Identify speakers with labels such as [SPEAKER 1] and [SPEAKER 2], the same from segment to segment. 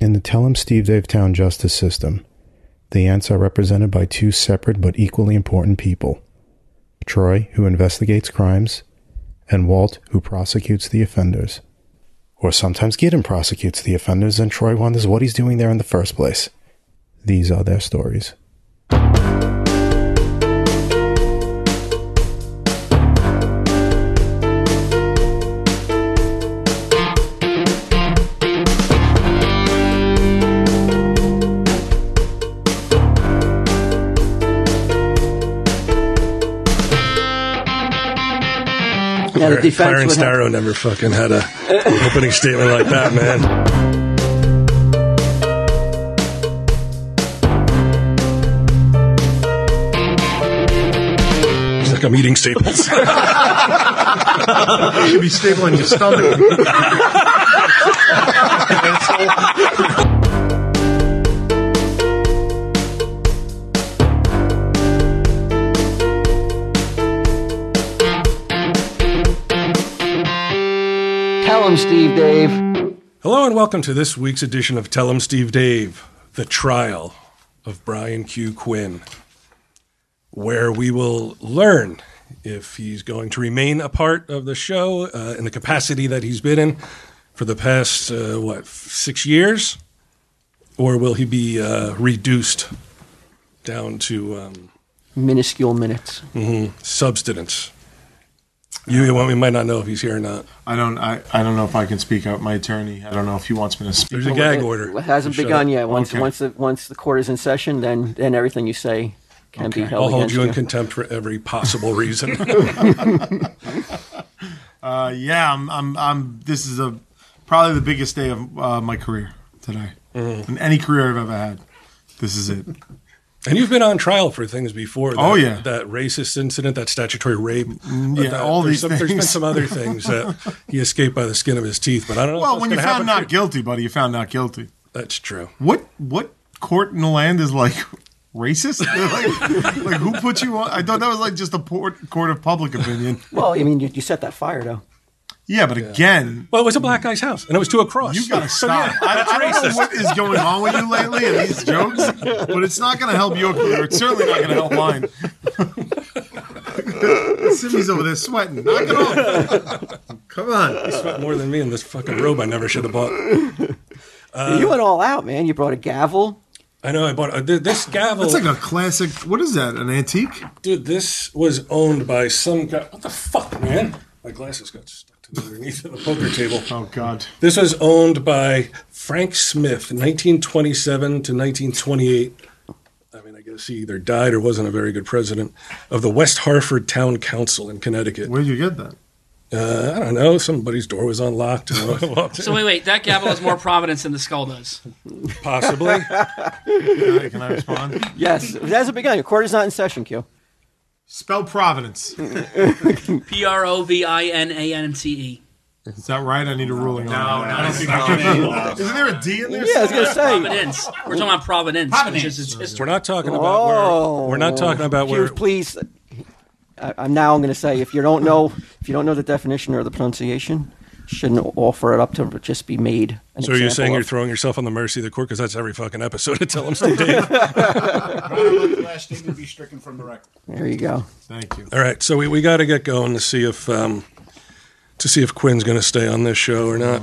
[SPEAKER 1] In the Tell 'em Steve Davetown justice system, the ants are represented by two separate but equally important people Troy, who investigates crimes, and Walt, who prosecutes the offenders. Or sometimes Gideon prosecutes the offenders, and Troy wonders what he's doing there in the first place. These are their stories.
[SPEAKER 2] Now, the
[SPEAKER 3] Clar-
[SPEAKER 2] defense
[SPEAKER 3] Clarence
[SPEAKER 2] would have-
[SPEAKER 3] Darrow never fucking had a opening statement like that, man. It's like I'm eating staples.
[SPEAKER 4] You should be stapling your stomach.
[SPEAKER 2] Tell him, Steve, Dave.
[SPEAKER 3] Hello and welcome to this week's edition of Tell 'em Steve Dave, the trial of Brian Q. Quinn, where we will learn if he's going to remain a part of the show uh, in the capacity that he's been in for the past, uh, what, six years? Or will he be uh, reduced down to um, Mm-hmm.
[SPEAKER 2] Minuscule minutes.
[SPEAKER 3] substance? You, you we might not know if he's here or not.
[SPEAKER 4] I don't. I, I don't know if I can speak out. My attorney. I don't know if he wants me to speak.
[SPEAKER 3] There's a gag order.
[SPEAKER 2] It hasn't
[SPEAKER 3] Shut
[SPEAKER 2] begun
[SPEAKER 3] up.
[SPEAKER 2] yet. Once
[SPEAKER 4] Okay.
[SPEAKER 2] once the, once the court is in session, then then everything you say can be held
[SPEAKER 3] I'll hold
[SPEAKER 2] against
[SPEAKER 3] you in contempt for every possible reason.
[SPEAKER 4] Uh, yeah, I'm, I'm. I'm. This is a probably the biggest day of uh, my career today,
[SPEAKER 3] Mm-hmm.
[SPEAKER 4] in any career I've ever had. This is it.
[SPEAKER 3] And you've been on trial for things before. That,
[SPEAKER 4] Oh, yeah. Mm,
[SPEAKER 3] that racist incident, that statutory rape. but
[SPEAKER 4] yeah,
[SPEAKER 3] that-
[SPEAKER 4] all
[SPEAKER 3] there's
[SPEAKER 4] these
[SPEAKER 3] some, There's been
[SPEAKER 4] things.
[SPEAKER 3] some other things that he escaped by the skin of his teeth, but I don't know. if
[SPEAKER 4] Well,
[SPEAKER 3] that's
[SPEAKER 4] when you
[SPEAKER 3] gonna
[SPEAKER 4] found
[SPEAKER 3] happen
[SPEAKER 4] not guilty, buddy, you found not guilty.
[SPEAKER 3] for- that's true.
[SPEAKER 4] What what court in the land is like racist? like, like who put you on? I thought that was like just a port, court of public opinion.
[SPEAKER 2] Well, I mean, you, you set that fire though.
[SPEAKER 4] Yeah, but again,
[SPEAKER 3] Well, it was a black guy's house, and it was two across.
[SPEAKER 4] You gotta stop. I, I don't know what is going on with you lately and these jokes, but it's not gonna help your career. It's certainly not gonna help mine. Simi's over there sweating. Knock it off. Come on.
[SPEAKER 3] Sweat more than me in this fucking robe I never should have bought. Uh,
[SPEAKER 2] you went all out, man. You brought a gavel.
[SPEAKER 3] I know I bought uh, th- this gavel.
[SPEAKER 4] That's like a classic. What is that? An antique?
[SPEAKER 3] dude, this was owned by some guy. What the fuck, man? My glasses got stuck to the underneath of the poker table.
[SPEAKER 4] Oh God.
[SPEAKER 3] This was owned by Frank Smith, 1927 to 1928. I mean, I guess he either died or wasn't a very good president of the West Hartford Town Council in Connecticut.
[SPEAKER 4] Where'd you get that?
[SPEAKER 3] Uh, I don't know. Somebody's door was unlocked. And I walked in.
[SPEAKER 5] So wait, wait. That gavel has more prominence than the skull does.
[SPEAKER 3] Possibly.
[SPEAKER 4] Can I, can I respond?
[SPEAKER 2] Yes, it hasn't begun. Your court is not in session, Q.
[SPEAKER 4] Spell Providence.
[SPEAKER 5] P R O V I N A N C E.
[SPEAKER 4] Is that right? I need a ruling on that. I don't think Isn't there a D in there?
[SPEAKER 2] Yeah, I was gonna say.
[SPEAKER 5] Providence. We're talking about providence. Providence. Which is, it's,
[SPEAKER 3] We're not talking about
[SPEAKER 2] Oh.
[SPEAKER 3] where. We're not talking about
[SPEAKER 2] Q,
[SPEAKER 3] where.
[SPEAKER 2] please. I, I'm now. I'm going to say if you don't know if you don't know the definition or the pronunciation, shouldn't offer it up to just be made. An
[SPEAKER 3] So are you
[SPEAKER 2] example
[SPEAKER 3] saying you're
[SPEAKER 2] of.
[SPEAKER 3] throwing yourself on the mercy of the court? Because that's every fucking episode. of Tell them something.
[SPEAKER 6] The last name would be stricken from the record.
[SPEAKER 2] There you go.
[SPEAKER 4] Thank you.
[SPEAKER 3] All right, so we, we got to get going to see if um, to see if Quinn's going to stay on this show or
[SPEAKER 4] Mm.
[SPEAKER 3] not.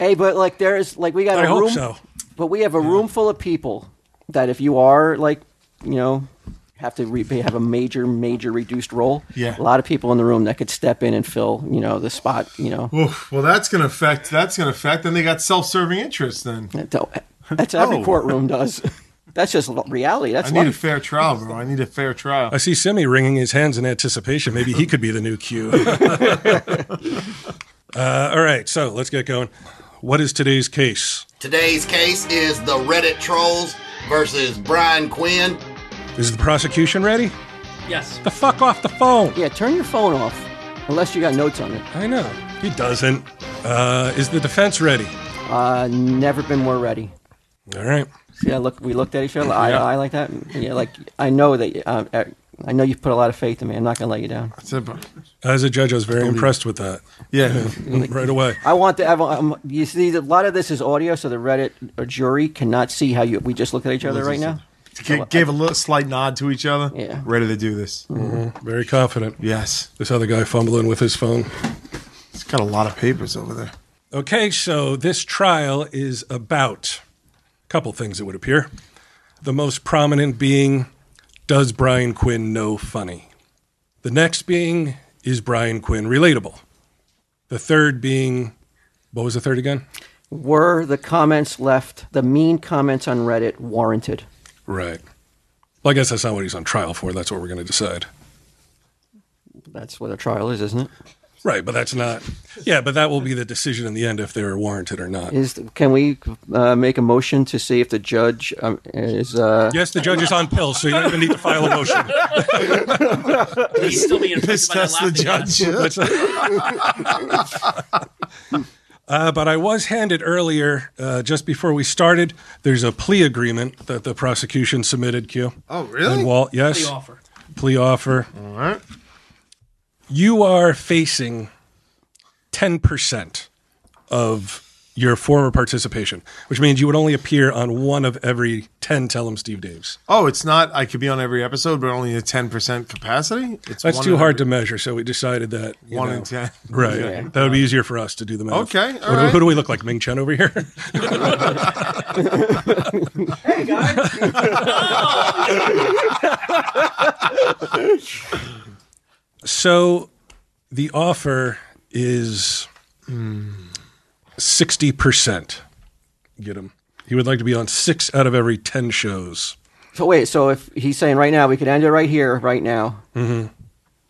[SPEAKER 2] Hey, but like there is like we got
[SPEAKER 3] I
[SPEAKER 2] a
[SPEAKER 3] hope
[SPEAKER 2] room,
[SPEAKER 3] so.
[SPEAKER 2] but we have a room full of people that if you are like you know have to re- have a major major reduced role.
[SPEAKER 4] Yeah.
[SPEAKER 2] a lot of people in the room that could step in and fill you know the spot. You know,
[SPEAKER 4] Oof, well, that's gonna affect. That's gonna affect. Then they got self-serving interests. Then
[SPEAKER 2] that's how- that's how every
[SPEAKER 4] Oh.
[SPEAKER 2] courtroom does. That's just lo- reality.
[SPEAKER 4] I
[SPEAKER 2] That's
[SPEAKER 4] need a
[SPEAKER 2] life.
[SPEAKER 4] fair trial, bro. I need a fair trial.
[SPEAKER 3] I see Simi wringing his hands in anticipation. Maybe he could be the new Q. uh, all right, so let's get going. What is today's case?
[SPEAKER 7] Today's case is the Reddit trolls versus Brian Quinn.
[SPEAKER 3] Is the prosecution ready?
[SPEAKER 5] yes.
[SPEAKER 3] The fuck off the phone.
[SPEAKER 2] Yeah, turn your phone off unless you got notes on it.
[SPEAKER 3] I know he doesn't. Uh, is the defense ready?
[SPEAKER 2] Uh, never been more ready.
[SPEAKER 3] All right.
[SPEAKER 2] Yeah, look, we looked at each other eye to eye like that. and, Yeah, like I know that uh, uh, I know you've put a lot of faith in me. I'm not going to let you down.
[SPEAKER 4] That's it, bro.
[SPEAKER 3] As a judge, I was very impressed with that
[SPEAKER 4] Yeah.
[SPEAKER 3] right away.
[SPEAKER 2] I want to. I want, i you see, a lot of this is audio, so the Reddit or jury cannot see how you. We just look at each other right now.
[SPEAKER 4] G- gave a little slight nod to each other.
[SPEAKER 2] Yeah. Mm-hmm.
[SPEAKER 4] Ready to do this.
[SPEAKER 3] Very confident.
[SPEAKER 4] Mm-hmm. Yes.
[SPEAKER 3] This other guy fumbling with his phone.
[SPEAKER 4] It's got a lot of papers over there.
[SPEAKER 3] Okay, so this trial is about a couple things, it would appear. The most prominent being, does Brian Quinn know funny? The next being, is Brian Quinn relatable? The third being, what was the third again?
[SPEAKER 2] Were the comments left, the mean comments on Reddit, warranted?
[SPEAKER 3] Right. Well, I guess that's not what he's on trial for. That's what we're going to decide.
[SPEAKER 2] That's what a trial is, isn't it?
[SPEAKER 3] Right, but that's not. Yeah, but that will be the decision in the end if they're warranted or not.
[SPEAKER 2] Is can we uh, make a motion to see if the judge um, is? Uh,
[SPEAKER 3] Yes, the judge is on pills, so you don't even need to file a motion.
[SPEAKER 5] He's still being impressed by that
[SPEAKER 4] That's the
[SPEAKER 5] laughing gas.
[SPEAKER 4] judge.
[SPEAKER 3] That's- Uh, but I was handed earlier, uh, just before we started, there's a plea agreement that the prosecution submitted, Q.
[SPEAKER 4] Oh,
[SPEAKER 3] And
[SPEAKER 4] really?
[SPEAKER 3] Walt, yes.
[SPEAKER 5] Plea offer.
[SPEAKER 3] Plea offer.
[SPEAKER 4] All right.
[SPEAKER 3] You are facing 10% of your former participation, which means you would only appear on one of every 10 Tell 'em Steve Daves.
[SPEAKER 4] Oh, it's not. I could be on every episode, but only a ten percent capacity. It's
[SPEAKER 3] That's
[SPEAKER 4] one
[SPEAKER 3] too
[SPEAKER 4] in
[SPEAKER 3] hard to
[SPEAKER 4] every-
[SPEAKER 3] measure, so we decided that. you
[SPEAKER 4] One
[SPEAKER 3] know,
[SPEAKER 4] in 10.
[SPEAKER 3] Right. That would be easier for us to do the math.
[SPEAKER 4] Okay, all
[SPEAKER 3] What do-
[SPEAKER 4] right.
[SPEAKER 3] Who do we look like, Ming Chen over here? So the offer is hmm, sixty percent. Get him. He would like to be on six out of every ten shows.
[SPEAKER 2] So wait, so if he's saying right now, we could end it right here, right now. Mm-hmm.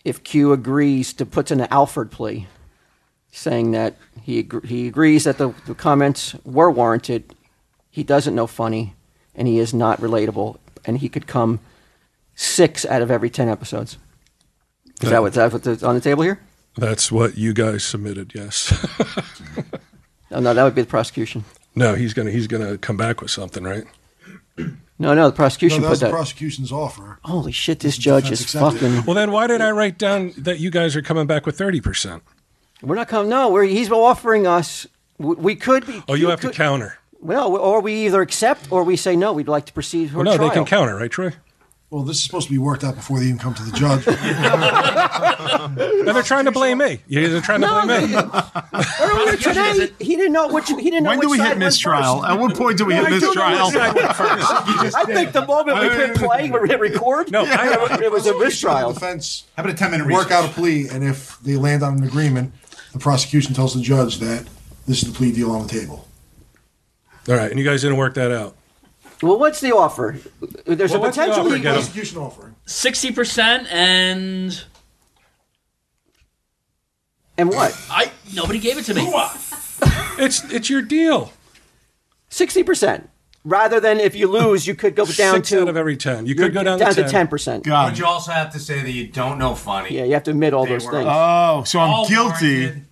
[SPEAKER 2] If Q agrees to puts in an Alford plea, saying that he agr- he agrees that the, the comments were warranted, he doesn't know funny, and he is not relatable, and he could come six out of every ten episodes. Is that what that's what's on the table here?
[SPEAKER 3] That's what you guys submitted. Yes.
[SPEAKER 2] Oh, No, no, that would be the prosecution.
[SPEAKER 3] no, he's gonna he's gonna come back with something, right?
[SPEAKER 2] No, no, the prosecution
[SPEAKER 6] No, that
[SPEAKER 2] put
[SPEAKER 6] was the
[SPEAKER 2] that.
[SPEAKER 6] prosecution's offer.
[SPEAKER 2] Holy shit, this judge
[SPEAKER 6] defense
[SPEAKER 2] is
[SPEAKER 6] accepted.
[SPEAKER 2] fucking.
[SPEAKER 3] Well, then why did I write down that you guys are coming back with thirty percent?
[SPEAKER 2] We're not coming. No, we're, he's offering us. We, we could be.
[SPEAKER 3] Oh, you have to
[SPEAKER 2] could-
[SPEAKER 3] counter.
[SPEAKER 2] Well, or we either accept or we say no. We'd like to proceed.
[SPEAKER 3] Well,
[SPEAKER 2] Well,
[SPEAKER 3] no, they can counter, right, Troy?
[SPEAKER 6] Well, this is supposed to be worked out before they even come to the judge.
[SPEAKER 3] And they're trying to blame me. Yeah, they're trying to
[SPEAKER 2] No,
[SPEAKER 3] blame me.
[SPEAKER 2] Earlier today, he didn't know which. He didn't know
[SPEAKER 4] When
[SPEAKER 2] which
[SPEAKER 4] do we
[SPEAKER 2] side
[SPEAKER 4] hit
[SPEAKER 2] went
[SPEAKER 4] mistrial?
[SPEAKER 2] first.
[SPEAKER 4] At what point do we hit
[SPEAKER 2] I do know
[SPEAKER 4] mistrial?
[SPEAKER 2] which side went first. I think the moment we
[SPEAKER 4] Wait,
[SPEAKER 2] hit
[SPEAKER 4] wait, wait.
[SPEAKER 2] play, we hit record.
[SPEAKER 3] No, I have
[SPEAKER 2] it was a
[SPEAKER 6] Trial
[SPEAKER 2] mistrial.
[SPEAKER 6] defense.
[SPEAKER 7] How about a 10 minute
[SPEAKER 6] Work
[SPEAKER 7] recess?
[SPEAKER 6] out a plea, and if they land on an agreement, the prosecution tells the judge that this is the plea deal on the table.
[SPEAKER 3] All right, and you guys didn't work that out.
[SPEAKER 2] Well, what's the offer? There's
[SPEAKER 3] Well,
[SPEAKER 2] a
[SPEAKER 3] what's the
[SPEAKER 2] potential.
[SPEAKER 3] offer?
[SPEAKER 2] he-
[SPEAKER 3] Get 'em.
[SPEAKER 6] Prosecution offering.
[SPEAKER 5] 60% and
[SPEAKER 2] And what?
[SPEAKER 5] I nobody gave it to me.
[SPEAKER 3] It's it's your deal.
[SPEAKER 2] Sixty percent. Rather than if you lose, you could go down
[SPEAKER 3] Six
[SPEAKER 2] to
[SPEAKER 3] out of every ten. You could go down,
[SPEAKER 2] down
[SPEAKER 3] to
[SPEAKER 2] to ten percent.
[SPEAKER 4] God.
[SPEAKER 8] But you also have to say that you don't know funny.
[SPEAKER 2] Yeah, you have to admit all those
[SPEAKER 8] were
[SPEAKER 2] things.
[SPEAKER 4] Oh, so I'm
[SPEAKER 8] All
[SPEAKER 4] guilty.
[SPEAKER 8] warranted.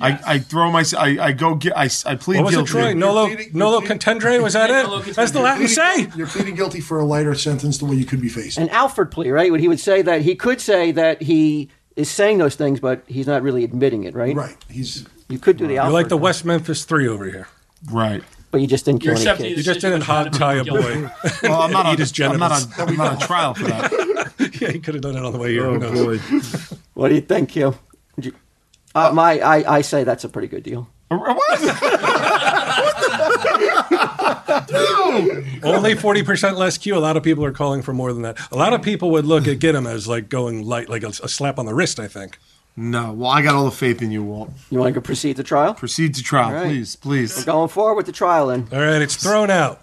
[SPEAKER 4] I, I throw my. I, I go get. I, s- I plead
[SPEAKER 3] What was it,
[SPEAKER 4] guilty.
[SPEAKER 3] Troy? Nolo
[SPEAKER 6] pleading- you're
[SPEAKER 3] Nolo
[SPEAKER 6] pleading-
[SPEAKER 3] contendere? Was that
[SPEAKER 5] Nolo
[SPEAKER 3] it? That's the Latin say.
[SPEAKER 6] You're pleading guilty for a lighter sentence than what you could be facing.
[SPEAKER 2] an Alfred plea, right? What he would say that he could say that he is saying those things, but he's not really admitting it, right?
[SPEAKER 6] Right. He's
[SPEAKER 2] You could do the
[SPEAKER 3] You're
[SPEAKER 2] Alfred,
[SPEAKER 3] like the West Memphis Three over here.
[SPEAKER 4] Right.
[SPEAKER 2] but you just didn't kill
[SPEAKER 5] You're
[SPEAKER 2] any
[SPEAKER 5] accepting
[SPEAKER 2] kids.
[SPEAKER 3] You just didn't hog tie a boy.
[SPEAKER 4] Well, I'm not on.
[SPEAKER 3] Eat his
[SPEAKER 4] I'm not
[SPEAKER 3] genitals.
[SPEAKER 4] on. I'm not on trial for that.
[SPEAKER 3] yeah, he could have done it on the way here. Who knows?
[SPEAKER 2] Oh, What do you think, Hugh? Would you- Uh, my, I, I say that's a pretty good deal.
[SPEAKER 4] What?
[SPEAKER 3] Only forty percent less Q. A lot of people are calling for more than that. A lot of people would look at get him as like going light, like a, a slap on the wrist. I think.
[SPEAKER 4] No. Well, I got all the faith in you, Walt.
[SPEAKER 2] You want to go proceed the trial?
[SPEAKER 4] Proceed to trial,
[SPEAKER 2] All right.
[SPEAKER 4] please, please.
[SPEAKER 2] Going forward with the trial, and
[SPEAKER 3] All right, it's thrown out.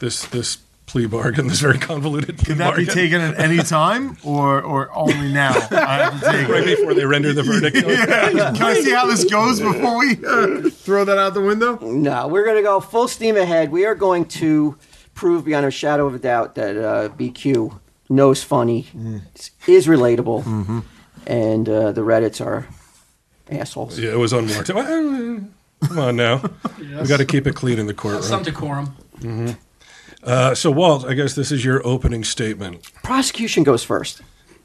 [SPEAKER 3] This this plea bargain, this very convoluted plea
[SPEAKER 4] Can that be
[SPEAKER 3] bargain.
[SPEAKER 4] taken at any time or or only now? I have to take
[SPEAKER 3] right
[SPEAKER 4] it.
[SPEAKER 3] before they render the verdict.
[SPEAKER 4] Can I see how this goes before we uh, throw that out the window?
[SPEAKER 2] no, we're going to go full steam ahead. We are going to prove beyond a shadow of a doubt that uh, BQ knows funny,
[SPEAKER 4] Mm.
[SPEAKER 2] is relatable,
[SPEAKER 4] Mm-hmm.
[SPEAKER 2] and uh, the Reddits are assholes.
[SPEAKER 3] Yeah, it was unwarranted. Well, Come on now, we got to keep it clean in the
[SPEAKER 5] Some
[SPEAKER 3] courtroom. Mm-hmm.
[SPEAKER 5] decorum.
[SPEAKER 3] Uh, so, Walt, I guess this is your opening statement.
[SPEAKER 2] Prosecution goes first.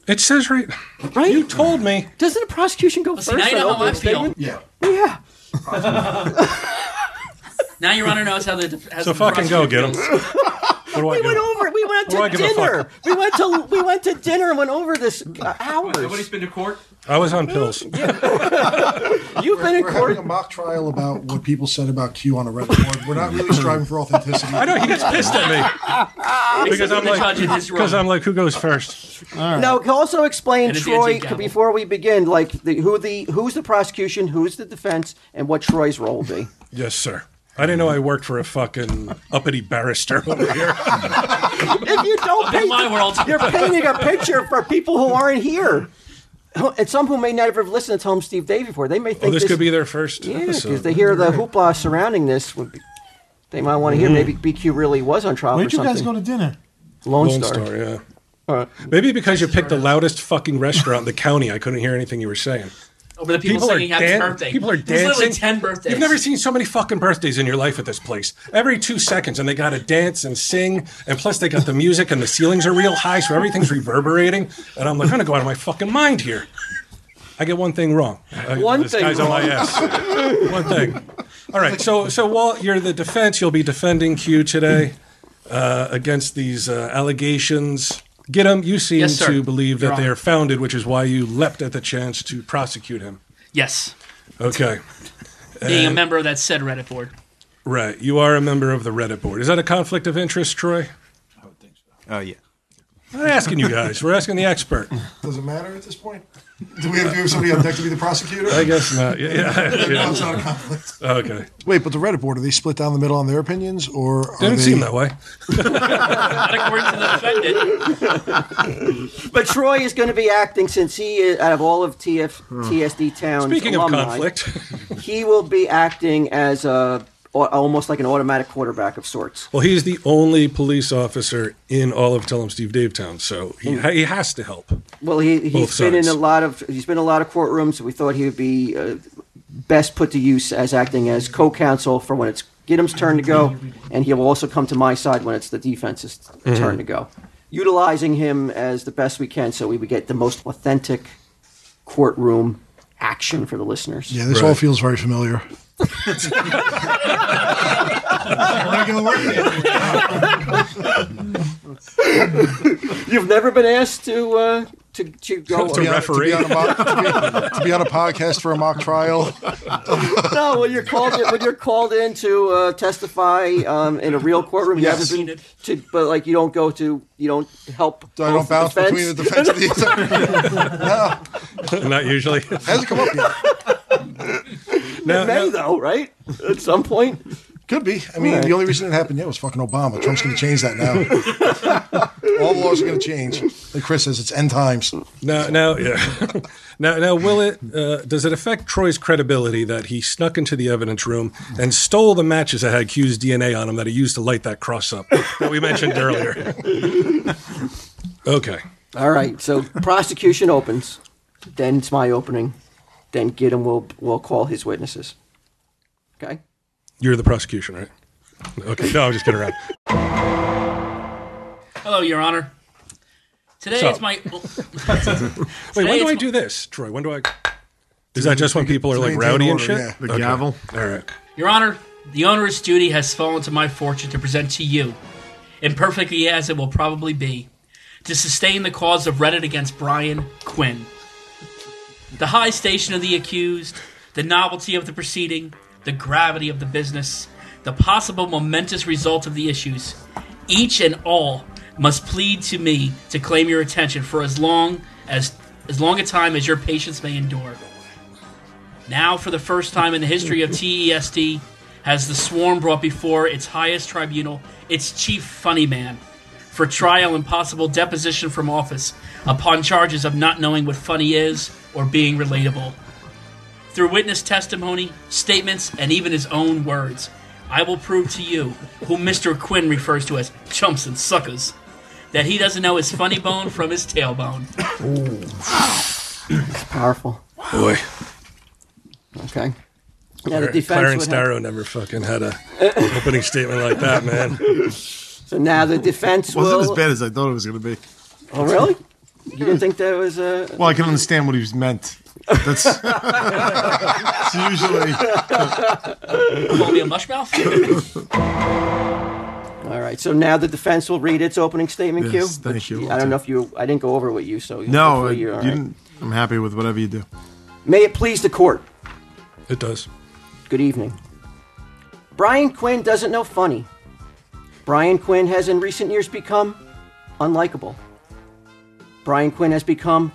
[SPEAKER 3] It says right.
[SPEAKER 2] Right?
[SPEAKER 3] You told me.
[SPEAKER 2] Doesn't the prosecution go
[SPEAKER 5] see,
[SPEAKER 2] first?
[SPEAKER 5] now you
[SPEAKER 2] on
[SPEAKER 5] know how
[SPEAKER 2] opening
[SPEAKER 5] I feel.
[SPEAKER 2] statement?
[SPEAKER 6] Yeah.
[SPEAKER 2] Yeah.
[SPEAKER 5] Now your honor knows how the has
[SPEAKER 3] So
[SPEAKER 5] the
[SPEAKER 3] fucking go get
[SPEAKER 5] prosecutor
[SPEAKER 3] him.
[SPEAKER 5] feels.
[SPEAKER 3] What do I
[SPEAKER 2] We went
[SPEAKER 3] do?
[SPEAKER 2] over. We went
[SPEAKER 3] What do I
[SPEAKER 2] out to
[SPEAKER 3] give a
[SPEAKER 2] dinner. We went to we went to dinner and went over this uh,
[SPEAKER 8] Nobody's
[SPEAKER 2] hours.
[SPEAKER 8] been to court.
[SPEAKER 3] I was on pills.
[SPEAKER 2] You've been in
[SPEAKER 6] We're having a
[SPEAKER 2] court.
[SPEAKER 6] mock trial about what people said about Q on a Reddit board. We're not really striving for authenticity.
[SPEAKER 3] I know he gets pissed at me because
[SPEAKER 5] when
[SPEAKER 3] I'm
[SPEAKER 5] the
[SPEAKER 3] like
[SPEAKER 5] judge in his
[SPEAKER 3] because
[SPEAKER 5] room.
[SPEAKER 3] I'm like who goes first?
[SPEAKER 2] Now, can also explain
[SPEAKER 5] And it's
[SPEAKER 2] Troy
[SPEAKER 5] anti-gavel.
[SPEAKER 2] before we begin. Like the, who the who's the prosecution, who's the defense, and what Troy's role will be.
[SPEAKER 3] Yes, sir. I didn't know I worked for a fucking uppity barrister over here.
[SPEAKER 2] if you don't
[SPEAKER 5] In
[SPEAKER 2] paint,
[SPEAKER 5] my world,
[SPEAKER 2] you're painting a picture for people who aren't here, Who- and some who may never have listened to Home Steve Dave before. They may think
[SPEAKER 3] Well, Oh, this could be their first
[SPEAKER 2] yeah,
[SPEAKER 3] episode.
[SPEAKER 2] because they hear the hoopla surrounding this. Would be, they might want to
[SPEAKER 3] Mm-hmm.
[SPEAKER 2] hear maybe BQ really was on trial
[SPEAKER 4] Where'd
[SPEAKER 2] for
[SPEAKER 4] you
[SPEAKER 2] something.
[SPEAKER 4] guys go to dinner?
[SPEAKER 2] Lone,
[SPEAKER 3] Lone
[SPEAKER 2] Star.
[SPEAKER 3] Star, yeah. Maybe because you picked the loudest fucking restaurant in the county, I couldn't hear anything you were saying.
[SPEAKER 5] over the people, singing happy
[SPEAKER 3] dan-
[SPEAKER 5] birthday.
[SPEAKER 3] People are
[SPEAKER 5] There's
[SPEAKER 3] dancing.
[SPEAKER 5] Literally ten birthdays.
[SPEAKER 3] You've never seen so many fucking birthdays in your life at this place. Every two seconds, and they got to dance and sing, and plus they got the music, and the ceilings are real high, so everything's reverberating. And I'm like, I'm gonna go out of my fucking mind here. I get one thing wrong. I-
[SPEAKER 2] One
[SPEAKER 3] this
[SPEAKER 2] thing
[SPEAKER 3] guy's on my ass. one thing. All right. So, so Walt, you're the defense. You'll be defending Q today uh, against these uh, allegations. Get him. You seem
[SPEAKER 5] Yes, sir.
[SPEAKER 3] to believe that
[SPEAKER 5] Your
[SPEAKER 3] they
[SPEAKER 5] Honor.
[SPEAKER 3] are founded, which is why you leapt at the chance to prosecute him.
[SPEAKER 5] Yes,
[SPEAKER 3] Okay.
[SPEAKER 5] being a member of that said Reddit board.
[SPEAKER 3] Right. You are a member of the Reddit board. Is that a conflict of interest, Troy?
[SPEAKER 9] Oh yeah.
[SPEAKER 3] I'm not asking you guys. We're asking the expert.
[SPEAKER 6] Does it matter at this point? Do we have to have somebody on deck to be the prosecutor?
[SPEAKER 3] I guess not. Yeah. yeah,
[SPEAKER 6] No,
[SPEAKER 3] yeah.
[SPEAKER 6] it's not a conflict.
[SPEAKER 3] Okay.
[SPEAKER 6] Wait, but the Reddit board, are they split down the middle on their opinions or are
[SPEAKER 3] Didn't
[SPEAKER 6] they,
[SPEAKER 3] seem that way.
[SPEAKER 5] Not according to the defendant.
[SPEAKER 2] But Troy is going to be acting since he, is, out of all of TF, TSD Town's
[SPEAKER 3] Hmm. Speaking of
[SPEAKER 2] alumni,
[SPEAKER 3] conflict,
[SPEAKER 2] he will be acting as a al- almost like an automatic quarterback of sorts.
[SPEAKER 3] well, he's the only police officer in all of Tell 'em Steve Dave Town, so he,
[SPEAKER 5] Hmm.
[SPEAKER 3] he has to help.
[SPEAKER 2] Well, he, he's
[SPEAKER 3] Both
[SPEAKER 2] been in
[SPEAKER 3] sides.
[SPEAKER 2] a lot of he's been in a lot of courtrooms. We thought he would be uh, best put to use as acting as co-counsel for when it's Gidim's turn to go, and he'll also come to my side when it's the defense's
[SPEAKER 3] Mm-hmm.
[SPEAKER 2] turn to go. Utilizing him as the best we can, so we would get the most authentic courtroom action for the listeners.
[SPEAKER 6] Yeah, this all feels very familiar. We're not gonna work it.
[SPEAKER 2] You've never been asked to uh, to to go.
[SPEAKER 3] To
[SPEAKER 6] Be on-
[SPEAKER 3] referee.
[SPEAKER 6] To be, on a mock, to, be, to be on a podcast for a mock trial.
[SPEAKER 2] no, when you're called in, when you're called in to uh, testify um, in a real courtroom, you
[SPEAKER 6] Yes.
[SPEAKER 2] haven't been to, but like you don't go to, you don't help.
[SPEAKER 6] So I
[SPEAKER 2] both
[SPEAKER 6] don't bounce
[SPEAKER 2] the
[SPEAKER 6] between the
[SPEAKER 2] defense.
[SPEAKER 6] defense and the attack.
[SPEAKER 3] Not usually.
[SPEAKER 6] Hasn't come up yet.
[SPEAKER 3] No,
[SPEAKER 2] It may
[SPEAKER 3] no.
[SPEAKER 2] though, right? At some point,
[SPEAKER 6] Could be. I mean,
[SPEAKER 2] Alright.
[SPEAKER 6] the only reason it happened yet was fucking Obama. Trump's going to change that now. All the laws are going to change. Like Chris says, it's end times.
[SPEAKER 3] Now, now, yeah. now, now, will it? Uh, does it affect Troy's credibility that he snuck into the evidence room and stole the matches that had Q's DNA on them that he used to light that cross up that we mentioned earlier? Okay.
[SPEAKER 2] all right. So prosecution opens, then it's my opening, then Gideon will will call his witnesses. Okay.
[SPEAKER 3] You're the prosecution, right? Okay. No, I'm just kidding around.
[SPEAKER 5] Hello, your honor. Today
[SPEAKER 3] So-
[SPEAKER 5] it's my.
[SPEAKER 3] Wait, when
[SPEAKER 5] Today
[SPEAKER 3] do I
[SPEAKER 5] it's-
[SPEAKER 3] do this, Troy? When do I? Is that just when people are like rowdy and shit?
[SPEAKER 6] Yeah.
[SPEAKER 4] The gavel.
[SPEAKER 3] All right.
[SPEAKER 5] Your Honor, the onerous duty has fallen to my fortune to present to you, imperfectly as it will probably be, to sustain the cause of Reddit against Brian Quinn. The high station of the accused, the novelty of the proceeding, the gravity of the business, the possible momentous result of the issues, each and all must plead to me to claim your attention for as long as as long a time as your patience may endure. Now, for the first time in the history of TESD, has the swarm brought before its highest tribunal its chief funny man for trial and possible deposition from office upon charges of not knowing what funny is or being relatable. Through witness testimony, statements, and even his own words, I will prove to you, who Mr. Quinn refers to as chumps and suckers, that he doesn't know his funny bone from his tailbone.
[SPEAKER 2] Powerful.
[SPEAKER 3] Boy,
[SPEAKER 2] Okay. Now the defense
[SPEAKER 3] Clarence
[SPEAKER 2] would have-
[SPEAKER 3] Darrow never fucking had a opening statement like that, man.
[SPEAKER 2] so now the defense
[SPEAKER 4] Wasn't
[SPEAKER 2] will.
[SPEAKER 4] as bad as I thought it was going to be.
[SPEAKER 2] Oh really? You didn't think that was a
[SPEAKER 4] Well, I can understand what he was meant. That's it's usually
[SPEAKER 5] Call me a mushmouth?
[SPEAKER 2] all right. So now the defense will read its opening statement. Q.
[SPEAKER 4] Yes, thank
[SPEAKER 2] which
[SPEAKER 4] you.
[SPEAKER 2] I don't know if you. I didn't go over with you, so
[SPEAKER 4] no. I,
[SPEAKER 2] hopefully
[SPEAKER 4] you
[SPEAKER 2] you're all right.
[SPEAKER 4] didn't, I'm happy with whatever you do.
[SPEAKER 2] May it please the court.
[SPEAKER 3] It does.
[SPEAKER 2] Good evening. Brian Quinn doesn't know funny. Brian Quinn has in recent years become unlikable. Brian Quinn has become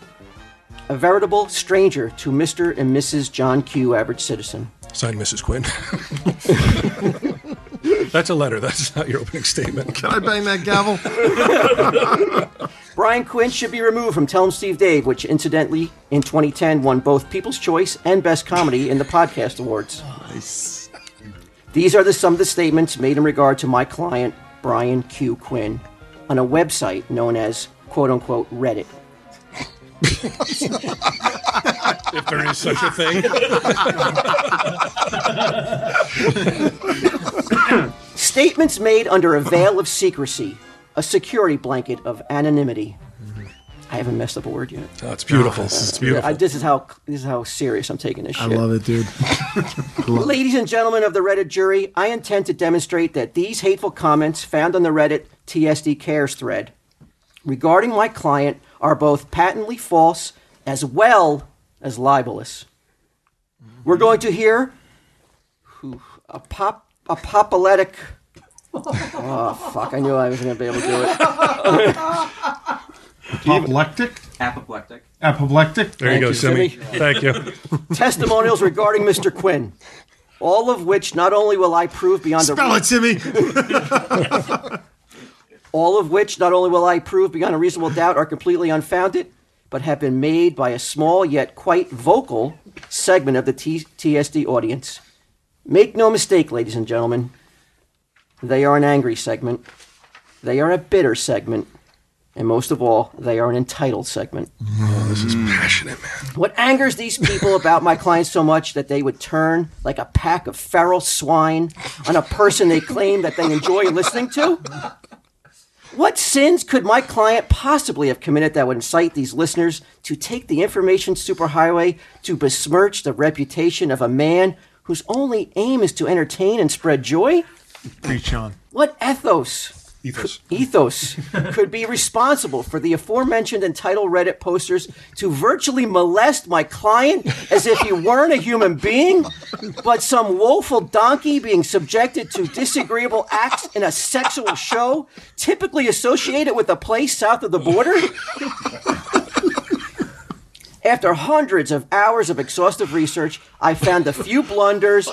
[SPEAKER 2] a veritable stranger to Mr. and Mrs. John Q. Average Citizen.
[SPEAKER 3] Signed, Mrs. Quinn. That's a letter. That's not your opening statement.
[SPEAKER 4] Can I bang that gavel?
[SPEAKER 2] Brian Quinn should be removed from Tell 'em Steve Dave, which incidentally in 2010 won both People's Choice and Best Comedy in the Podcast Awards. These are the some of the statements made in regard to my client, Brian Q. Quinn, on a website known as quote unquote Reddit.
[SPEAKER 3] If there is such a thing.
[SPEAKER 2] Statements made under a veil of secrecy, a security blanket of anonymity. I haven't messed up a word yet.
[SPEAKER 3] Oh, it's beautiful. it's beautiful.
[SPEAKER 2] I, this is how this is how serious I'm taking this
[SPEAKER 4] I
[SPEAKER 2] shit.
[SPEAKER 4] love it, dude.
[SPEAKER 2] Ladies and gentlemen of the Reddit jury, I intend to demonstrate that these hateful comments found on the Reddit TSD Cares thread regarding my client are both patently false as well as libelous. We're
[SPEAKER 3] Mm-hmm.
[SPEAKER 2] going to hear whew, a pop a popoletic. Oh fuck! I knew I was going to be able to do it.
[SPEAKER 4] Apoplectic?
[SPEAKER 9] Apoplectic.
[SPEAKER 4] Apoplectic?
[SPEAKER 3] there you
[SPEAKER 2] Thank
[SPEAKER 3] go,
[SPEAKER 2] you,
[SPEAKER 3] Simi.
[SPEAKER 2] Simi.
[SPEAKER 3] Thank you.
[SPEAKER 2] Testimonials regarding Mr. Quinn, all of which not only will I prove beyond a
[SPEAKER 4] Spell it, Timmy.
[SPEAKER 2] all of which not only will I prove beyond a reasonable doubt are completely unfounded, but have been made by a small yet quite vocal segment of the T- TSD audience. Make no mistake, ladies and gentlemen, they are an angry segment, they are a bitter segment, and most of all, they are an entitled segment.
[SPEAKER 6] Oh,
[SPEAKER 3] Passionate man.
[SPEAKER 2] What angers these people about my clients so much that they would turn like a pack of feral swine on a person they claim that they enjoy listening to? What sins could my client possibly have committed that would incite these listeners to take the information superhighway to besmirch the reputation of a man whose only aim is to entertain and spread joy?
[SPEAKER 4] Preach on.
[SPEAKER 2] What ethos
[SPEAKER 3] Ethos.
[SPEAKER 2] ethos could be responsible for the aforementioned entitled Reddit posters to virtually molest my client as if he weren't a human being, but some woeful donkey being subjected to disagreeable acts in a sexual show typically associated with a place south of the border? After hundreds of hours of exhaustive research, I found the few blunders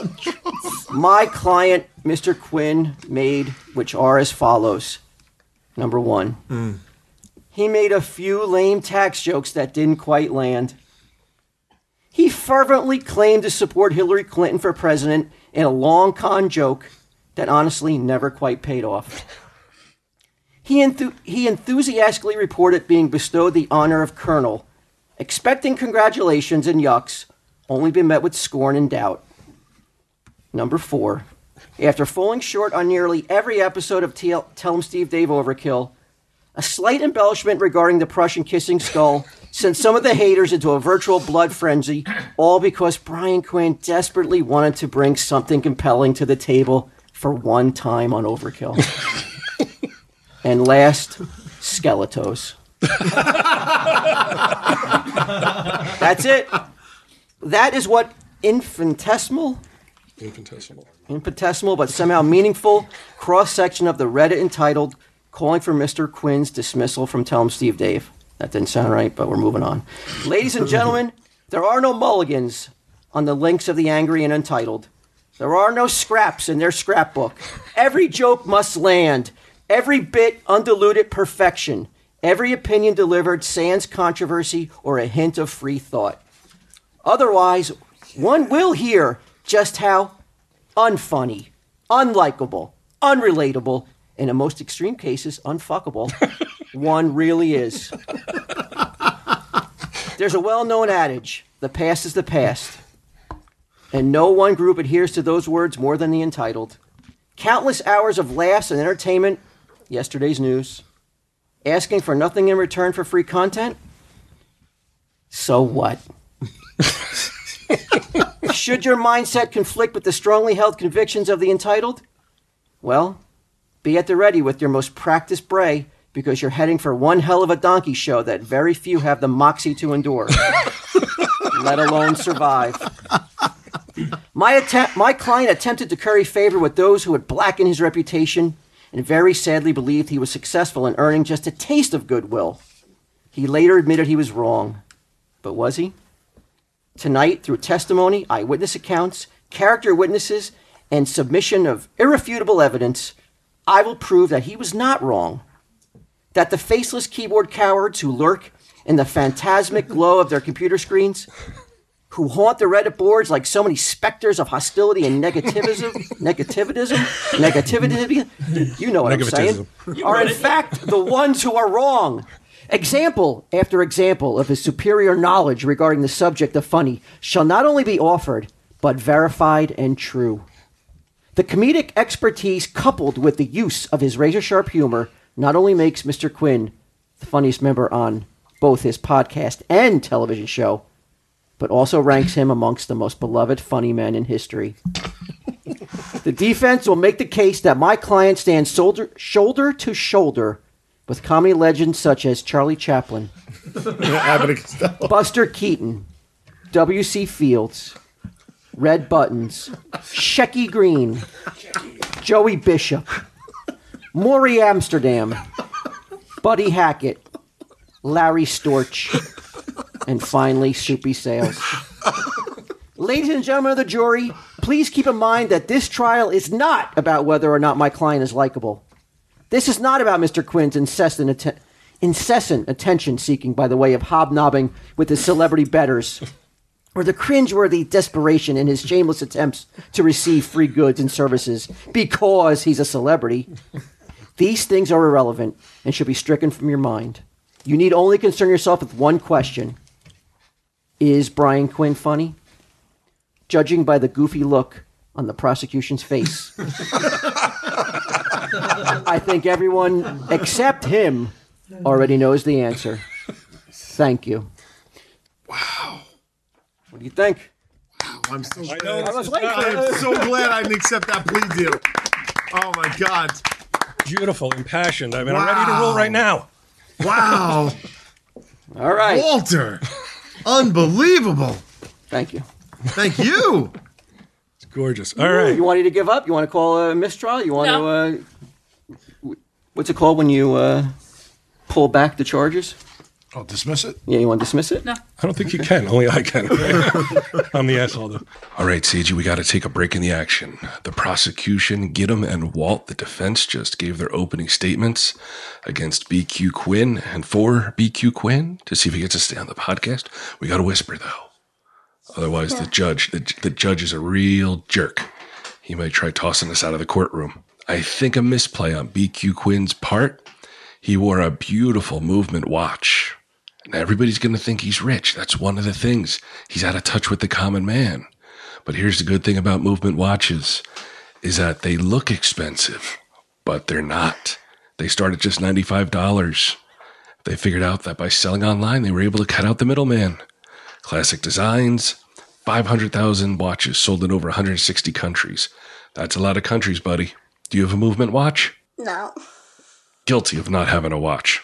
[SPEAKER 2] my client, Mr. Quinn, made, which are as follows. Number one, he made a few lame tax jokes that didn't quite land. He fervently claimed to support Hillary Clinton for president in a long con joke that honestly never quite paid off. He, enthu- he enthusiastically reported being bestowed the honor of colonel, expecting congratulations and yucks, only been met with scorn and doubt. Number four. After falling short on nearly every episode of TL- Tell 'em Steve Dave Overkill, a slight embellishment regarding the Prussian kissing skull sent some of the haters into a virtual blood frenzy, all because Brian Quinn desperately wanted to bring something compelling to the table for one time on Overkill. and last, Skeletos. That's it. That is what infinitesimal
[SPEAKER 3] Infinitesimal.
[SPEAKER 2] infinitesimal but somehow meaningful cross section of the Reddit entitled Calling for Mr. Quinn's Dismissal from Tell 'em Steve Dave. That didn't sound right, but we're moving on. Ladies and gentlemen, there are no mulligans on the links of the angry and untitled. There are no scraps in their scrapbook. Every joke must land. Every bit undiluted perfection. Every opinion delivered sans controversy or a hint of free thought. Otherwise, one will hear just how unfunny, unlikable, unrelatable, and in most extreme cases, unfuckable one really is. There's a well known adage the past is the past. And no one group adheres to those words more than the entitled. Countless hours of laughs and entertainment, yesterday's news, asking for nothing in return for free content, So what? Should your mindset conflict with the strongly held convictions of the entitled? Well, be at the ready with your most practiced bray because you're heading for one hell of a donkey show that very few have the moxie to endure, let alone survive. My, attempt, my client attempted to curry favor with those who would blacken his reputation and very sadly believed he was successful in earning just a taste of goodwill. He later admitted he was wrong. But was he? Tonight, through testimony, eyewitness accounts, character witnesses, and submission of irrefutable evidence, I will prove that he was not wrong. That the faceless keyboard cowards who lurk in the phantasmic glow of their computer screens, who haunt the Reddit boards like so many specters of hostility and negativism, negativism, negativity, you know what I'm saying, are in fact the ones who are wrong. Example after example of his superior knowledge regarding the subject of funny shall not only be offered, but verified and true. The comedic expertise coupled with the use of his razor sharp humor not only makes Mr. Quinn the funniest member on both his podcast and television show, but also ranks him amongst the most beloved funny men in history. the defense will make the case that my client stands shoulder, shoulder to shoulder with comedy legends such as Charlie Chaplin,
[SPEAKER 4] Abbott and Costello.
[SPEAKER 2] Buster Keaton, W.C. Fields, Red Buttons, Shecky Green, Joey Bishop, Maury Amsterdam, Buddy Hackett, Larry Storch, and finally, Soupy Sales. Ladies and gentlemen of the jury, please keep in mind that this trial is not about whether or not my client is likable. This is not about Mr. Quinn's incessant, atten- incessant attention seeking by the way of hobnobbing with his celebrity betters, or the cringeworthy desperation in his shameless attempts to receive free goods and services because he's a celebrity. These things are irrelevant and should be stricken from your mind. You need only concern yourself with one question Is Brian Quinn funny? Judging by the goofy look on the prosecution's face. I think everyone except him already knows the answer. Thank you. Wow. What do you think?
[SPEAKER 4] I'm so glad.
[SPEAKER 3] know
[SPEAKER 4] I
[SPEAKER 3] it's-
[SPEAKER 4] was late. I'm so glad I didn't accept that plea deal. Oh my god!
[SPEAKER 3] Beautiful, impassioned. I mean, I'm ready to roll right now.
[SPEAKER 4] Wow,
[SPEAKER 2] All right.
[SPEAKER 4] Walter, unbelievable.
[SPEAKER 2] Thank you.
[SPEAKER 4] Thank you.
[SPEAKER 3] It's gorgeous. All right.
[SPEAKER 2] You wanted to give up? You want to call a mistrial? You want
[SPEAKER 5] No.
[SPEAKER 2] to, uh, w- what's it called when you uh, pull back the charges?
[SPEAKER 6] I'll dismiss it.
[SPEAKER 2] Yeah, you want to dismiss it?
[SPEAKER 5] No.
[SPEAKER 3] I don't think you can. Only I can. I'm the asshole, though. All right, Seiji, we got to take a break in the action. The prosecution, Gidim, and Walt, the defense, just gave their opening statements against BQ Quinn and for BQ Quinn to see if he gets to stay on the podcast. We got to whisper, though. Otherwise, the judge, the, the judge is a real jerk. He might try tossing us out of the courtroom. I think a misplay on BQ Quinn's part. He wore a beautiful movement watch. Now, everybody's going to think he's rich. That's one of the things. He's out of touch with the common man. But here's the good thing about movement watches is that they look expensive, but they're not. They start at just $95. They figured out that by selling online, they were able to cut out the middleman. Classic designs, 500,000 watches sold in over 160 countries. That's a lot of countries, buddy. Do you have a movement watch?
[SPEAKER 10] No.
[SPEAKER 3] guilty of not having a watch.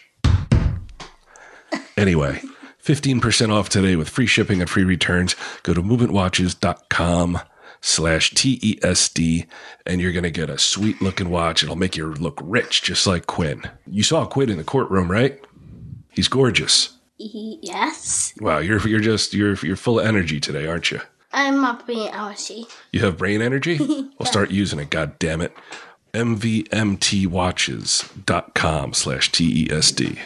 [SPEAKER 3] Anyway, 15% off today with free shipping and free returns. Go to movementwatches.com slash TESD and you're going to get a sweet looking watch. It'll make you look rich, just like Quinn. You saw Quinn in the courtroom, right? He's gorgeous.
[SPEAKER 10] E- Yes.
[SPEAKER 3] Wow, you're, you're just, you're, you're full of energy today, aren't you?
[SPEAKER 10] I'm up in Aoshi.
[SPEAKER 3] You have brain energy? Well, start using it, god damn it. MVMTwatches.com slash E TESD.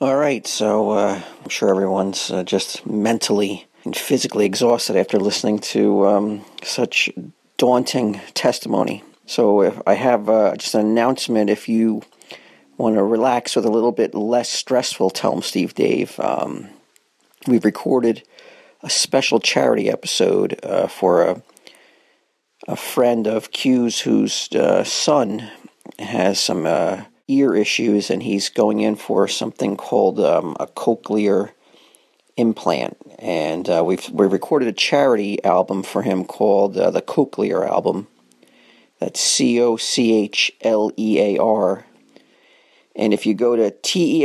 [SPEAKER 2] All right, so uh, I'm sure everyone's uh, just mentally and physically exhausted after listening to um, such daunting testimony. So if I have uh, just an announcement. If you want to relax with a little bit less stressful, tell them Steve Dave. Um, we've recorded a special charity episode uh, for a a friend of Q's whose uh, son has some uh, ear issues, and he's going in for something called um, a cochlear
[SPEAKER 11] implant, and uh, we've we recorded a charity album for him called uh, the Cochlear album. That's C O C H L E A R. And if you go to E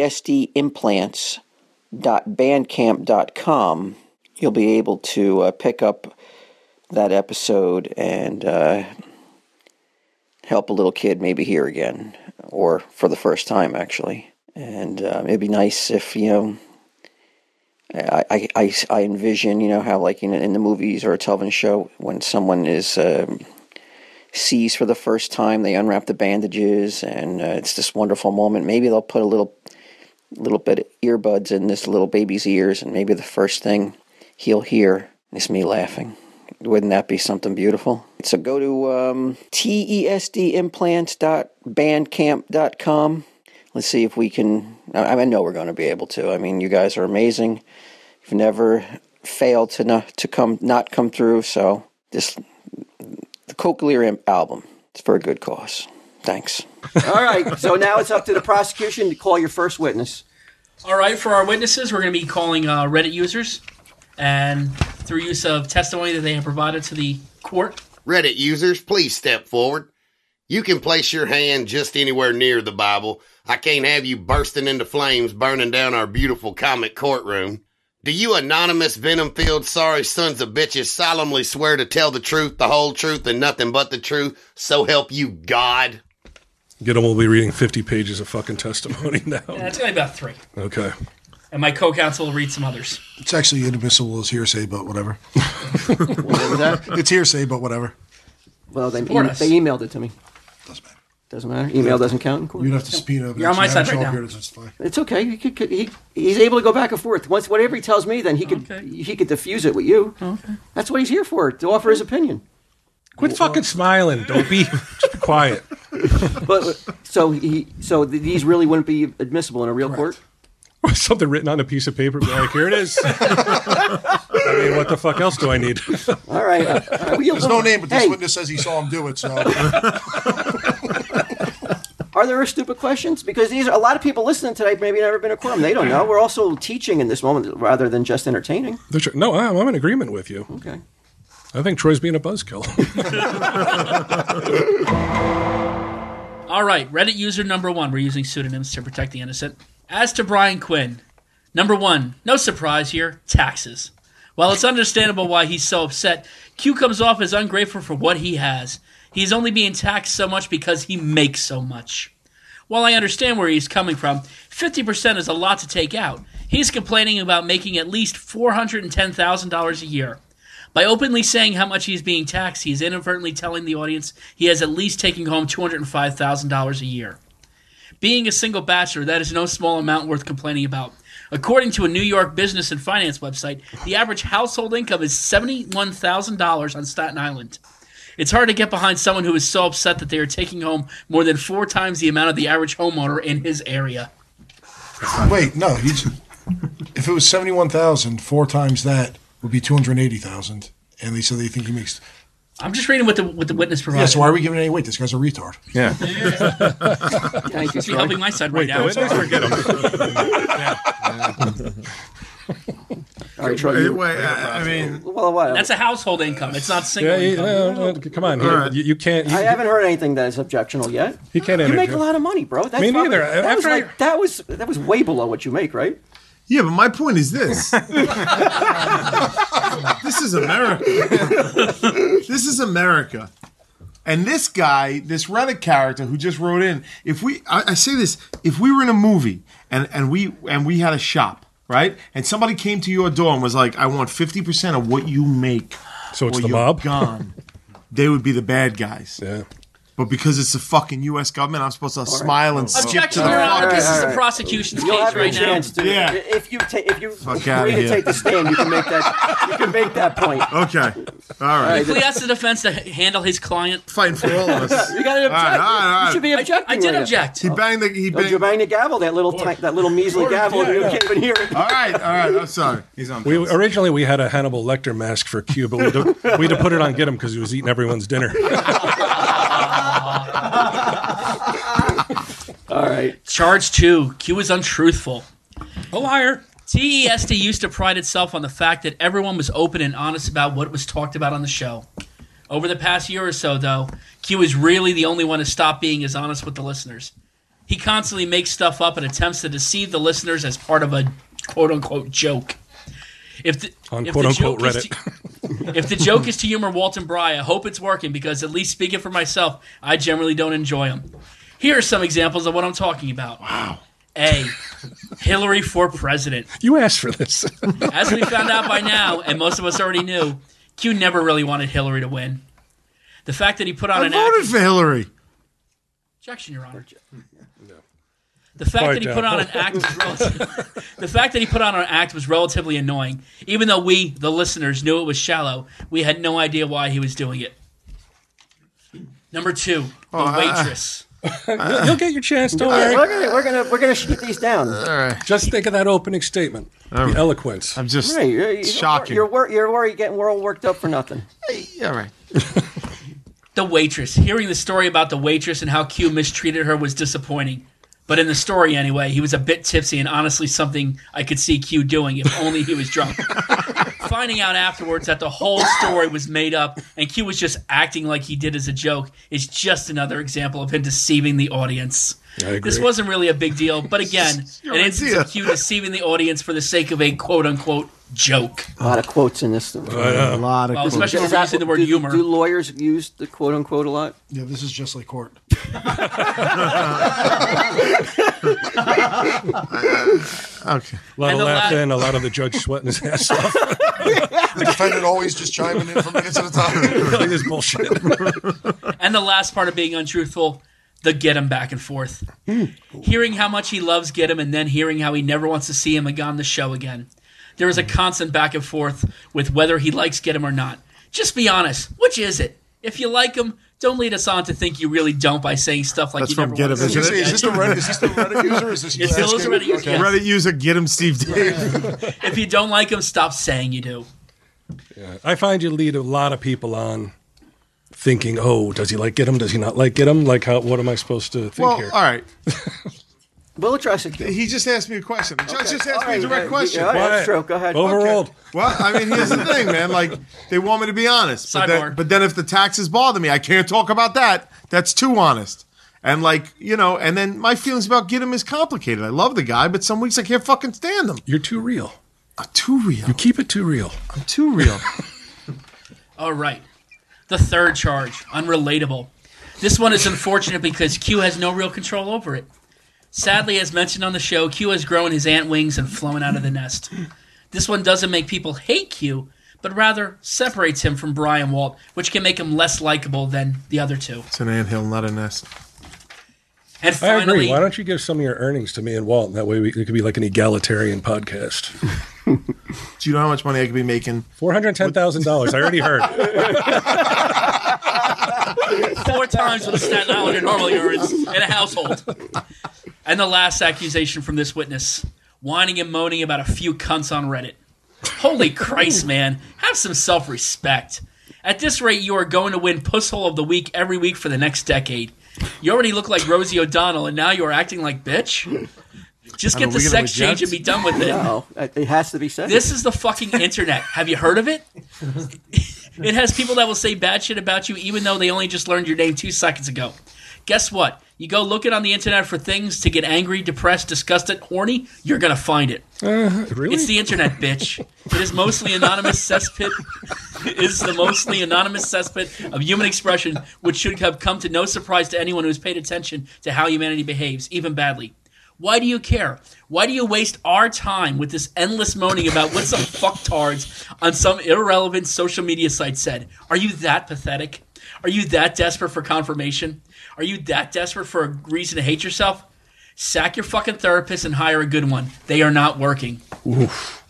[SPEAKER 11] tesdimplants.bandcamp.com, you'll be able to uh, pick up that episode and uh, help a little kid maybe hear again, or for the first time, actually. And um, it'd be nice if, you know, I, I, I, I envision, you know, how like in, in the movies or a television show, when someone is um sees for the first time, they unwrap the bandages, and uh, it's this wonderful moment. Maybe they'll put a little, little bit of earbuds in this little baby's ears, and maybe the first thing he'll hear is me laughing. Wouldn't that be something beautiful? So go to um, tesdimplants.bandcamp.com. Let's see if we can. I I know we're going to be able to. I mean, you guys are amazing. You've never failed to not, to come not come through. So just the Cochlear Imp album. It's for a good cause. Thanks.
[SPEAKER 2] All right, so now it's up to the prosecution to call your first witness.
[SPEAKER 5] All right, for our witnesses, we're going to be calling uh, Reddit users, and through use of testimony that they have provided to the court.
[SPEAKER 7] Reddit users, please step forward. You can place your hand just anywhere near the Bible. I can't have you bursting into flames, burning down our beautiful comic courtroom. Do you anonymous venom-filled sorry sons of bitches solemnly swear to tell the truth, the whole truth, and nothing but the truth? So help you God.
[SPEAKER 3] Giddem will be reading 50 pages of fucking testimony
[SPEAKER 5] Yeah,
[SPEAKER 3] now.
[SPEAKER 5] it's going uh, to be about three.
[SPEAKER 3] Okay.
[SPEAKER 5] And my co-counsel will read some others.
[SPEAKER 6] It's actually inadmissible as hearsay, but whatever.
[SPEAKER 2] that?
[SPEAKER 6] It's hearsay, but whatever.
[SPEAKER 2] Well, they,
[SPEAKER 5] Support us.
[SPEAKER 2] they emailed it to me. Doesn't matter. Email doesn't count in court.
[SPEAKER 6] You'd have to subpoena evidence.
[SPEAKER 5] You're on my
[SPEAKER 6] You haven't
[SPEAKER 5] side right
[SPEAKER 6] shown
[SPEAKER 5] now.
[SPEAKER 6] up here to testify.
[SPEAKER 2] It's okay. He could, could- he, he's able to go back and forth. Once whatever he tells me, then he could he could diffuse it with you.
[SPEAKER 5] Oh.
[SPEAKER 2] Okay. That's what he's here for to offer his opinion.
[SPEAKER 3] Quit fucking smiling, dopey. Just be quiet.
[SPEAKER 2] But so he so th- these really wouldn't be admissible in a real court.
[SPEAKER 3] Something written on a piece of paper. Be like, here it is. I mean, what the fuck else do I need?
[SPEAKER 2] All right. uh, all right, well, you'll-
[SPEAKER 6] There's no name, but this
[SPEAKER 2] Hey,
[SPEAKER 6] witness says he saw him do it. So
[SPEAKER 2] Are there stupid questions? Because these are, a lot of people listening today maybe never been to quorum. They don't know. We're also teaching in this moment rather than just entertaining.
[SPEAKER 3] They're tr- no, I'm, I'm in agreement with you.
[SPEAKER 2] Okay.
[SPEAKER 3] I think Troy's being a buzzkill.
[SPEAKER 5] All right, Reddit user number one. We're using pseudonyms to protect the innocent. As to Brian Quinn, number one, no surprise here, taxes. While it's understandable why he's so upset, Q comes off as ungrateful for what he has. He's only being taxed so much because he makes so much. While I understand where he's coming from, 50% is a lot to take out. He's complaining about making at least $410,000 a year. By openly saying how much he's being taxed, he is inadvertently telling the audience he has at least taken home $205,000 a year. Being a single bachelor, that is no small amount worth complaining about. According to a New York business and finance website, the average household income is $71,000 on Staten Island. It's hard to get behind someone who is so upset that they are taking home more than four times the amount of the average homeowner in his area.
[SPEAKER 6] wait, no. He's, if it was seventy-one thousand, four times that would be two hundred eighty thousand. And they said they think he makes.
[SPEAKER 5] I'm just reading what the what the witness provided.
[SPEAKER 6] Yeah. So why are we giving it any weight? This guy's a retard.
[SPEAKER 9] Yeah.
[SPEAKER 2] Thank you,
[SPEAKER 5] Be
[SPEAKER 2] Troy.
[SPEAKER 5] helping my side right now.
[SPEAKER 3] forget
[SPEAKER 2] All right, Troy.
[SPEAKER 4] Wait,
[SPEAKER 2] you-
[SPEAKER 4] wait, I, I mean,
[SPEAKER 2] well, what?
[SPEAKER 5] That's a household income. It's not
[SPEAKER 3] yeah,
[SPEAKER 5] single
[SPEAKER 3] yeah,
[SPEAKER 5] income.
[SPEAKER 3] no, no, come on.
[SPEAKER 4] Alright.
[SPEAKER 3] You, you can't. You,
[SPEAKER 2] I haven't heard anything that is objectional yet.
[SPEAKER 3] He can't
[SPEAKER 2] You make
[SPEAKER 3] interject.
[SPEAKER 2] a lot of money, bro. That's
[SPEAKER 3] Me
[SPEAKER 2] probably-
[SPEAKER 3] neither.
[SPEAKER 2] That was,
[SPEAKER 3] After I-
[SPEAKER 2] like, that was that was way below what you make, right?
[SPEAKER 4] yeah, but my point is this: this is America. this is America. And this guy, this Reddit character who just wrote in, if we, I, I say this, if we were in a movie and and we and we had a shop, right, and somebody came to your door and was like, "I want fifty percent of what you make,"
[SPEAKER 3] So it's
[SPEAKER 4] or
[SPEAKER 3] the
[SPEAKER 4] you're
[SPEAKER 3] mob?
[SPEAKER 4] gone. They would be the bad guys.
[SPEAKER 3] Yeah.
[SPEAKER 4] But because it's the fucking U.S. government, I'm supposed to smile and skip to
[SPEAKER 5] Objection.
[SPEAKER 4] the
[SPEAKER 5] All right,
[SPEAKER 4] fucking.
[SPEAKER 5] This is
[SPEAKER 2] all
[SPEAKER 5] the
[SPEAKER 2] right.
[SPEAKER 5] prosecution's
[SPEAKER 2] You'll
[SPEAKER 5] case
[SPEAKER 2] have your
[SPEAKER 5] right now.
[SPEAKER 2] chance to.
[SPEAKER 4] Yeah.
[SPEAKER 2] If you take if you
[SPEAKER 4] outta
[SPEAKER 2] agree to
[SPEAKER 4] here.
[SPEAKER 2] take the stand, you can make that you can make that point.
[SPEAKER 4] Okay. All right.
[SPEAKER 5] Please ask the defense to h- handle his client.
[SPEAKER 4] Fighting for all of us.
[SPEAKER 2] You got to object.
[SPEAKER 4] right, all right, all
[SPEAKER 2] You should be objecting.
[SPEAKER 5] I did
[SPEAKER 2] right now.
[SPEAKER 5] object.
[SPEAKER 4] He banged the. He
[SPEAKER 2] Oh, did you
[SPEAKER 4] banged.
[SPEAKER 2] bang the gavel? That little ti- that little measly gavel. you can't even hear it.
[SPEAKER 4] All right. All right. I'm sorry.
[SPEAKER 9] He's on.
[SPEAKER 3] we,
[SPEAKER 9] pills.
[SPEAKER 3] originally, we had a Hannibal Lecter mask for Q, but we had to, we had to put it on Get because he was eating everyone's dinner.
[SPEAKER 2] All right.
[SPEAKER 5] Charge two. Q is untruthful.
[SPEAKER 3] a liar.
[SPEAKER 5] TESD E used to pride itself on the fact that everyone was open and honest about what was talked about on the show. Over the past year or so, though, Q is really the only one to stop being as honest with the listeners. He constantly makes stuff up and attempts to deceive the listeners as part of a quote unquote joke. If the,
[SPEAKER 3] On
[SPEAKER 5] if
[SPEAKER 3] quote
[SPEAKER 5] the
[SPEAKER 3] unquote
[SPEAKER 5] joke is
[SPEAKER 3] Reddit.
[SPEAKER 5] to- if the joke is to humor Walton Bry, I hope it's working because, at least speaking for myself, I generally don't enjoy them. Here are some examples of what I'm talking about. Wow. A. Hillary for president.
[SPEAKER 3] You asked for this.
[SPEAKER 5] As we found out by now, and most of us already knew, Q never really wanted Hillary to win. The fact that he put on
[SPEAKER 4] I
[SPEAKER 5] an
[SPEAKER 4] voted
[SPEAKER 5] act-
[SPEAKER 4] for Hillary.
[SPEAKER 5] objection, Your Honor. The fact
[SPEAKER 4] Quiet
[SPEAKER 5] that he
[SPEAKER 4] down.
[SPEAKER 5] put on an act was relative- the fact that he put on an act was relatively annoying. Even though we, the listeners, knew it was shallow, we had no idea why he was doing it. Number two, the
[SPEAKER 3] Oh, I-
[SPEAKER 5] waitress.
[SPEAKER 3] You'll- you'll get your chance. Don't worry.
[SPEAKER 2] We're gonna we're gonna we're gonna shoot these down.
[SPEAKER 3] Just think of that opening statement. The eloquence. I'm
[SPEAKER 4] just
[SPEAKER 2] Right, you're- you're- You're wor- you're worried getting world worked up for nothing.
[SPEAKER 4] Yeah, right.
[SPEAKER 5] The waitress. Hearing the story about the waitress and how Q mistreated her was disappointing. But in the story, anyway, he was a bit tipsy and honestly something I could see Q doing if only he was drunk. Finding out afterwards that the whole story was made up and Q was just acting like he did as a joke is just another example of him deceiving the audience.
[SPEAKER 3] I agree.
[SPEAKER 5] This wasn't really a big deal, but again, an instance of Q deceiving the audience for the sake of a quote unquote joke.
[SPEAKER 2] A lot of quotes in this.
[SPEAKER 5] know. A lot of Well, quotes. especially when we're using the word
[SPEAKER 2] do,
[SPEAKER 5] humor.
[SPEAKER 2] Do lawyers use the quote unquote a lot?
[SPEAKER 6] Yeah, this is just like court.
[SPEAKER 4] Okay.
[SPEAKER 3] A lot
[SPEAKER 5] And
[SPEAKER 3] of
[SPEAKER 5] the
[SPEAKER 3] laughing,
[SPEAKER 5] la-
[SPEAKER 3] a lot of the judge sweating his ass off.
[SPEAKER 6] the defendant always just chiming in for minutes at a time.
[SPEAKER 3] it is bullshit.
[SPEAKER 5] and the last part of being untruthful, the get him back and forth. Hearing how much he loves get him and then hearing how he never wants to see him ag- on the show again. There is a constant back and forth with whether he likes get him or not. Just be honest. Which is it? If you like him, don't lead us on to think you really don't by saying stuff like
[SPEAKER 4] That's
[SPEAKER 5] you
[SPEAKER 4] from
[SPEAKER 5] never
[SPEAKER 4] Get
[SPEAKER 5] want
[SPEAKER 4] Him,
[SPEAKER 5] to see
[SPEAKER 4] isn't
[SPEAKER 5] him
[SPEAKER 4] it?
[SPEAKER 5] again.
[SPEAKER 4] Is this the Reddit- is this the Reddit user or is this
[SPEAKER 5] It still is a Reddit user. yes.
[SPEAKER 4] Reddit user, get him Steve Dave.
[SPEAKER 5] If you don't like him, stop saying you do.
[SPEAKER 3] I find you lead a lot of people on thinking, oh, does he like get him? Does he not like get him? Like, how, what am I supposed to think
[SPEAKER 4] Well,
[SPEAKER 3] here?
[SPEAKER 4] all right.
[SPEAKER 2] We'll address it.
[SPEAKER 4] He just asked me a question. The judge
[SPEAKER 2] Okay.
[SPEAKER 4] just asked
[SPEAKER 2] All
[SPEAKER 4] me a
[SPEAKER 2] right,
[SPEAKER 4] direct
[SPEAKER 2] yeah,
[SPEAKER 4] question.
[SPEAKER 2] yeah, that's Quiet. true. Go ahead. Overruled.
[SPEAKER 4] Well, I mean, here's the thing, man. Like, they want me to be honest, but then,
[SPEAKER 5] Sidebar.
[SPEAKER 4] but then if the taxes bother me, I can't talk about that. That's too honest. And like, you know, and then my feelings about Gidim is complicated. I love the guy, but some weeks I can't fucking stand him.
[SPEAKER 3] You're too real.
[SPEAKER 4] I'm too real.
[SPEAKER 3] You keep it too real.
[SPEAKER 4] I'm too real.
[SPEAKER 5] All right. The third charge, unrelatable. This one is unfortunate because Q has no real control over it. Sadly, as mentioned on the show, Q has grown his ant wings and flown out of the nest. This one doesn't make people hate Q, but rather separates him from Brian Walt, which can make him less likable than the other two.
[SPEAKER 4] it's an anthill, not a nest.
[SPEAKER 5] And
[SPEAKER 3] I
[SPEAKER 5] finally,
[SPEAKER 3] agree. Why don't you give some of your earnings to me and Walt? And that way we, it could be like an egalitarian podcast.
[SPEAKER 4] Do you know how much money I could be making?
[SPEAKER 3] $410,000. I already heard.
[SPEAKER 5] four times what a Staten Islander normally earns in a household. And the last accusation from this witness whining and moaning about a few cunts on Reddit. Holy Christ, man. Have some self respect. At this rate, you are going to win Pusshole of the Week every week for the next decade. You already look like Rosie O'Donnell, and now you are acting like bitch? Just
[SPEAKER 2] I
[SPEAKER 5] get
[SPEAKER 2] mean,
[SPEAKER 5] the
[SPEAKER 2] we gonna
[SPEAKER 5] sex
[SPEAKER 2] reject?
[SPEAKER 5] change and be done with it.
[SPEAKER 2] No, it it has to be said.
[SPEAKER 5] This is the fucking internet. Have you heard of it? it has people that will say bad shit about you even though they only just learned your name two seconds ago. Guess what? You go looking on the internet for things to get angry, depressed, disgusted, horny, you're going to find it.
[SPEAKER 3] Uh, really?
[SPEAKER 5] It's the internet, bitch. It is mostly anonymous cesspit. It is the mostly anonymous cesspit of human expression, which should have come to no surprise to anyone who has paid attention to how humanity behaves, even badly. Why do you care? Why do you waste our time with this endless moaning about what some fucktards on some irrelevant social media site said? Are you that pathetic? Are you that desperate for confirmation? Are you that desperate for a reason to hate yourself? Sack your fucking therapist and hire a good one. They are not working.
[SPEAKER 3] Oof.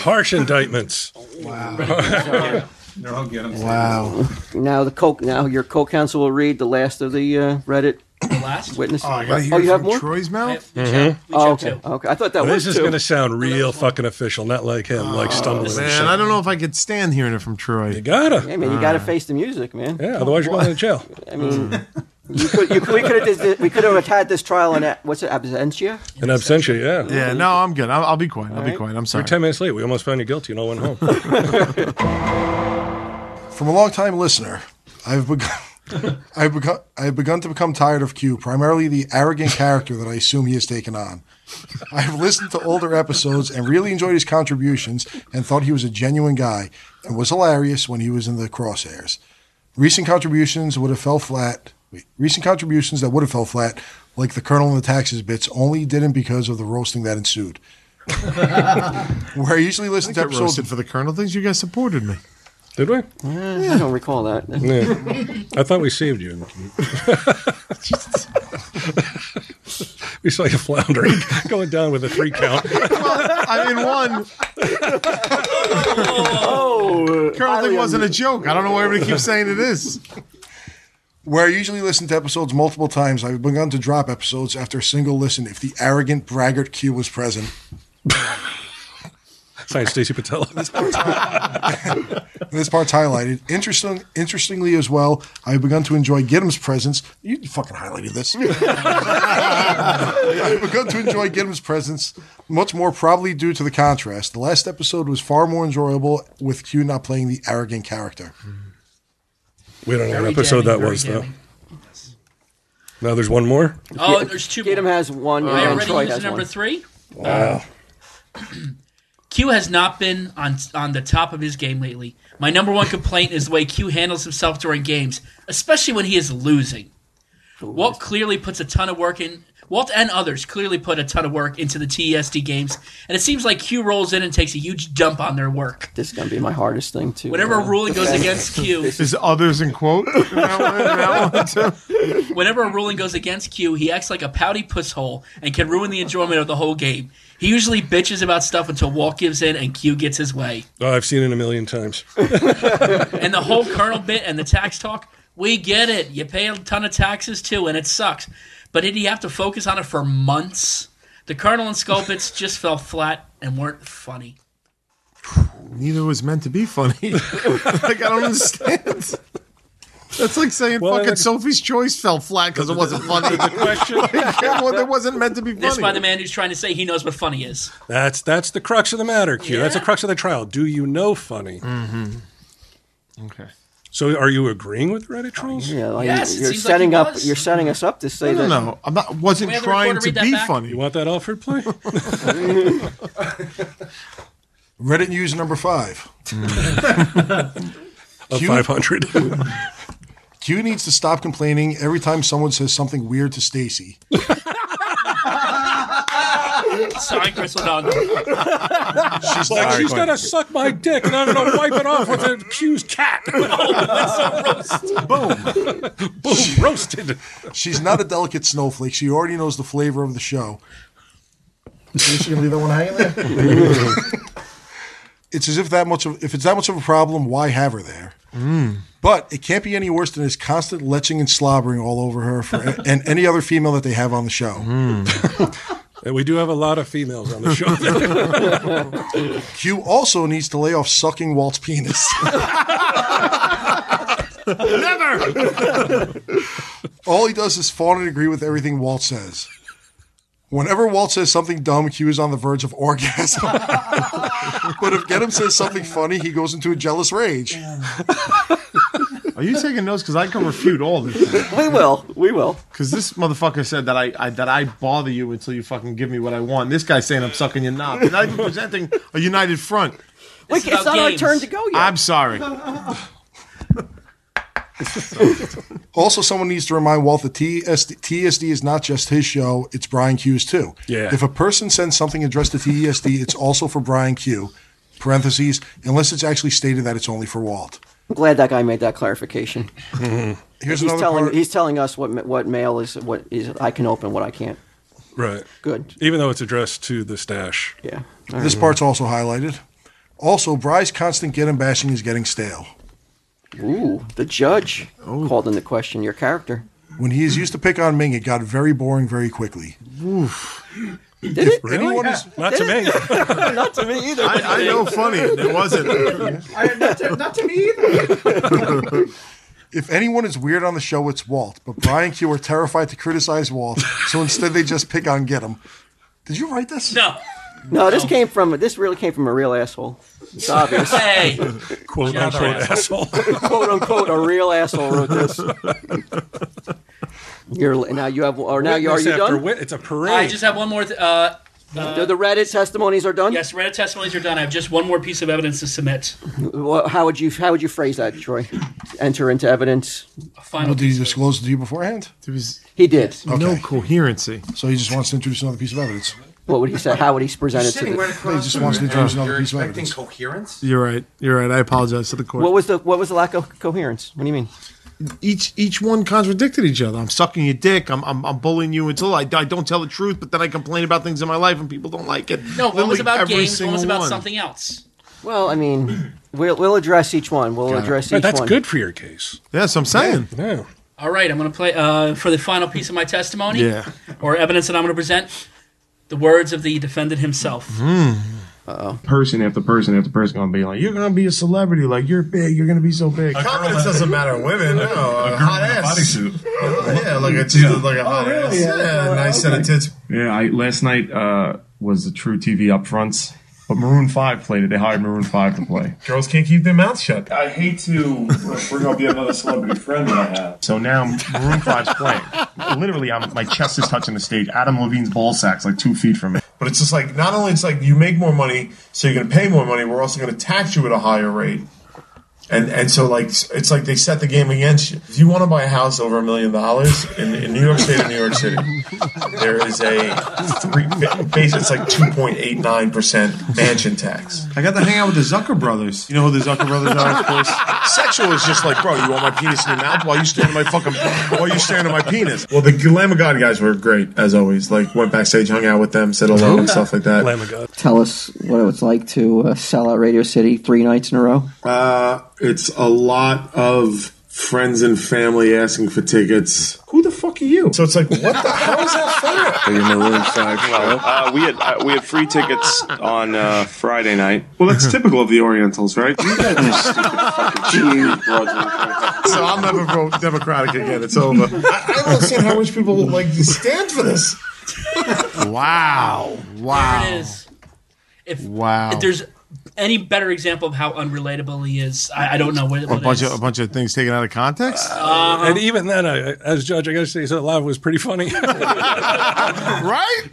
[SPEAKER 3] Harsh indictments.
[SPEAKER 5] Wow.
[SPEAKER 8] They're all good.
[SPEAKER 2] Wow. Now the co- now your co-counsel will read the last of the uh, Reddit
[SPEAKER 5] last?
[SPEAKER 2] witnesses.
[SPEAKER 4] Oh, I gotta hear
[SPEAKER 2] you have
[SPEAKER 4] from
[SPEAKER 2] more?
[SPEAKER 4] Troy's mouth?
[SPEAKER 3] Mhm.
[SPEAKER 2] Oh, okay. Okay. I thought that
[SPEAKER 3] Well,
[SPEAKER 2] was
[SPEAKER 3] this is
[SPEAKER 2] two.
[SPEAKER 3] going to sound real fucking official, not like him, like stumbling.
[SPEAKER 4] Oh, Man, I don't know if I could stand hearing it from Troy. You
[SPEAKER 3] gotta.
[SPEAKER 2] Hey man, you got to face the music, man.
[SPEAKER 3] Yeah, otherwise you're going to jail.
[SPEAKER 2] I mean, You could, you, we could have we could have had this trial in a- what's it absentia?
[SPEAKER 3] In absentia, yeah.
[SPEAKER 4] Yeah, no, I'm good. I'll, I'll be quiet. I'll be
[SPEAKER 2] Alright.
[SPEAKER 4] quiet. I'm sorry.
[SPEAKER 3] We're 10 minutes late. We almost found you guilty and all went home.
[SPEAKER 6] From a long-time listener, I've begun, I've begun, I've begun to become tired of Q, primarily the arrogant character that I assume he has taken on. I have listened to older episodes and really enjoyed his contributions and thought he was a genuine guy and was hilarious when he was in the crosshairs. Recent contributions would have fell flat. Wait, recent contributions that would have fell flat, like the Colonel and the taxes bits, only didn't because of the roasting that ensued. Where I usually listen
[SPEAKER 4] I
[SPEAKER 6] to
[SPEAKER 4] get
[SPEAKER 6] episodes
[SPEAKER 4] roasted for the Colonel things. You guys supported me.
[SPEAKER 3] Did we?
[SPEAKER 2] I don't recall that.
[SPEAKER 3] Yeah. I thought we saved you. we saw you floundering, going down with a three count.
[SPEAKER 4] I mean, one.
[SPEAKER 2] oh,
[SPEAKER 4] Colonel thing wasn't a joke. I don't know why everybody keeps saying it is.
[SPEAKER 6] Where I usually listen to episodes multiple times, I've begun to drop episodes after a single listen if the arrogant braggart Q was present.
[SPEAKER 3] Signed Stacy Patel.
[SPEAKER 6] This part's highlighted. Interesting, interestingly as well, I've begun to enjoy Gidim's presence. You fucking highlighted this. I've begun to enjoy Gidim's presence much more, probably due to the contrast. The last episode was far more enjoyable with Q not playing the arrogant character.
[SPEAKER 3] We don't know
[SPEAKER 5] Very
[SPEAKER 3] what episode
[SPEAKER 5] damning,
[SPEAKER 3] that
[SPEAKER 5] very
[SPEAKER 3] was,
[SPEAKER 5] damning.
[SPEAKER 3] though. Now there's one more.
[SPEAKER 5] Oh, there's two.
[SPEAKER 2] Tatum has one
[SPEAKER 5] All right,
[SPEAKER 2] and
[SPEAKER 5] ready to
[SPEAKER 2] Troy
[SPEAKER 5] use
[SPEAKER 2] has
[SPEAKER 5] number
[SPEAKER 2] one.
[SPEAKER 5] three.
[SPEAKER 3] Wow.
[SPEAKER 5] Q has not been on on the top of his game lately. My number one complaint is the way Q handles himself during games, especially when he is losing. Walt clearly puts a ton of work in. Walt and others clearly put a ton of work into the TESD games, and it seems like Q rolls in and takes a huge dump on their work.
[SPEAKER 2] This is gonna be my hardest thing too.
[SPEAKER 5] Whenever a ruling goes against Q,
[SPEAKER 4] Is others in quote? That one- that one too?
[SPEAKER 5] whenever a ruling goes against Q, he acts like a pouty pusshole and can ruin the enjoyment of the whole game. He usually bitches about stuff until Walt gives in and Q gets his way.
[SPEAKER 3] Oh, I've seen it a million times.
[SPEAKER 5] and the whole Colonel bit and the tax talk, we get it. You pay a ton of taxes too, and it sucks. But did he have to focus on it for months? The Colonel and Sculpits just fell flat and weren't funny.
[SPEAKER 4] Neither was meant to be funny. like I don't understand. That's like saying
[SPEAKER 3] Well, I
[SPEAKER 4] fucking
[SPEAKER 3] like-
[SPEAKER 4] Sophie's Choice fell flat because it wasn't funny.
[SPEAKER 3] The question.
[SPEAKER 4] like, well, it wasn't meant to be
[SPEAKER 5] This by the
[SPEAKER 4] funny.
[SPEAKER 5] man who's trying to say he knows what funny is.
[SPEAKER 3] That's that's the crux of the matter, Q. That's the crux of the trial. Do you know funny?
[SPEAKER 4] Mm-hmm. Okay.
[SPEAKER 3] So, are you agreeing with Reddit trolls?
[SPEAKER 2] Yeah, like,
[SPEAKER 5] Yes, it
[SPEAKER 2] you're
[SPEAKER 5] seems like he
[SPEAKER 2] setting up.
[SPEAKER 5] was.
[SPEAKER 2] You're setting us up to say
[SPEAKER 4] No,
[SPEAKER 2] that.
[SPEAKER 4] no, I'm not. Wasn't
[SPEAKER 5] We have the
[SPEAKER 4] trying
[SPEAKER 5] recorder
[SPEAKER 4] to
[SPEAKER 5] read that
[SPEAKER 4] be
[SPEAKER 5] back.
[SPEAKER 4] funny.
[SPEAKER 3] You want that Alfred play?
[SPEAKER 6] Reddit news number five.
[SPEAKER 3] Of
[SPEAKER 6] Q-
[SPEAKER 3] Mm. five hundred.
[SPEAKER 6] Q needs to stop complaining every time someone says something weird to Stacy.
[SPEAKER 5] Sorry, Crystal Dawn.
[SPEAKER 3] She's like, she's gonna suck my dick, and I'm gonna wipe it off with a Q's cat. Boom, roasted.
[SPEAKER 6] She's not a delicate snowflake. She already knows the flavor of the show. Is she gonna leave that one hanging there? it's as if that much of if it's that much of a problem, why have her there?
[SPEAKER 4] Mm.
[SPEAKER 6] But it can't be any worse than his constant leching and slobbering all over her for, and any other female that they have on the show.
[SPEAKER 3] And we do have a lot of females on the show.
[SPEAKER 6] Q also needs to lay off sucking Walt's penis.
[SPEAKER 4] Never.
[SPEAKER 6] All he does is fawn and agree with everything Walt says. Whenever Walt says something dumb, Q is on the verge of orgasm. but if Getem says something funny, he goes into a jealous rage.
[SPEAKER 4] Are you taking notes? Because I can refute all this.
[SPEAKER 2] We will. We will.
[SPEAKER 4] Because this motherfucker said that I, I that I bother you until you fucking give me what I want. This guy's saying I'm sucking your knob. You're not even presenting a united front.
[SPEAKER 2] Wait,
[SPEAKER 5] about
[SPEAKER 2] it's not our
[SPEAKER 5] games.
[SPEAKER 2] turn to go yet.
[SPEAKER 4] I'm sorry.
[SPEAKER 6] Also, someone needs to remind Walt that TSD, TSD is not just his show, it's Brian Q's too.
[SPEAKER 3] Yeah.
[SPEAKER 6] If a person sends something addressed to TSD, it's also for Brian Q, parentheses, unless it's actually stated that it's only for Walt.
[SPEAKER 2] I'm glad that guy made that clarification.
[SPEAKER 6] Here's
[SPEAKER 2] He's
[SPEAKER 6] another
[SPEAKER 2] telling.
[SPEAKER 6] part.
[SPEAKER 2] He's telling us what ma- what mail is. What is I can open. What I can't.
[SPEAKER 3] right.
[SPEAKER 2] Good.
[SPEAKER 3] Even though it's addressed to the stash.
[SPEAKER 2] Yeah.
[SPEAKER 6] This part's also highlighted. Also, Bry's constant get and bashing is getting stale. Oh.
[SPEAKER 2] Ooh, the judge called into question your character.
[SPEAKER 6] When he is used to pick on Ming, it got very boring very quickly.
[SPEAKER 2] Did it? Oh,
[SPEAKER 6] Anyone is,
[SPEAKER 3] Not to me.
[SPEAKER 2] not to me either.
[SPEAKER 4] I, I know funny. It wasn't.
[SPEAKER 12] I, not, to, not to me either.
[SPEAKER 6] If anyone is weird on the show, it's Walt, but Brian and Q are terrified to criticize Walt, so instead they just pick on Get him. Did you write this?
[SPEAKER 5] No.
[SPEAKER 2] No, this came from this really came from a real asshole. It's obvious.
[SPEAKER 5] Hey.
[SPEAKER 13] Quote Another unquote asshole.
[SPEAKER 2] Quote unquote, a real asshole wrote this. You're now you have or now you are you
[SPEAKER 13] Witness after
[SPEAKER 2] done?
[SPEAKER 13] wit- it's a parade.
[SPEAKER 5] I just have one more. Th- uh,
[SPEAKER 2] Do the Reddit testimonies are done?
[SPEAKER 5] yes, Reddit testimonies are done. I have just one more piece of evidence to submit.
[SPEAKER 2] Well, how would you how would you phrase that, Troy? Enter into evidence.
[SPEAKER 5] A final.
[SPEAKER 6] did he disclose it to you beforehand?
[SPEAKER 2] He did.
[SPEAKER 7] No coherency.
[SPEAKER 6] So he just wants to introduce another piece of evidence.
[SPEAKER 2] What would he say? How would he present it to
[SPEAKER 8] Sitting
[SPEAKER 2] the?
[SPEAKER 8] right across
[SPEAKER 6] just
[SPEAKER 8] from
[SPEAKER 6] wants
[SPEAKER 8] you.
[SPEAKER 6] to introduce another
[SPEAKER 8] You're
[SPEAKER 6] piece of
[SPEAKER 8] expecting
[SPEAKER 6] evidence.
[SPEAKER 8] coherence?
[SPEAKER 7] You're right. You're right. I apologize to the court.
[SPEAKER 2] What was the what was the lack of coherence? What do you mean?
[SPEAKER 7] each each one contradicted each other. I'm sucking your dick. I'm I'm, I'm bullying you until I, I don't tell the truth, but then I complain about things in my life and people don't like it.
[SPEAKER 5] No, one was
[SPEAKER 7] Literally
[SPEAKER 5] about
[SPEAKER 7] every
[SPEAKER 5] games, one was
[SPEAKER 7] single
[SPEAKER 5] about something else.
[SPEAKER 2] Well, I mean, we'll we'll address each one. We'll address
[SPEAKER 13] But
[SPEAKER 2] each
[SPEAKER 13] that's
[SPEAKER 2] one.
[SPEAKER 13] good for your case.
[SPEAKER 7] Yes, I'm saying.
[SPEAKER 13] Yeah.
[SPEAKER 5] All right, I'm going to play uh, for the final piece of my testimony
[SPEAKER 7] Yeah.
[SPEAKER 5] or evidence that I'm going to present. The words of the defendant himself.
[SPEAKER 14] person after person after person gonna be like, you're gonna be a celebrity, like you're big, you're gonna be so big.
[SPEAKER 4] Confidence doesn't matter. Women, no. A hot ass. Yeah, like a like a
[SPEAKER 14] Oh,
[SPEAKER 4] hot ass.
[SPEAKER 14] really?
[SPEAKER 4] Yeah,
[SPEAKER 14] Yeah,
[SPEAKER 4] a nice set of tits.
[SPEAKER 14] Yeah, I last night uh, was the True TV upfronts, but Maroon Five played it. They hired Maroon Five to play.
[SPEAKER 4] Girls can't keep their mouths shut.
[SPEAKER 14] I hate to bring up yet another celebrity friend that I have. So now Maroon 5's playing. Literally, I'm my chest is touching the stage. Adam Levine's ball sack's like two feet from me.
[SPEAKER 4] But it's just like not only it's like you make more money, so you're gonna pay more money. We're also gonna tax you at a higher rate. And and so like it's like they set the game against you. If you want to buy a house over a million dollars in, in New York State or New York City, there is a three, base. It's like two point eight nine percent mansion tax.
[SPEAKER 14] I got to hang out with the Zucker brothers.
[SPEAKER 4] You know who the Zucker brothers are, of course. Sexual is just like, bro, you want my penis in your mouth while you staring at my fucking while you staring at my penis. Well, the Lamb of God guys were great as always. Like went backstage, hung out with them, said hello and stuff like that.
[SPEAKER 13] Lamb of God.
[SPEAKER 11] Tell us what it's like to uh, sell out Radio City three nights in a row.
[SPEAKER 4] Uh, it's a lot of friends and family asking for tickets. Who the fuck are you? So it's like, what the hell is that for?
[SPEAKER 14] Uh, we had uh, we had free tickets on uh, Friday night. Well, that's typical of the Orientals, right? You guys are stupid fucking
[SPEAKER 4] So I'll never vote Democratic again. It's over. I, I don't understand how much people like stand for this.
[SPEAKER 7] Wow. Wow.
[SPEAKER 5] There it is. If,
[SPEAKER 7] Wow.
[SPEAKER 5] if there's any better example of how unrelatable he is, I, I don't know what, what
[SPEAKER 7] a bunch
[SPEAKER 5] it is. Um,
[SPEAKER 7] of a bunch of things taken out of context.
[SPEAKER 4] Uh,
[SPEAKER 13] And even then, I, as judge, I got to say, so live was pretty funny.
[SPEAKER 7] right?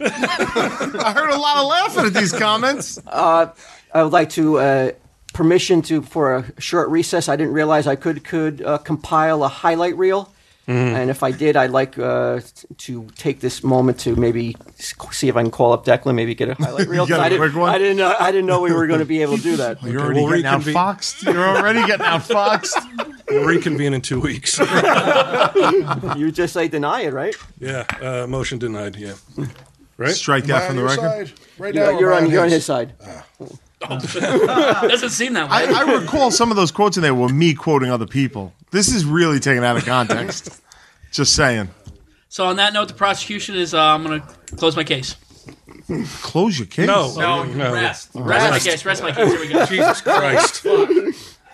[SPEAKER 7] I heard a lot of laughing at these comments.
[SPEAKER 2] Uh, I would like to uh, permission to for a short recess. I didn't realize I could could uh, compile a highlight reel, and if I did, I'd like uh, to take this moment to maybe s- see if I can call up Declan, maybe get a highlight reel.
[SPEAKER 7] You got a
[SPEAKER 2] 'cause I didn't,
[SPEAKER 7] quick one?
[SPEAKER 2] I didn't know I didn't know we were going to be able to do that.
[SPEAKER 7] You're already
[SPEAKER 13] we'll
[SPEAKER 7] getting
[SPEAKER 13] reconvene.
[SPEAKER 7] outfoxed. You're already getting outfoxed.
[SPEAKER 13] we'll reconvene in two weeks.
[SPEAKER 2] You just say deny it, right?
[SPEAKER 13] yeah. Uh, motion denied. Yeah. Right?
[SPEAKER 7] Strike that from the record.
[SPEAKER 6] Right
[SPEAKER 2] You're,
[SPEAKER 6] now,
[SPEAKER 2] you're
[SPEAKER 6] or
[SPEAKER 2] on
[SPEAKER 6] behind
[SPEAKER 2] you're on his
[SPEAKER 6] his?
[SPEAKER 2] side.
[SPEAKER 5] Doesn't seem that way.
[SPEAKER 7] I, I recall some of those quotes in there were me quoting other people. This is really taken out of context. Just saying.
[SPEAKER 5] so on that note, the prosecution is. Uh, I'm going to close my case.
[SPEAKER 7] Close your case.
[SPEAKER 13] No.
[SPEAKER 3] Oh,
[SPEAKER 5] No, rest, rest my case. Rest my case. Here we go.
[SPEAKER 13] Jesus Christ.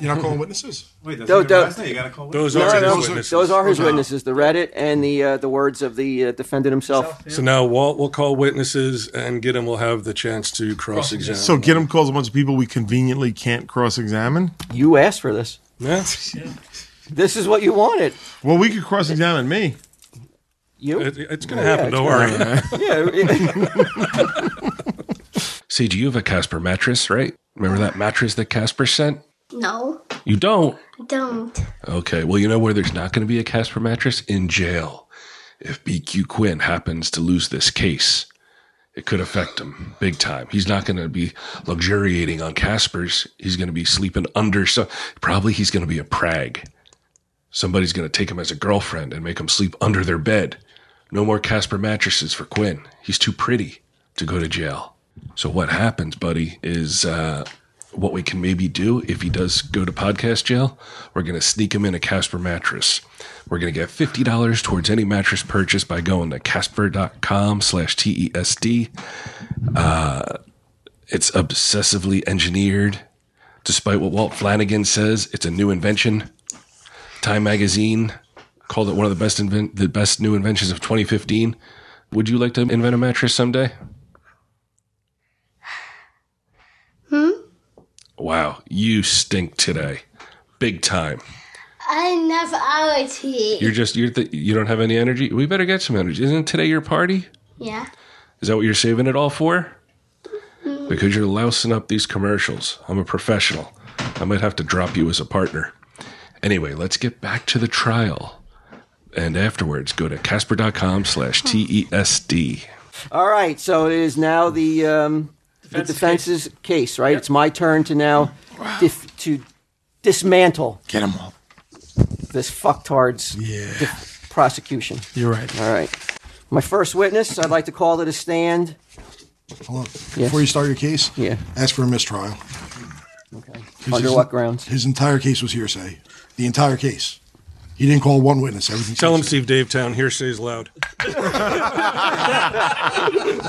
[SPEAKER 6] You're not calling witnesses.
[SPEAKER 4] Wait, that's
[SPEAKER 2] Don't- even don't- last
[SPEAKER 4] You gotta call.
[SPEAKER 13] Those are
[SPEAKER 2] No,
[SPEAKER 13] his
[SPEAKER 2] Oh, no,
[SPEAKER 13] witnesses.
[SPEAKER 2] Those are his witnesses. The Reddit and the uh, the words of the uh, defendant himself.
[SPEAKER 13] so now Walt will call witnesses and get him will have the chance to cross examine.
[SPEAKER 7] So get him calls a bunch of people we conveniently can't cross examine.
[SPEAKER 2] You asked for this.
[SPEAKER 13] yeah.
[SPEAKER 2] This is what you wanted.
[SPEAKER 7] Well, we could cross examine me.
[SPEAKER 2] You. Oh,
[SPEAKER 13] It, it's going to happen. don't worry.
[SPEAKER 2] yeah.
[SPEAKER 3] CG, you have a Casper mattress, right? Remember that mattress that Casper sent?
[SPEAKER 15] No,
[SPEAKER 3] You don't.
[SPEAKER 15] don't.
[SPEAKER 3] Okay. Well, you know where there's not going to be a Casper mattress? In jail. If BQ Quinn happens to lose this case, it could affect him big time. He's not going to be luxuriating on Caspers. He's going to be sleeping under some. Probably he's going to be a prag. Somebody's going to take him as a girlfriend and make him sleep under their bed. No more Casper mattresses for Quinn. He's too pretty to go to jail. So what happens, buddy, is uh, what we can maybe do if he does go to podcast jail, we're going to sneak him in a Casper mattress. We're going to get $50 towards any mattress purchase by going to casper.com slash TESD. Uh, it's obsessively engineered. Despite what Walt Flanagan says, it's a new invention.
[SPEAKER 16] Time magazine called it one of the best invent the best new inventions of 2015. Would you like to invent a mattress someday?
[SPEAKER 10] Hmm?
[SPEAKER 16] Wow, you stink today, big time.
[SPEAKER 10] I never allergy.
[SPEAKER 16] You're just you're th- you don't have any energy. We better get some energy. Isn't today your party?
[SPEAKER 10] Yeah.
[SPEAKER 16] Is that what you're saving it all for? Because you're lousing up these commercials. I'm a professional. I might have to drop you as a partner. Anyway, let's get back to the trial. And afterwards, go to casper.com slash E TESD.
[SPEAKER 2] All right, so it is now the um, the defense's case, right? It's my turn to now dif- to dismantle.
[SPEAKER 4] Get them all.
[SPEAKER 2] This fucktard's dif- prosecution.
[SPEAKER 13] You're right.
[SPEAKER 2] All right. My first witness, I'd like to call to the stand.
[SPEAKER 6] Hold on.
[SPEAKER 2] Yes.
[SPEAKER 6] Before you start your case,
[SPEAKER 2] yeah.
[SPEAKER 6] ask for a mistrial.
[SPEAKER 2] Okay.
[SPEAKER 6] 'Cause
[SPEAKER 2] Under
[SPEAKER 6] his-
[SPEAKER 2] what grounds?
[SPEAKER 6] His entire case was hearsay. The entire case. He didn't call one witness. Everything.
[SPEAKER 3] Tell him Steve Dave Town hearsay's loud.
[SPEAKER 4] It's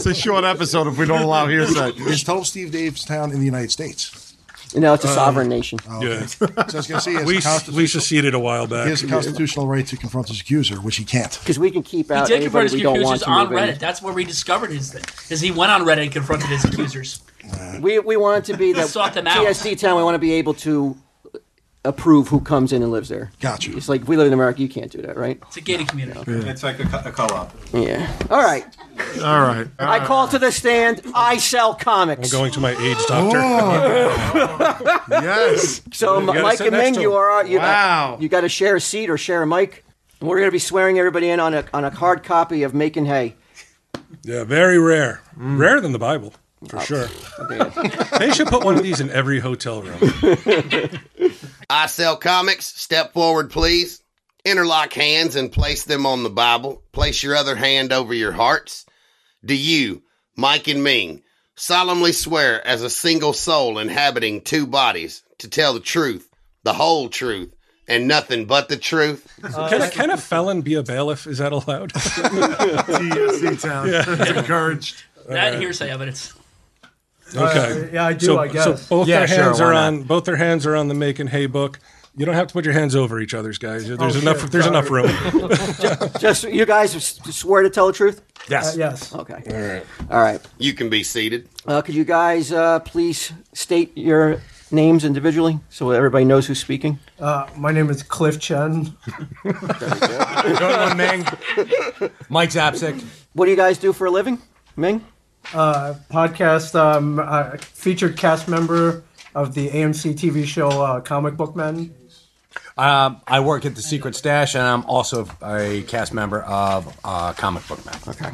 [SPEAKER 4] a short episode if we don't allow hearsay.
[SPEAKER 6] It's total Steve Dave's town in the United States. Oh,
[SPEAKER 2] No, it's a sovereign nation.
[SPEAKER 3] Yeah.
[SPEAKER 6] So I was going to say, he has,
[SPEAKER 3] we,
[SPEAKER 6] a consti-
[SPEAKER 3] we seceded a while back.
[SPEAKER 6] he has a constitutional right to confront his accuser, which he can't.
[SPEAKER 2] Because we can keep
[SPEAKER 5] He
[SPEAKER 2] out
[SPEAKER 5] did
[SPEAKER 2] anybody
[SPEAKER 5] confront his
[SPEAKER 2] we don't want
[SPEAKER 5] accusers
[SPEAKER 2] to
[SPEAKER 5] on
[SPEAKER 2] move in.
[SPEAKER 5] Reddit. That's where we discovered his thing. Is he went on Reddit and confronted his accusers.
[SPEAKER 2] We we want it to be that
[SPEAKER 5] Sought them out.
[SPEAKER 2] TSD town. We want to be able to approve who comes in and lives there.
[SPEAKER 6] Gotcha.
[SPEAKER 2] It's like if we live in America. You can't do that, right?
[SPEAKER 5] It's a gated community.
[SPEAKER 8] It's like a, co- a co-op.
[SPEAKER 2] Yeah. All right.
[SPEAKER 4] All right.
[SPEAKER 2] I call to the stand. I sell comics.
[SPEAKER 3] Uh, I'm going to my AIDS doctor.
[SPEAKER 4] yes.
[SPEAKER 2] So
[SPEAKER 3] You gotta
[SPEAKER 2] Mike
[SPEAKER 3] sit
[SPEAKER 2] and
[SPEAKER 3] next
[SPEAKER 2] Min,
[SPEAKER 3] to
[SPEAKER 2] you
[SPEAKER 3] him.
[SPEAKER 2] are you
[SPEAKER 4] Wow.
[SPEAKER 2] you got to share a seat or share a mic. And we're going to be swearing everybody in on a on a hard copy of Making Hay.
[SPEAKER 3] Yeah, very rare.
[SPEAKER 4] Mm.
[SPEAKER 3] Rarer than the Bible, for sure. they should put one of these in every hotel room.
[SPEAKER 7] I sell comics. Step forward, please. Interlock hands and place them on the Bible. Place your other hand over your hearts. Do you, Mike and Ming, solemnly swear as a single soul inhabiting two bodies to tell the truth, the whole truth, and nothing but the truth?
[SPEAKER 3] can, a, can a felon be a bailiff? Is that allowed?
[SPEAKER 4] TSC town. It's encouraged.
[SPEAKER 5] That hearsay evidence.
[SPEAKER 3] Okay.
[SPEAKER 13] Uh, yeah, I do,
[SPEAKER 3] So,
[SPEAKER 13] I guess.
[SPEAKER 3] so both
[SPEAKER 13] Yeah,
[SPEAKER 3] their
[SPEAKER 13] sure,
[SPEAKER 3] hands
[SPEAKER 13] why
[SPEAKER 3] are
[SPEAKER 13] not?
[SPEAKER 3] on. Both their hands are on the make and hay book. You don't have to put your hands over each other's guys. There's
[SPEAKER 13] Oh,
[SPEAKER 3] enough.
[SPEAKER 13] shit.
[SPEAKER 3] There's enough room.
[SPEAKER 2] Just you guys s- swear to tell the truth.
[SPEAKER 3] Yes.
[SPEAKER 13] yes.
[SPEAKER 2] Okay.
[SPEAKER 7] All right.
[SPEAKER 2] All right.
[SPEAKER 7] You can be seated.
[SPEAKER 2] Uh, could you guys uh, please state your names individually so everybody knows who's speaking?
[SPEAKER 13] Uh, my name is Cliff Chen.
[SPEAKER 8] Mike Zapsik.
[SPEAKER 2] What do you guys do for a living, Ming?
[SPEAKER 13] Uh, podcast um, uh, featured cast member of the AMC TV show uh, Comic Book Men.
[SPEAKER 8] Um, I work at the Secret Stash, and I'm also a cast member of uh, Comic Book Man.
[SPEAKER 2] Okay.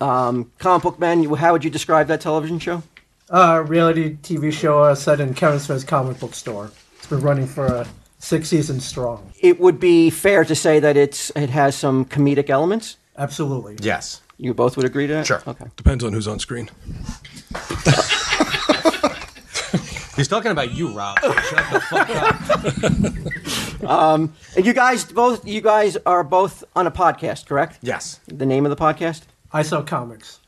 [SPEAKER 2] Um, comic book man, you- how would you describe that television show?
[SPEAKER 13] Uh, reality TV show uh, set in Kevin Smith's comic book store. It's been running for uh, six seasons strong.
[SPEAKER 2] It would be fair to say that it's it has some comedic elements.
[SPEAKER 13] Absolutely.
[SPEAKER 8] Yes.
[SPEAKER 2] You both would agree to that. Sure. Okay.
[SPEAKER 3] Depends on who's on screen.
[SPEAKER 8] He's talking about you, Rob. Shut the fuck
[SPEAKER 2] Um, and you guys both you guys are both on a podcast, correct?
[SPEAKER 8] Yes.
[SPEAKER 2] The name of the podcast.
[SPEAKER 13] I sell comics.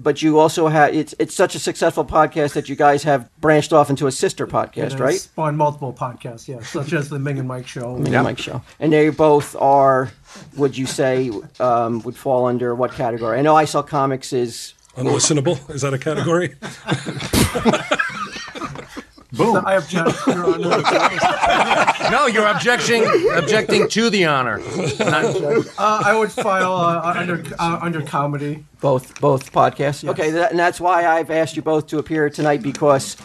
[SPEAKER 2] But you also have it's it's such a successful podcast that you guys have branched off into a sister podcast,
[SPEAKER 13] It
[SPEAKER 2] right?
[SPEAKER 13] Spawned multiple podcasts, yes, such as the Ming and Mike show.
[SPEAKER 2] Ming and Mike show. And they both are, would you say, um, would fall under what category? I know I saw comics is
[SPEAKER 3] Unlistenable. Is that a category?
[SPEAKER 13] Boom. I object, Your Honor.
[SPEAKER 8] up. No, you're objecting objecting to the honor. Not-
[SPEAKER 13] Uh, I would file uh, under uh, under comedy.
[SPEAKER 2] both both podcasts. Okay, that, and that's why I've asked you both to appear tonight because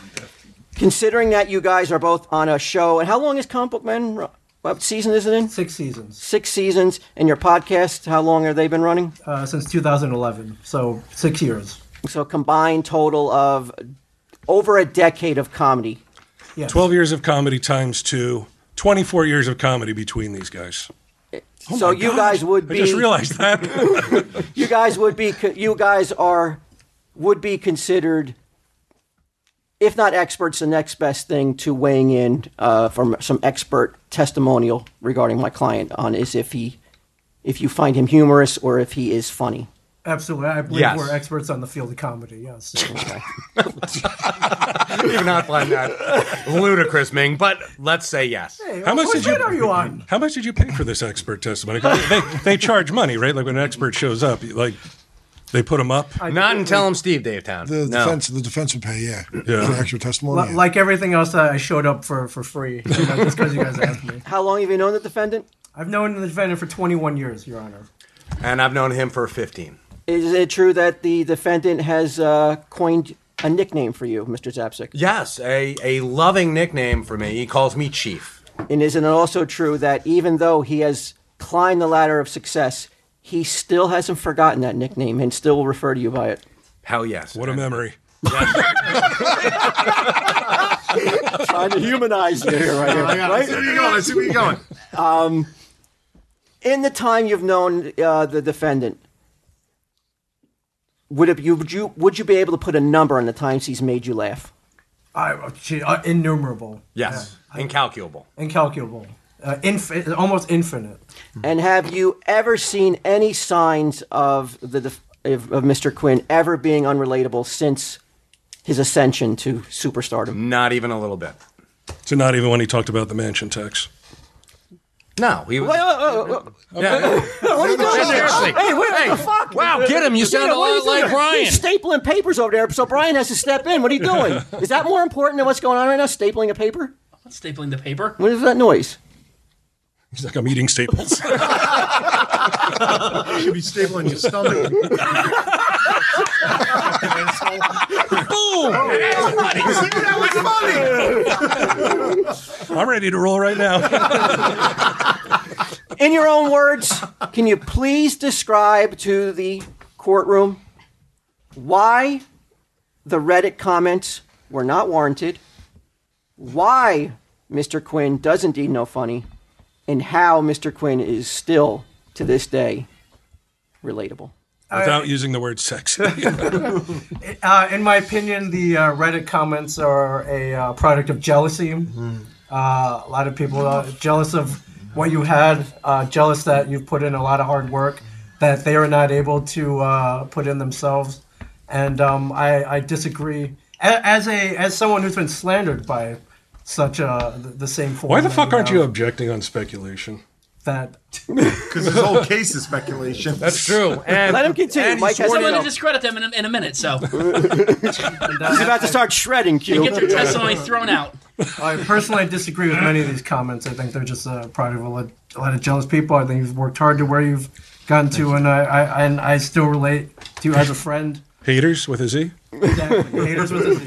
[SPEAKER 2] considering that you guys are both on a show, and how long is Comic Book Men? ru- What season is it in?
[SPEAKER 13] Six seasons
[SPEAKER 2] Six seasons. And your podcast, how long have they been running?
[SPEAKER 13] uh, since 2011, so six years.
[SPEAKER 2] So combined total of over a decade of comedy.
[SPEAKER 13] Yes.
[SPEAKER 3] 12 years of comedy times two, 24 years of comedy between these guys.
[SPEAKER 2] so you guys would
[SPEAKER 3] Oh I
[SPEAKER 2] be.
[SPEAKER 3] just realized that.
[SPEAKER 2] you guys would be you guys are would be considered if not experts the next best thing to weighing in uh, from some expert testimonial regarding my client on is if he if you find him humorous or if he is funny
[SPEAKER 13] Absolutely. I believe
[SPEAKER 8] Yes.
[SPEAKER 13] we're experts on the field of comedy. Yes.
[SPEAKER 8] Even not find that ludicrous, Ming. But let's say yes.
[SPEAKER 13] Hey, what side are you on?
[SPEAKER 3] How much did you pay for this expert testimony? 'Cause They, they, they charge money, right? Like when an expert shows up, you- like they put him up.
[SPEAKER 8] Not in Tell 'em Steve Dave Town.
[SPEAKER 6] The defense, the defense would pay, yeah,
[SPEAKER 3] Yeah.
[SPEAKER 6] for extra testimony.
[SPEAKER 13] Li- like everything else, I showed up for, for free you know, just because you guys asked me.
[SPEAKER 2] How long have you known the defendant?
[SPEAKER 13] I've known the defendant for 21 years, Your Honor.
[SPEAKER 8] And I've known him for 15.
[SPEAKER 2] Is it true that the defendant has uh, coined a nickname for you, Mr. Zapsik?
[SPEAKER 8] Yes, a, a loving nickname for me. He calls me Chief.
[SPEAKER 2] And isn't it also true that even though he has climbed the ladder of success, he still hasn't forgotten that nickname and still will refer to you by it?
[SPEAKER 8] Hell yes. What
[SPEAKER 3] a memory.
[SPEAKER 2] Trying to humanize you here, right? here,
[SPEAKER 4] I got it. I
[SPEAKER 2] right?
[SPEAKER 4] see where you're going. I see where you're going.
[SPEAKER 2] Um, in the time you've known uh, the defendant, would it, you, would you would you be able to put a number on the times he's made you laugh?
[SPEAKER 13] I, gee, uh, innumerable.
[SPEAKER 8] Yes. Incalculable.
[SPEAKER 13] Yeah, incalculable. Uh, inf- almost infinite.
[SPEAKER 4] Hmm.
[SPEAKER 2] And have you ever seen any signs of the def- of, of Mr. Quinn ever being unrelatable since his ascension to superstardom?
[SPEAKER 8] Not even a little bit.
[SPEAKER 3] So not even when he talked about the mansion tax.
[SPEAKER 8] No, he was.
[SPEAKER 2] What are you doing?
[SPEAKER 8] Seriously.
[SPEAKER 2] Hey, what
[SPEAKER 8] Hey,
[SPEAKER 2] the fuck?
[SPEAKER 8] wow, get him. You sound a
[SPEAKER 2] what are you
[SPEAKER 8] lot like
[SPEAKER 2] doing?
[SPEAKER 8] Brian.
[SPEAKER 2] He's stapling papers over there, so Brian has to step in. What are you doing? Is that more important than what's going on right now? Stapling a paper?
[SPEAKER 5] Stapling the paper.
[SPEAKER 2] What is that noise?
[SPEAKER 3] He's like, I'm eating staples.
[SPEAKER 4] You should be stapling your stomach.
[SPEAKER 3] Oh,
[SPEAKER 8] Boom!
[SPEAKER 3] I'm ready to roll right now.
[SPEAKER 2] In your own words, can you please describe to the courtroom why the Reddit comments were not warranted, why Mr. Quinn does indeed know funny, and how Mr. Quinn is still, to this day, relatable?
[SPEAKER 3] Without using the word sex.
[SPEAKER 13] Uh, in my opinion, the uh, Reddit comments are a uh, product of jealousy. Uh, a lot of people are jealous of what you had, uh, jealous that you've put in a lot of hard work that they are not able to uh, put in themselves. And um, I, I disagree. A- As a as someone who's been slandered by such a the, the same form.
[SPEAKER 3] Why the
[SPEAKER 13] that
[SPEAKER 3] fuck
[SPEAKER 13] we
[SPEAKER 3] aren't
[SPEAKER 13] have,
[SPEAKER 3] you objection on speculation?
[SPEAKER 13] That
[SPEAKER 4] Because this whole case is speculation.
[SPEAKER 3] That's true. And-
[SPEAKER 2] Let him continue. and he Mike has swore to
[SPEAKER 5] I'm going
[SPEAKER 2] no.
[SPEAKER 5] to discredit them in a, in a minute, so
[SPEAKER 2] He's about to start shredding,
[SPEAKER 5] they
[SPEAKER 2] Q.
[SPEAKER 5] get their testimony thrown out.
[SPEAKER 13] I personally disagree with many of these comments. I think they're just a product of a lot, a lot of jealous people. I think you've worked hard to where you've gotten to, and I, I and I still relate to you as a friend.
[SPEAKER 3] Haters with a Z?
[SPEAKER 13] Exactly. Haters with a Z.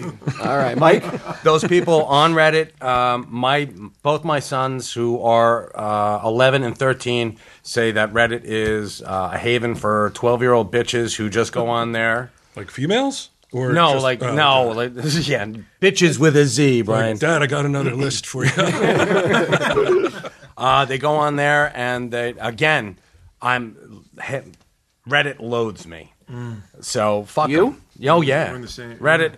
[SPEAKER 2] All right, Mike.
[SPEAKER 8] Those people on Reddit, um, my both my sons who are uh, 11 and 13 say that Reddit is uh, a haven for 12 year old bitches who just go on there.
[SPEAKER 3] Like females? Or
[SPEAKER 8] no,
[SPEAKER 3] just-
[SPEAKER 8] like
[SPEAKER 3] oh,
[SPEAKER 8] no, like yeah, bitches with a Z, Brian.
[SPEAKER 3] Like, Dad, I got another list for you.
[SPEAKER 8] Uh, they go on there and they again, I'm he- Reddit loads me. So fuck you. Mm. Oh yeah,
[SPEAKER 4] the same-
[SPEAKER 8] Reddit.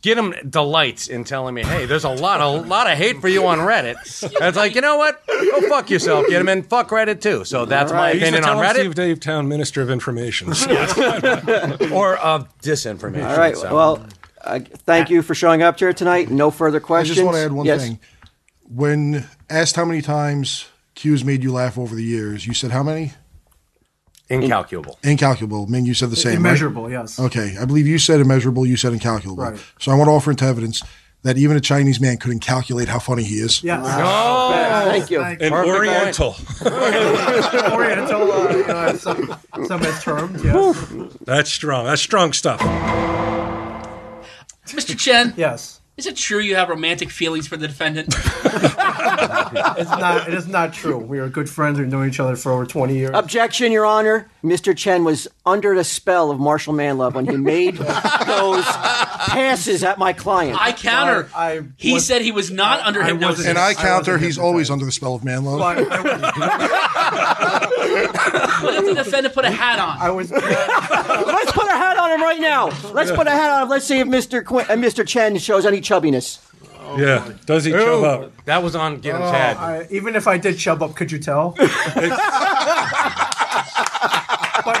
[SPEAKER 8] Get them delights in telling me, hey, there's a lot, a lot of hate for you on Reddit. And it's like, you know what? Go fuck yourself. Get them in. Fuck Reddit too. So that's my
[SPEAKER 3] He's the
[SPEAKER 8] opinion on
[SPEAKER 3] Tom
[SPEAKER 8] Reddit
[SPEAKER 3] Steve Dave Town Minister of Information.
[SPEAKER 8] or of disinformation.
[SPEAKER 2] All right,
[SPEAKER 8] So-
[SPEAKER 2] well, uh, thank you for showing up here tonight. No further questions.
[SPEAKER 6] I just want to add one
[SPEAKER 2] Yes.
[SPEAKER 6] thing. When asked how many times Q's made you laugh over the years, you said how many?
[SPEAKER 8] incalculable.
[SPEAKER 6] Incalculable. Ming, you said the same. right?
[SPEAKER 13] Immeasurable, yes.
[SPEAKER 6] Okay. I believe you said immeasurable. You said incalculable.
[SPEAKER 13] Right.
[SPEAKER 6] So I want to offer into evidence that even a Chinese man couldn't calculate how funny he is.
[SPEAKER 13] Yes.
[SPEAKER 8] Oh,
[SPEAKER 2] thank you.
[SPEAKER 3] An
[SPEAKER 8] Perfect
[SPEAKER 3] Oriental.
[SPEAKER 13] Oriental, uh, you know, some, some as termed, yes.
[SPEAKER 3] That's strong. That's strong stuff.
[SPEAKER 5] Mr. Chen,
[SPEAKER 13] yes.
[SPEAKER 5] is it true you have romantic feelings for the defendant?
[SPEAKER 13] It's not. It is not true. We are good friends. We've known each other for over twenty years.
[SPEAKER 2] Objection, Your Honor. Mr. Chen was under the spell of Marshall Manlove when he made those passes at my client.
[SPEAKER 5] I counter.
[SPEAKER 13] I- I
[SPEAKER 5] he
[SPEAKER 13] was-
[SPEAKER 5] said he was not under
[SPEAKER 13] I
[SPEAKER 5] hypnosis.
[SPEAKER 13] wasn't-
[SPEAKER 6] And I counter,
[SPEAKER 13] wasn't
[SPEAKER 6] he's always under the spell of man love.
[SPEAKER 13] But I was-
[SPEAKER 5] What if the defendant put a hat on?
[SPEAKER 13] I was.
[SPEAKER 2] Let's put a hat on him right now. Let's put a hat on him. Let's see if Mr. Qu- uh, Mr. Chen shows any chubbiness.
[SPEAKER 3] yeah. Does he chub up?
[SPEAKER 8] That was on Get Him
[SPEAKER 13] Uh,
[SPEAKER 8] Chad.
[SPEAKER 13] I, even if I did shove up, could you tell? but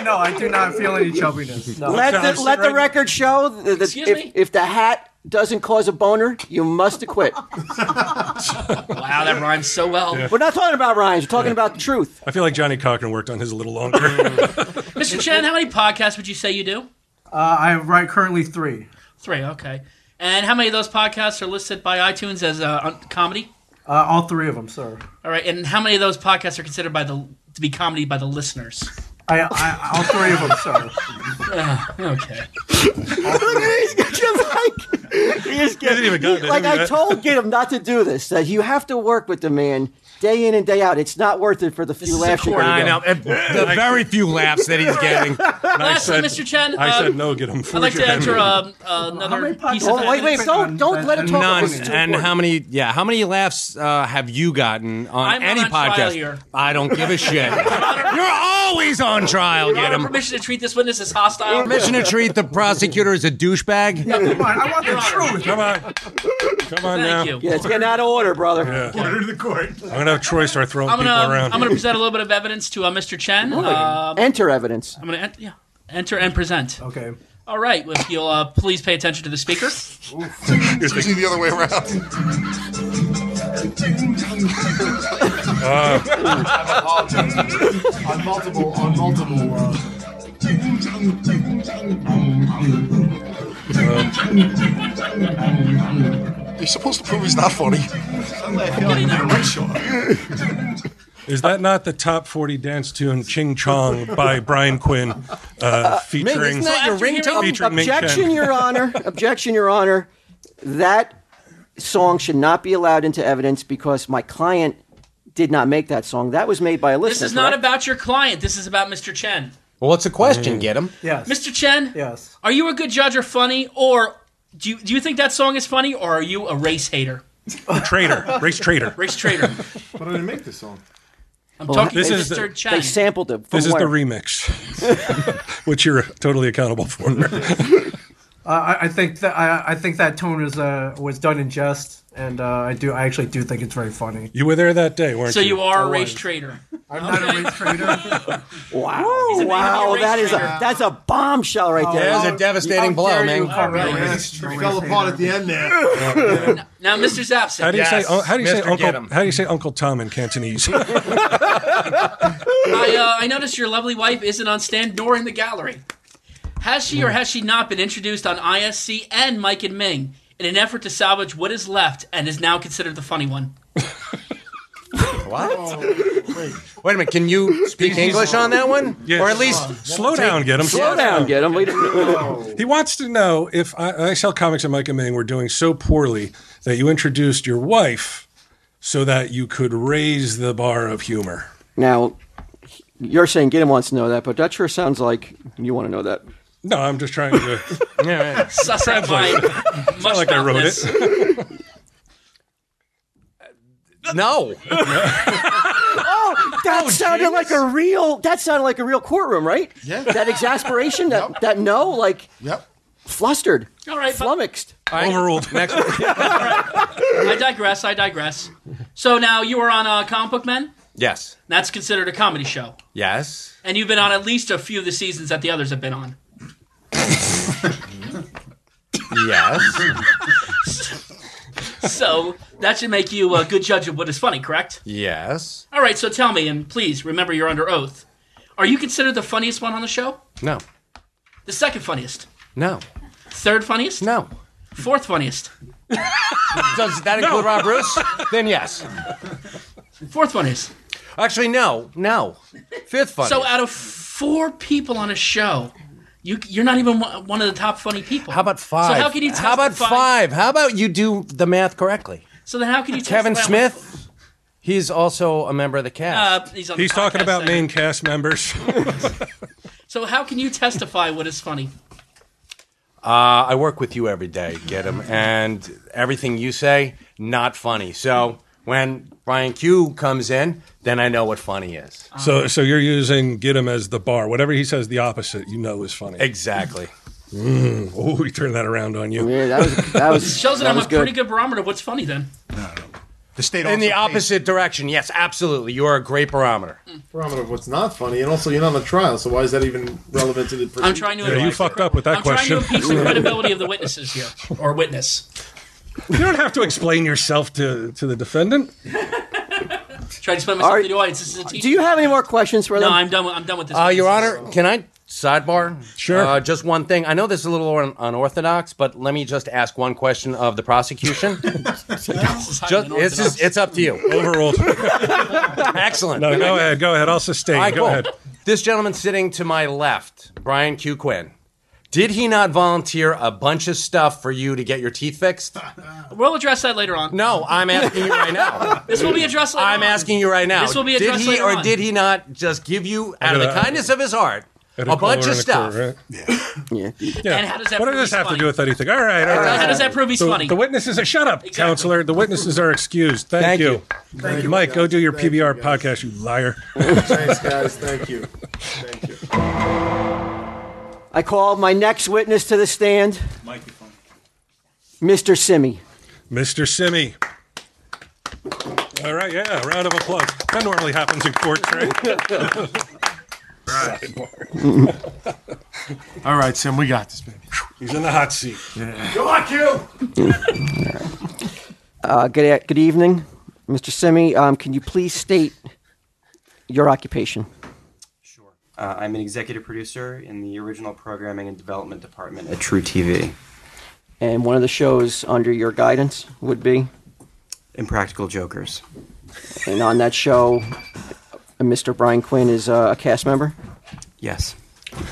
[SPEAKER 13] no, I do not feel any chubbiness. No.
[SPEAKER 2] Let the, let the record show that that
[SPEAKER 13] Excuse
[SPEAKER 2] if,
[SPEAKER 13] me?
[SPEAKER 2] if the hat doesn't cause a boner, you must acquit.
[SPEAKER 5] Wow, that rhymes so well.
[SPEAKER 2] Oh, We're not talking about rhymes. We're talking about the truth.
[SPEAKER 3] I feel like Johnny Cochran worked on his a little longer.
[SPEAKER 5] Mr. Chen, how many podcasts would you say you do?
[SPEAKER 13] Uh, I am right currently three.
[SPEAKER 5] Three, okay. And how many of those podcasts are listed by iTunes as uh, un- comedy?
[SPEAKER 13] Uh, all three of them, sir.
[SPEAKER 5] All right, and how many of those podcasts are considered by the to be comedy by the listeners?
[SPEAKER 13] I, I all three of them, sir.
[SPEAKER 5] Uh, okay.
[SPEAKER 2] Like I told Gidim not to do this. That you have to work with the man day in and day out. It's not worth it for the few laughs you
[SPEAKER 8] I
[SPEAKER 2] get.
[SPEAKER 8] know. and The very few laughs that he's getting.
[SPEAKER 5] Lastly, Mr. Chen,
[SPEAKER 3] I
[SPEAKER 5] um,
[SPEAKER 3] said no, get him.
[SPEAKER 5] I'd like to enter um, another piece of
[SPEAKER 2] Oh, wait, wait, don't don't let him talk. about
[SPEAKER 8] None.
[SPEAKER 2] this. It's too
[SPEAKER 8] And
[SPEAKER 2] important.
[SPEAKER 8] how many? Yeah, how many laughs uh, have you gotten on
[SPEAKER 5] I'm
[SPEAKER 8] any
[SPEAKER 5] on trial
[SPEAKER 8] podcast?
[SPEAKER 5] here.
[SPEAKER 8] I don't give a shit. You're always on trial.
[SPEAKER 5] Your
[SPEAKER 8] Get
[SPEAKER 5] Honor,
[SPEAKER 8] him.
[SPEAKER 5] permission to treat this witness as hostile.
[SPEAKER 8] Permission to treat the prosecutor as a douchebag.
[SPEAKER 13] I want the truth.
[SPEAKER 3] Come on. Come on now.
[SPEAKER 5] Thank you.
[SPEAKER 2] Yeah, it's getting out of order, brother.
[SPEAKER 4] Order to the court.
[SPEAKER 3] I'm going to have Troy start throwing
[SPEAKER 5] I'm
[SPEAKER 3] people
[SPEAKER 5] gonna um,
[SPEAKER 3] around.
[SPEAKER 5] I'm gonna present a little bit of evidence to uh, Mr. Chen.
[SPEAKER 2] Oh,
[SPEAKER 8] Oh,
[SPEAKER 5] Um,
[SPEAKER 2] Enter evidence.
[SPEAKER 5] I'm gonna ent- yeah, enter and present.
[SPEAKER 13] Okay.
[SPEAKER 5] All right, if you'll uh, please pay attention to the speaker.
[SPEAKER 6] It's usually the other way around.
[SPEAKER 3] Uh,
[SPEAKER 4] on multiple, on multiple. Uh,
[SPEAKER 6] You're supposed to prove he's not funny.
[SPEAKER 3] Is that not the top 40 dance tune, Ching Chong, by Brian Quinn, uh, featuring,
[SPEAKER 8] isn't that your ringtone?
[SPEAKER 3] featuring Ming
[SPEAKER 2] Objection,
[SPEAKER 3] Chen?
[SPEAKER 2] Your Honor. Objection, Your Honor. That song should not be allowed into evidence because my client did not make that song. That was made by a
[SPEAKER 5] This
[SPEAKER 2] listener.
[SPEAKER 5] is not
[SPEAKER 2] correct?
[SPEAKER 5] about your client. This is about Mr. Chen.
[SPEAKER 8] Well, it's a question. Get him.
[SPEAKER 13] Yes.
[SPEAKER 5] Mr. Chen,
[SPEAKER 13] Yes.
[SPEAKER 5] are you a good judge or funny, or do you, do you think that song is funny, or are you a race hater,
[SPEAKER 3] Traitor. Race traitor.
[SPEAKER 5] race traitor?
[SPEAKER 4] why did I make this song?
[SPEAKER 5] I'm
[SPEAKER 2] Well,
[SPEAKER 5] talking
[SPEAKER 3] this
[SPEAKER 5] to
[SPEAKER 3] is the-
[SPEAKER 5] Mr. Chen.
[SPEAKER 2] They sampled it. from
[SPEAKER 3] This is the
[SPEAKER 2] where?
[SPEAKER 3] remix, which you're totally accountable for.
[SPEAKER 13] Uh, I, I think that I, I think that tone is uh, was done in jest, and uh, I do I actually do think it's very funny.
[SPEAKER 3] You were there that day, weren't
[SPEAKER 5] so
[SPEAKER 3] you?
[SPEAKER 5] you are a race traitor.
[SPEAKER 13] I'm not a race trader.
[SPEAKER 2] Wow! Oh, Wow!
[SPEAKER 5] race
[SPEAKER 2] That is
[SPEAKER 5] traitor.
[SPEAKER 2] a that's a bombshell right there.
[SPEAKER 8] Oh, That is a devastating blow, man.
[SPEAKER 13] All
[SPEAKER 5] right.
[SPEAKER 4] Fell apart at the end there.
[SPEAKER 5] Now, Mr.
[SPEAKER 3] How
[SPEAKER 5] Zapson,
[SPEAKER 3] do you
[SPEAKER 8] Yes,
[SPEAKER 3] say? oh, how do you say
[SPEAKER 8] Mr.
[SPEAKER 3] Uncle?
[SPEAKER 8] Giddem.
[SPEAKER 3] How do you say Uncle Tom in Cantonese?
[SPEAKER 5] I, uh, I noticed your lovely wife isn't on stand nor in the gallery. Has she or has she not been introduced on ISC and Mike and Ming in an effort to salvage what is left and is now considered the funny one? Oh,
[SPEAKER 8] Wait a minute. Can you speak English on that one?
[SPEAKER 3] Yeah.
[SPEAKER 8] Or at least
[SPEAKER 3] Slow down, get him.
[SPEAKER 2] Slow down, get him.
[SPEAKER 3] He wants to know if I, I sell comics and Mike and Ming were doing so poorly that you introduced your wife so that you could raise the bar of humor.
[SPEAKER 2] now, you're saying Gidim wants to know that, but that sure sounds like you want to know that.
[SPEAKER 3] No, I'm just trying to.
[SPEAKER 5] Suss out my much
[SPEAKER 3] like I wrote it.
[SPEAKER 8] no.
[SPEAKER 2] Oh, that sounded like a real. That sounded like a real courtroom, right? Yeah. That exasperation. That that no, like
[SPEAKER 6] Yep.
[SPEAKER 2] flustered,
[SPEAKER 5] All right, but
[SPEAKER 2] flummoxed.
[SPEAKER 8] Overruled. Next.
[SPEAKER 5] I digress. I digress. So now you are on uh, Comic Book Men.
[SPEAKER 8] Yes.
[SPEAKER 5] That's considered a comedy show,
[SPEAKER 8] Yes.
[SPEAKER 5] and you've been on at least a few of the seasons that the others have been on.
[SPEAKER 8] Yes.
[SPEAKER 5] So that should make you a good judge of what is funny, correct?
[SPEAKER 8] Yes.
[SPEAKER 5] All right. So tell me, and please remember you're under oath. Are you considered the funniest one on the show?
[SPEAKER 8] No.
[SPEAKER 5] The second funniest?
[SPEAKER 8] No.
[SPEAKER 5] Third funniest?
[SPEAKER 8] No.
[SPEAKER 5] Fourth funniest?
[SPEAKER 8] Does that include Rob Bruce? Then yes.
[SPEAKER 5] Fourth funniest.
[SPEAKER 8] Actually, no. No. Fifth funny.
[SPEAKER 5] So out of four people on a show, you you're not even one one of the top funny people.
[SPEAKER 8] how about five?
[SPEAKER 5] So how can you
[SPEAKER 8] How about
[SPEAKER 5] testify-
[SPEAKER 8] five? How about you do the math correctly?
[SPEAKER 5] So then how can you
[SPEAKER 8] Kevin
[SPEAKER 5] testify-
[SPEAKER 8] Smith. He's also a member of the cast.
[SPEAKER 5] Uh, he's on the
[SPEAKER 3] He's talking
[SPEAKER 5] podcast
[SPEAKER 3] about
[SPEAKER 5] there.
[SPEAKER 3] main cast members.
[SPEAKER 5] So how can you testify what is funny?
[SPEAKER 8] Uh, I work with you every day, get him, and everything you say not funny. So when Brian Q comes in, then I know what funny is.
[SPEAKER 3] so, so you're using get him as the bar. Whatever he says, the opposite, you know is funny.
[SPEAKER 8] Exactly.
[SPEAKER 3] Oh, we turned that around on you.
[SPEAKER 2] Yeah, that was that was.
[SPEAKER 5] Shows that,
[SPEAKER 2] that
[SPEAKER 5] I'm a
[SPEAKER 2] was good.
[SPEAKER 5] pretty good barometer of what's funny then.
[SPEAKER 8] The
[SPEAKER 6] state
[SPEAKER 8] in the
[SPEAKER 6] also
[SPEAKER 8] opposite direction. Yes, absolutely. You are a great barometer.
[SPEAKER 4] Parameter of what's not funny, and also you're not on trial, so why is that even relevant to the?
[SPEAKER 5] I'm trying to. impeach- I'm trying to impeach the credibility of the witnesses here, or witness.
[SPEAKER 3] You don't have to explain yourself to, to the defendant.
[SPEAKER 5] Try to explain myself to the audience. This is a teacher.
[SPEAKER 2] Do you have any more questions for
[SPEAKER 5] No,
[SPEAKER 2] them?
[SPEAKER 5] I'm done. With, I'm done with this.
[SPEAKER 8] Uh, Your Honor, can I sidebar?
[SPEAKER 5] Sure.
[SPEAKER 8] Uh, just one thing. I know this is a little un- unorthodox, but let me just ask one question of the prosecution. just, it's, just, it's up to you.
[SPEAKER 3] Overruled.
[SPEAKER 8] Excellent.
[SPEAKER 3] No, go ahead. Go ahead. I'll sustain.
[SPEAKER 8] All right,
[SPEAKER 3] go
[SPEAKER 8] cool.
[SPEAKER 3] ahead.
[SPEAKER 8] This gentleman sitting to my left, Brian Q. Quinn. Did he not volunteer a bunch of stuff for you to get your teeth fixed?
[SPEAKER 5] We'll address that later on.
[SPEAKER 8] No, I'm asking you right now.
[SPEAKER 5] This will be addressed later
[SPEAKER 8] I'm
[SPEAKER 5] on.
[SPEAKER 8] asking you right now.
[SPEAKER 5] This will be
[SPEAKER 8] Did
[SPEAKER 5] addressed
[SPEAKER 8] he
[SPEAKER 5] later
[SPEAKER 8] or
[SPEAKER 5] on.
[SPEAKER 8] did he not just give you out of
[SPEAKER 3] At
[SPEAKER 8] the
[SPEAKER 3] a-
[SPEAKER 8] kindness of his heart
[SPEAKER 3] At
[SPEAKER 8] a bunch
[SPEAKER 3] caller
[SPEAKER 8] of
[SPEAKER 3] and a
[SPEAKER 8] stuff?
[SPEAKER 3] crew, right? Yeah.
[SPEAKER 5] And how does that
[SPEAKER 3] what
[SPEAKER 5] prove he's
[SPEAKER 3] does this have
[SPEAKER 5] funny?
[SPEAKER 3] to do with anything? All right. All right.
[SPEAKER 5] How does that prove he's
[SPEAKER 3] the,
[SPEAKER 5] funny?
[SPEAKER 3] The witnesses are shut up, counselor. The witnesses are excused. Thank, you.
[SPEAKER 4] Thank you,
[SPEAKER 3] Mike. Go
[SPEAKER 4] guys.
[SPEAKER 3] do your
[SPEAKER 4] Thank
[SPEAKER 3] PBR podcast, you liar.
[SPEAKER 4] Thanks, guys. Thank you. Thank you.
[SPEAKER 2] I called my next witness to the stand,
[SPEAKER 3] Microphone.
[SPEAKER 2] Mr. Simi.
[SPEAKER 3] Mr. Simi. All right. Yeah. Round of applause. That normally happens in court, right?
[SPEAKER 4] All right, Sim, we got this, baby.
[SPEAKER 3] He's in the hot seat.
[SPEAKER 4] Go on, Q.
[SPEAKER 2] Uh, good, good evening, Mr. Simi. Um, can you please state your occupation?
[SPEAKER 17] Uh, I'm an executive producer in the original programming and development department at True TV.
[SPEAKER 2] And one of the shows under your guidance would be?
[SPEAKER 17] Impractical Jokers.
[SPEAKER 2] And on that show, uh, Mr. Brian Quinn is uh, a cast member?
[SPEAKER 17] Yes.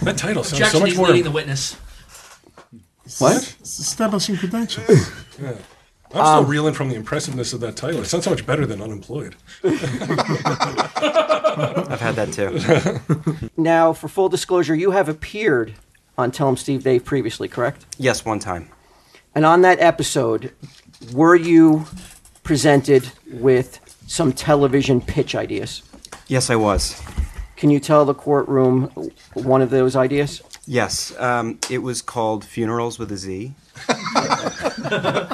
[SPEAKER 3] That title sounds so
[SPEAKER 5] Objection,
[SPEAKER 3] much
[SPEAKER 5] he's
[SPEAKER 3] more.
[SPEAKER 5] leading the witness.
[SPEAKER 2] What?
[SPEAKER 4] Establishing credentials.
[SPEAKER 3] Yeah. I'm still
[SPEAKER 2] Um,
[SPEAKER 3] reeling from the impressiveness of that title. It sounds so much better than unemployed.
[SPEAKER 17] I've had that too.
[SPEAKER 2] Now, for full disclosure, you have appeared on Tell 'em Steve Dave previously, correct?
[SPEAKER 17] yes, one time.
[SPEAKER 2] And on that episode, were you presented with some television pitch ideas?
[SPEAKER 17] Yes, I was.
[SPEAKER 2] Can you tell the courtroom one of those ideas?
[SPEAKER 17] Yes, um, it was called Funerals with a Z.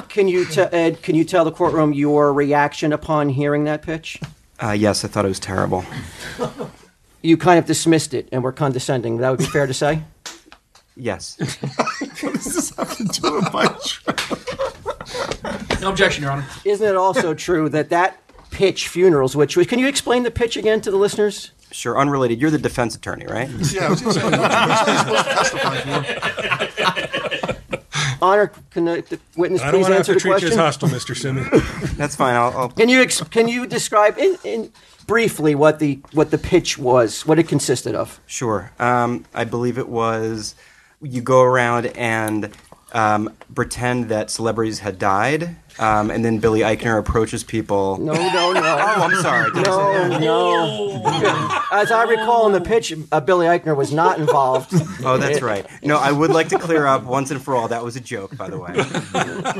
[SPEAKER 2] Can you, te- Ed, can you tell the courtroom your reaction upon hearing that pitch?
[SPEAKER 17] Uh, yes, I thought it was terrible.
[SPEAKER 2] You kind of dismissed it and were condescending. That would be fair to say?
[SPEAKER 17] Yes.
[SPEAKER 4] what does this have to do with my
[SPEAKER 5] No objection, Your Honor.
[SPEAKER 2] Isn't it also true that that pitch, funerals, which was, can you explain the pitch again to the listeners?
[SPEAKER 17] Sure, unrelated. You're the defense attorney, right?
[SPEAKER 4] Yeah, I was just saying, what are you supposed to testify for?
[SPEAKER 2] Honor, can the, the witness
[SPEAKER 3] I don't
[SPEAKER 2] please
[SPEAKER 3] want to have
[SPEAKER 2] answer
[SPEAKER 3] to
[SPEAKER 2] the
[SPEAKER 3] treat you as
[SPEAKER 2] question?
[SPEAKER 3] hostile, Mr. Simi.
[SPEAKER 17] That's fine. I'll, I'll
[SPEAKER 2] Can you ex- can you describe in, in briefly what the what the pitch was, what it consisted of?
[SPEAKER 17] Sure. Um, I believe it was you go around and um, pretend that celebrities had died, um, and then Billy Eichner approaches people.
[SPEAKER 2] No, no, no.
[SPEAKER 17] Oh, I'm sorry. Did I say
[SPEAKER 2] No,
[SPEAKER 17] that?
[SPEAKER 2] no. As I recall in the pitch, uh, Billy Eichner was not involved.
[SPEAKER 17] Oh, that's right. No, I would like to clear up once and for all. That was a joke, by the way. That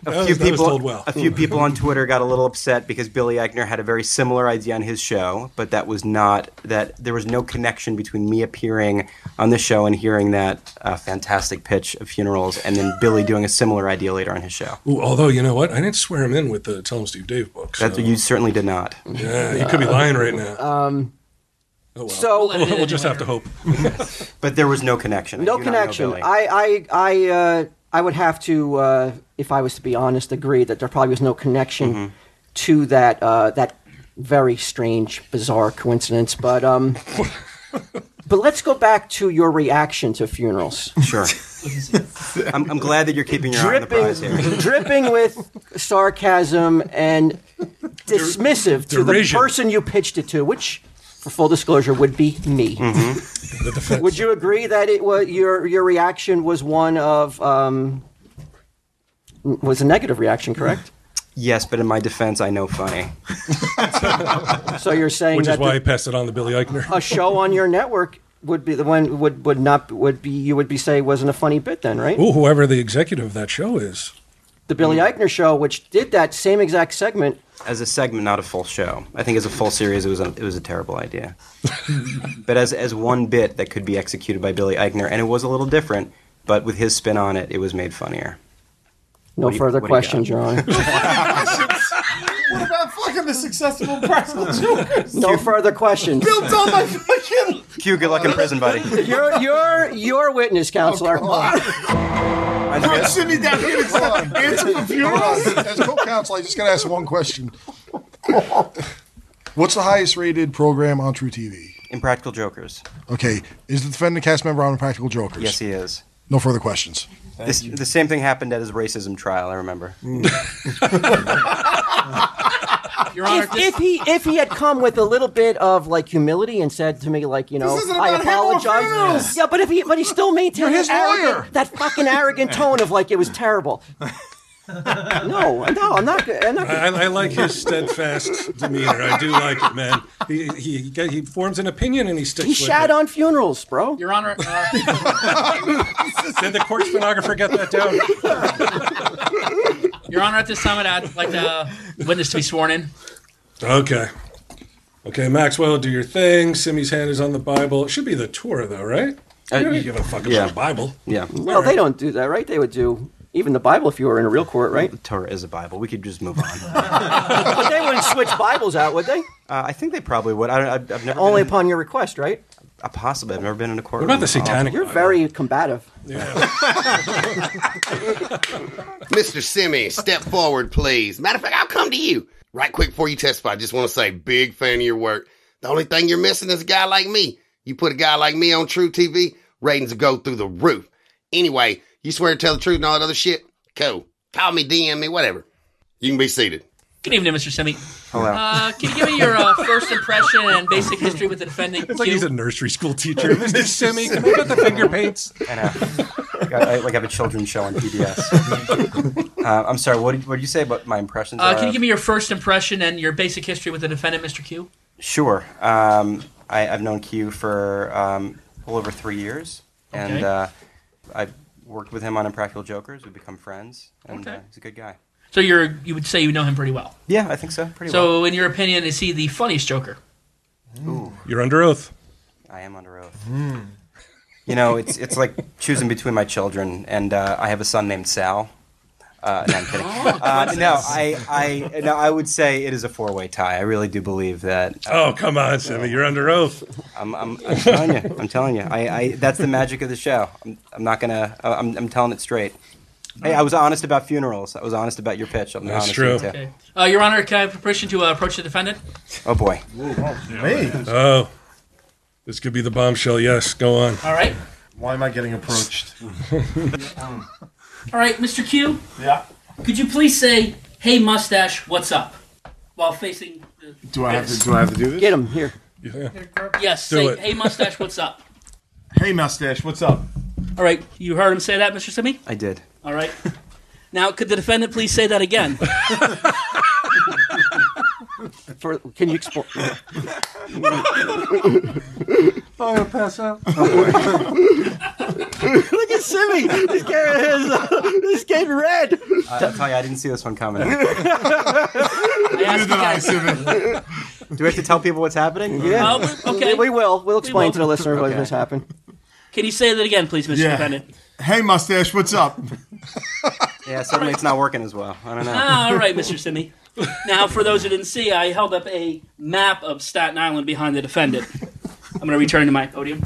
[SPEAKER 17] a
[SPEAKER 3] That was-
[SPEAKER 17] few
[SPEAKER 3] that was
[SPEAKER 17] people,
[SPEAKER 3] told well.
[SPEAKER 17] a few people on Twitter got a little upset because Billy Eichner had a very similar idea on his show, but that was not that there was no connection between me appearing on the show and hearing that uh, fantastic pitch of funerals, and then Billy doing a similar idea later on his show.
[SPEAKER 3] Ooh, although you know what, I didn't swear him in with the Tell Him Steve Dave book.
[SPEAKER 17] That you certainly did not.
[SPEAKER 3] Yeah, he could be lying right now.
[SPEAKER 2] Um,
[SPEAKER 3] Oh, well.
[SPEAKER 2] So-
[SPEAKER 3] we'll, we'll just have to hope.
[SPEAKER 17] But there was no connection. I
[SPEAKER 2] no
[SPEAKER 17] do not know
[SPEAKER 2] connection.
[SPEAKER 17] Billy.
[SPEAKER 2] I I I uh, I would have to, uh, if I was to be honest, agree that there probably was no connection
[SPEAKER 17] Mm-hmm.
[SPEAKER 2] to that uh, that very strange, bizarre coincidence. But um, but let's go back to your reaction to funerals.
[SPEAKER 17] Sure. I'm, I'm glad that you're keeping your eye on the prize here.
[SPEAKER 2] dripping with sarcasm and dismissive to the
[SPEAKER 17] derision.
[SPEAKER 2] person you pitched it to, which, for full disclosure, would be me.
[SPEAKER 17] Mm-hmm.
[SPEAKER 2] Would you agree that it was your your reaction was one of um, was a negative reaction, correct?
[SPEAKER 17] Yes, but in my defense, I know funny.
[SPEAKER 2] so you're saying
[SPEAKER 3] Which
[SPEAKER 2] that
[SPEAKER 3] is why
[SPEAKER 2] the-
[SPEAKER 3] he passed it on to Billy Eichner.
[SPEAKER 2] a show on your network would be the one would would not would be you would be say wasn't a funny bit then, right?
[SPEAKER 3] Ooh, whoever the executive of that show is.
[SPEAKER 2] The Billy Eichner show, which did that same exact segment,
[SPEAKER 17] As a segment, not a full show. I think as a full series, it was a, it was a terrible idea. but as as one bit that could be executed by Billy Eichner, and it was a little different. But with his spin on it, it was made funnier.
[SPEAKER 2] No
[SPEAKER 17] What do you-
[SPEAKER 2] further
[SPEAKER 17] what do you got?
[SPEAKER 2] questions, Your Honor.
[SPEAKER 4] What about fucking the successful practical jokers?
[SPEAKER 2] No further questions.
[SPEAKER 4] Built on my fucking.
[SPEAKER 17] Q, good luck in prison, buddy.
[SPEAKER 2] You're you're your witness, counselor.
[SPEAKER 4] Oh, Don't send me down here to answer for funerals.
[SPEAKER 6] As co-counsel, I just got to ask one question. What's the highest rated program on True TV?
[SPEAKER 17] Impractical Jokers.
[SPEAKER 6] Okay, is the defendant cast member on Impractical Jokers?
[SPEAKER 17] Yes, he is.
[SPEAKER 6] No further questions.
[SPEAKER 17] This, the same thing happened at his racism trial. I remember.
[SPEAKER 2] If, if he if he had come with a little bit of like humility and said to me like you know
[SPEAKER 4] This isn't
[SPEAKER 2] I
[SPEAKER 4] about him or
[SPEAKER 2] apologize
[SPEAKER 4] Pharaoh's.
[SPEAKER 2] yeah but if he but he still maintained
[SPEAKER 4] You're his
[SPEAKER 2] that arrogant-
[SPEAKER 4] lawyer.
[SPEAKER 2] that fucking arrogant tone of like it was terrible. Uh, No, no, I'm not. I'm not
[SPEAKER 3] I, I like his steadfast demeanor. I do like it, man. He, he, he, get- he forms an opinion and he sticks
[SPEAKER 2] he
[SPEAKER 3] with
[SPEAKER 2] shat on funerals, bro.
[SPEAKER 5] Your Honor, uh,
[SPEAKER 3] it. Did the court stenographer get that down?
[SPEAKER 5] Your Honor, at this time, I'd like the witness to be sworn in.
[SPEAKER 3] Okay. Okay, Maxwell, do your thing. Simi's hand is on the Bible. It should be the Torah, though, right?
[SPEAKER 2] Uh,
[SPEAKER 3] you don't
[SPEAKER 2] y-
[SPEAKER 3] give a fuck about
[SPEAKER 2] yeah.
[SPEAKER 3] the Bible.
[SPEAKER 17] Yeah.
[SPEAKER 2] Well, they don't do that, right? They would do even the Bible if you were in a real court, right? The
[SPEAKER 17] Torah is a Bible. We could just move on.
[SPEAKER 2] but they wouldn't switch Bibles out, would they?
[SPEAKER 17] Uh, I think they probably would. I, I've, I've never
[SPEAKER 2] Only
[SPEAKER 17] been
[SPEAKER 2] upon your request, right?
[SPEAKER 17] in, uh, possibly. I've never been in a Oh. court.
[SPEAKER 2] You're very combative.
[SPEAKER 7] Mr. Simi, step forward, please. Matter of fact, I'll come to you right quick before you testify. I just want to say, big fan of your work. The only thing you're missing is a guy like me. You put a guy like me on True TV, ratings will go through the roof. Anyway, you swear to tell the truth and all that other shit? Cool. Call me, DM me, whatever. You can be seated.
[SPEAKER 5] Good evening, Mr. Semi.
[SPEAKER 7] Hello.
[SPEAKER 5] Uh, can you give me your uh, first impression and basic history with the defendant?
[SPEAKER 3] It's like
[SPEAKER 5] Q?
[SPEAKER 3] he's a nursery school teacher. Mr. Simi, can I get the finger paints?
[SPEAKER 17] I know. I, I like have a children's show on PBS. uh, I'm sorry. What did, what did you say about my impressions?
[SPEAKER 5] Uh, can
[SPEAKER 17] are-
[SPEAKER 5] you give me your first impression and your basic history with the defendant, Mr. Q?
[SPEAKER 17] Sure. Um, I, I've known Q for um, a little over three years, and
[SPEAKER 5] Okay.
[SPEAKER 17] uh, I've worked with him on Impractical Jokers. We've become friends, and uh,
[SPEAKER 5] Okay.
[SPEAKER 17] he's a good guy.
[SPEAKER 5] So you're you would say you know him pretty well.
[SPEAKER 17] Yeah, I think so. Pretty
[SPEAKER 5] so, in your opinion, is he the funniest Joker?
[SPEAKER 3] You're under oath.
[SPEAKER 17] I am under oath. You know, it's it's like choosing between my children, and uh, I have a son named Sal. Uh, no, I'm kidding.
[SPEAKER 5] Oh,
[SPEAKER 17] Uh, no, I, I, no, I would say it is a four-way tie. I really do believe that. uh,
[SPEAKER 3] Oh, come on, Simi. You're under oath.
[SPEAKER 17] I'm, I'm, I'm telling you. I'm telling you. I, I, that's the magic of the show. I'm, I'm not gonna. I- I'm, I'm telling it straight. Hey, I was honest about funerals. I was honest about your pitch. I'm
[SPEAKER 3] That's
[SPEAKER 17] honest
[SPEAKER 3] true.
[SPEAKER 17] with you.
[SPEAKER 5] Okay. Uh, your Honor, can I have permission to uh, approach the defendant?
[SPEAKER 17] Oh boy.
[SPEAKER 3] Oh. This could be the bombshell. Yes, go on.
[SPEAKER 5] All right.
[SPEAKER 4] Why am I getting approached?
[SPEAKER 5] All right, Mr. Q.
[SPEAKER 4] Yeah.
[SPEAKER 5] Could you please say, "Hey, mustache, what's up?" While facing. The...
[SPEAKER 4] Do I have to? Do I have to do this?
[SPEAKER 2] Get him here.
[SPEAKER 5] Yes.
[SPEAKER 4] Do
[SPEAKER 5] say,
[SPEAKER 4] it.
[SPEAKER 5] "Hey, mustache, what's up?"
[SPEAKER 4] Hey, mustache, what's up?
[SPEAKER 5] All right. You heard him say that, Mr. Simi.
[SPEAKER 17] I did.
[SPEAKER 5] All right. Now, could the defendant please say that again?
[SPEAKER 2] For, can you explain?
[SPEAKER 4] Oh, you'll pass out.
[SPEAKER 2] Look at Simi. He's getting his. uh, this game
[SPEAKER 17] I,
[SPEAKER 2] red.
[SPEAKER 17] I'll tell you, I didn't see this one coming.
[SPEAKER 5] I asked you guys. Uh,
[SPEAKER 17] Do we have to tell people what's happening?
[SPEAKER 2] Yeah.
[SPEAKER 5] okay.
[SPEAKER 2] We will. We'll explain
[SPEAKER 5] will.
[SPEAKER 2] to the listener what
[SPEAKER 17] Okay.
[SPEAKER 2] just happened.
[SPEAKER 5] Can you say that again, please, Mr.
[SPEAKER 17] Yeah.
[SPEAKER 5] Defendant?
[SPEAKER 4] Hey, mustache, what's up?
[SPEAKER 17] Yeah, suddenly it's not working as well. I don't know.
[SPEAKER 5] Ah, all right, Mr. Simi. Now, for those who didn't see, I held up a map of Staten Island behind the defendant. I'm going to return to my podium.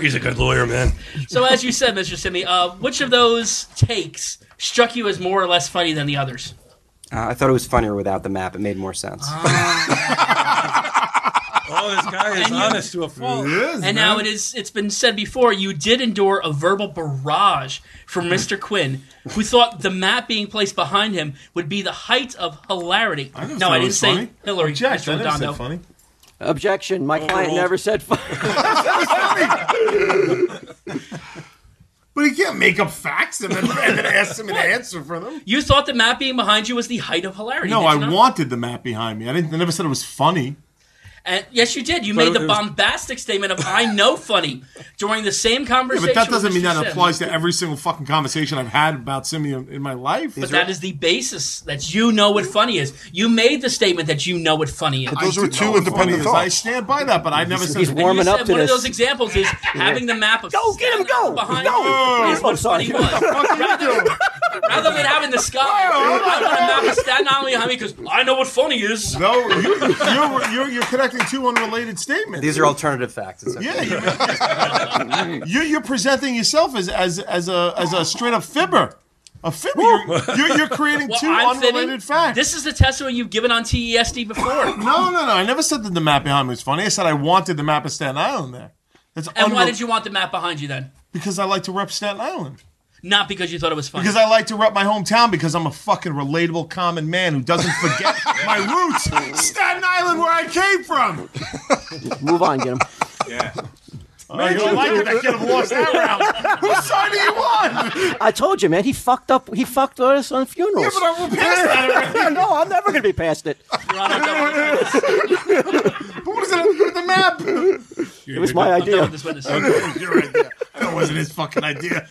[SPEAKER 3] He's a good lawyer, man.
[SPEAKER 5] So, as you said, Mr. Simi, uh, which of those takes struck you as more or less funny than the others?
[SPEAKER 17] Uh, I thought it was funnier without the map. It made more sense.
[SPEAKER 3] Oh, this guy is honest to a fault.
[SPEAKER 5] and now it is. It's been said before. You did endure a verbal barrage from Mr. Quinn, who thought the map being placed behind him would be the height of hilarity. no,
[SPEAKER 2] thought
[SPEAKER 5] I
[SPEAKER 2] it
[SPEAKER 5] didn't
[SPEAKER 2] was
[SPEAKER 5] say
[SPEAKER 2] funny.
[SPEAKER 5] Hillary. Mr.
[SPEAKER 2] I never said
[SPEAKER 5] Redondo.
[SPEAKER 2] funny. Objection. My client
[SPEAKER 5] Overruled.
[SPEAKER 2] never said funny.
[SPEAKER 4] But he can't make up facts and then, and then ask him an answer for them.
[SPEAKER 5] You thought the map being behind you was the height of hilarity.
[SPEAKER 4] No,
[SPEAKER 5] did you
[SPEAKER 4] I
[SPEAKER 5] not?
[SPEAKER 4] wanted the map behind me. I didn't. I never said it was funny.
[SPEAKER 5] And yes, you did. You
[SPEAKER 4] But
[SPEAKER 5] made the
[SPEAKER 4] it was-
[SPEAKER 5] bombastic statement of "I know funny" during the same
[SPEAKER 4] Yeah,
[SPEAKER 5] conversation.
[SPEAKER 4] but that doesn't
[SPEAKER 5] with
[SPEAKER 4] mean
[SPEAKER 5] Mr.
[SPEAKER 4] that
[SPEAKER 5] Sim.
[SPEAKER 4] applies to every single fucking conversation I've had about Simeon in my life.
[SPEAKER 5] But that is the basis that you know what funny is. You made the statement that you know what funny is.
[SPEAKER 4] I do know what funny is. I stand by that, but I never said
[SPEAKER 5] And you said One of those examples is having the map of go get him go behind you is
[SPEAKER 4] Oh,
[SPEAKER 5] what funny was. Rather than having the sky, I want a map of Staten Island behind me because I know what funny is.
[SPEAKER 4] No, you, you're, you're, you're connecting two unrelated statements.
[SPEAKER 17] These are alternative facts. It's
[SPEAKER 4] Yeah, you- you're, you're presenting yourself as as as a as a straight up fibber, a fibber. You're, you're, you're creating
[SPEAKER 5] Well,
[SPEAKER 4] two
[SPEAKER 5] I'm
[SPEAKER 4] unrelated
[SPEAKER 5] fibbing?
[SPEAKER 4] facts.
[SPEAKER 5] This is the testimony you've given on TESD before.
[SPEAKER 4] No, no, no. I never said that the map behind me was funny. I said I wanted the map of Staten Island there. That's
[SPEAKER 5] And why
[SPEAKER 4] unrel-
[SPEAKER 5] did you want the map behind you then?
[SPEAKER 4] Because I like to rep Staten Island.
[SPEAKER 5] Not because you thought it was funny.
[SPEAKER 4] Because I like to rep my hometown because I'm a fucking relatable common man who doesn't forget my roots. Staten Island, where I came from.
[SPEAKER 2] Move on, get him.
[SPEAKER 4] Yeah. Man, you don't like it. I could have lost that round. Whose side are you on?
[SPEAKER 2] I told you, man. He fucked up. He fucked us on funerals.
[SPEAKER 4] Yeah, but I- we're past that
[SPEAKER 2] no, I'm never gonna be past it.
[SPEAKER 4] but what is it under the map?
[SPEAKER 2] It was my idea.
[SPEAKER 4] Okay, you're right there. That wasn't his fucking idea.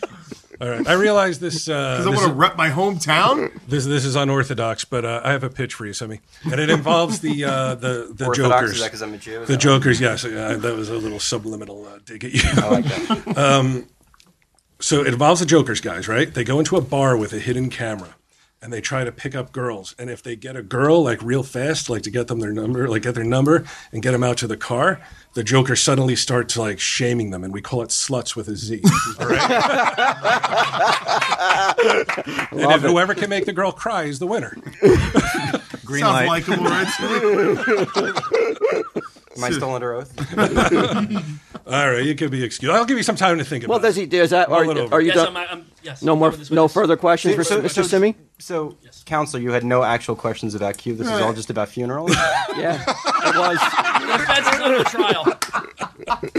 [SPEAKER 3] All right. I realize this.
[SPEAKER 4] Because
[SPEAKER 3] Uh,
[SPEAKER 4] I
[SPEAKER 3] this
[SPEAKER 4] want to
[SPEAKER 3] is-
[SPEAKER 4] rep my hometown.
[SPEAKER 3] This this is unorthodox, but uh, I have a pitch for you, Sammy, and it involves the uh, the the
[SPEAKER 17] Orthodox,
[SPEAKER 3] jokers.
[SPEAKER 17] is that 'cause I'm a Jew? Is
[SPEAKER 3] The
[SPEAKER 17] that-
[SPEAKER 3] jokers, yes, uh, that was a little subliminal uh, dig at you. I like that. um, so it involves the jokers, guys. Right? They go into a bar with a hidden camera, and they try to pick up girls. And if they get a girl like real fast, like to get them their number, like get their number and get them out to the car, the joker suddenly starts like shaming them, and we call it sluts with a Z. All right. and if
[SPEAKER 16] Love it.
[SPEAKER 3] whoever can make the girl cry is the winner.
[SPEAKER 17] Green
[SPEAKER 4] Sounds light. likable, right?
[SPEAKER 17] Am I still under oath?
[SPEAKER 3] All right, you could be excused. I'll give you some time to think about
[SPEAKER 2] Well, does he? Does that?
[SPEAKER 3] Mull
[SPEAKER 2] Are,
[SPEAKER 3] it over.
[SPEAKER 2] are you
[SPEAKER 3] Yes,
[SPEAKER 2] done?
[SPEAKER 3] I'm- I'm- yes,
[SPEAKER 2] no
[SPEAKER 3] I'm
[SPEAKER 2] more.
[SPEAKER 3] done with this
[SPEAKER 2] No further questions, for
[SPEAKER 17] So-
[SPEAKER 2] Mr.
[SPEAKER 17] so-
[SPEAKER 2] Simi.
[SPEAKER 17] So, Counselor, you had no actual questions about Q. This is all just about funerals.
[SPEAKER 2] yeah, it was.
[SPEAKER 5] That's another trial.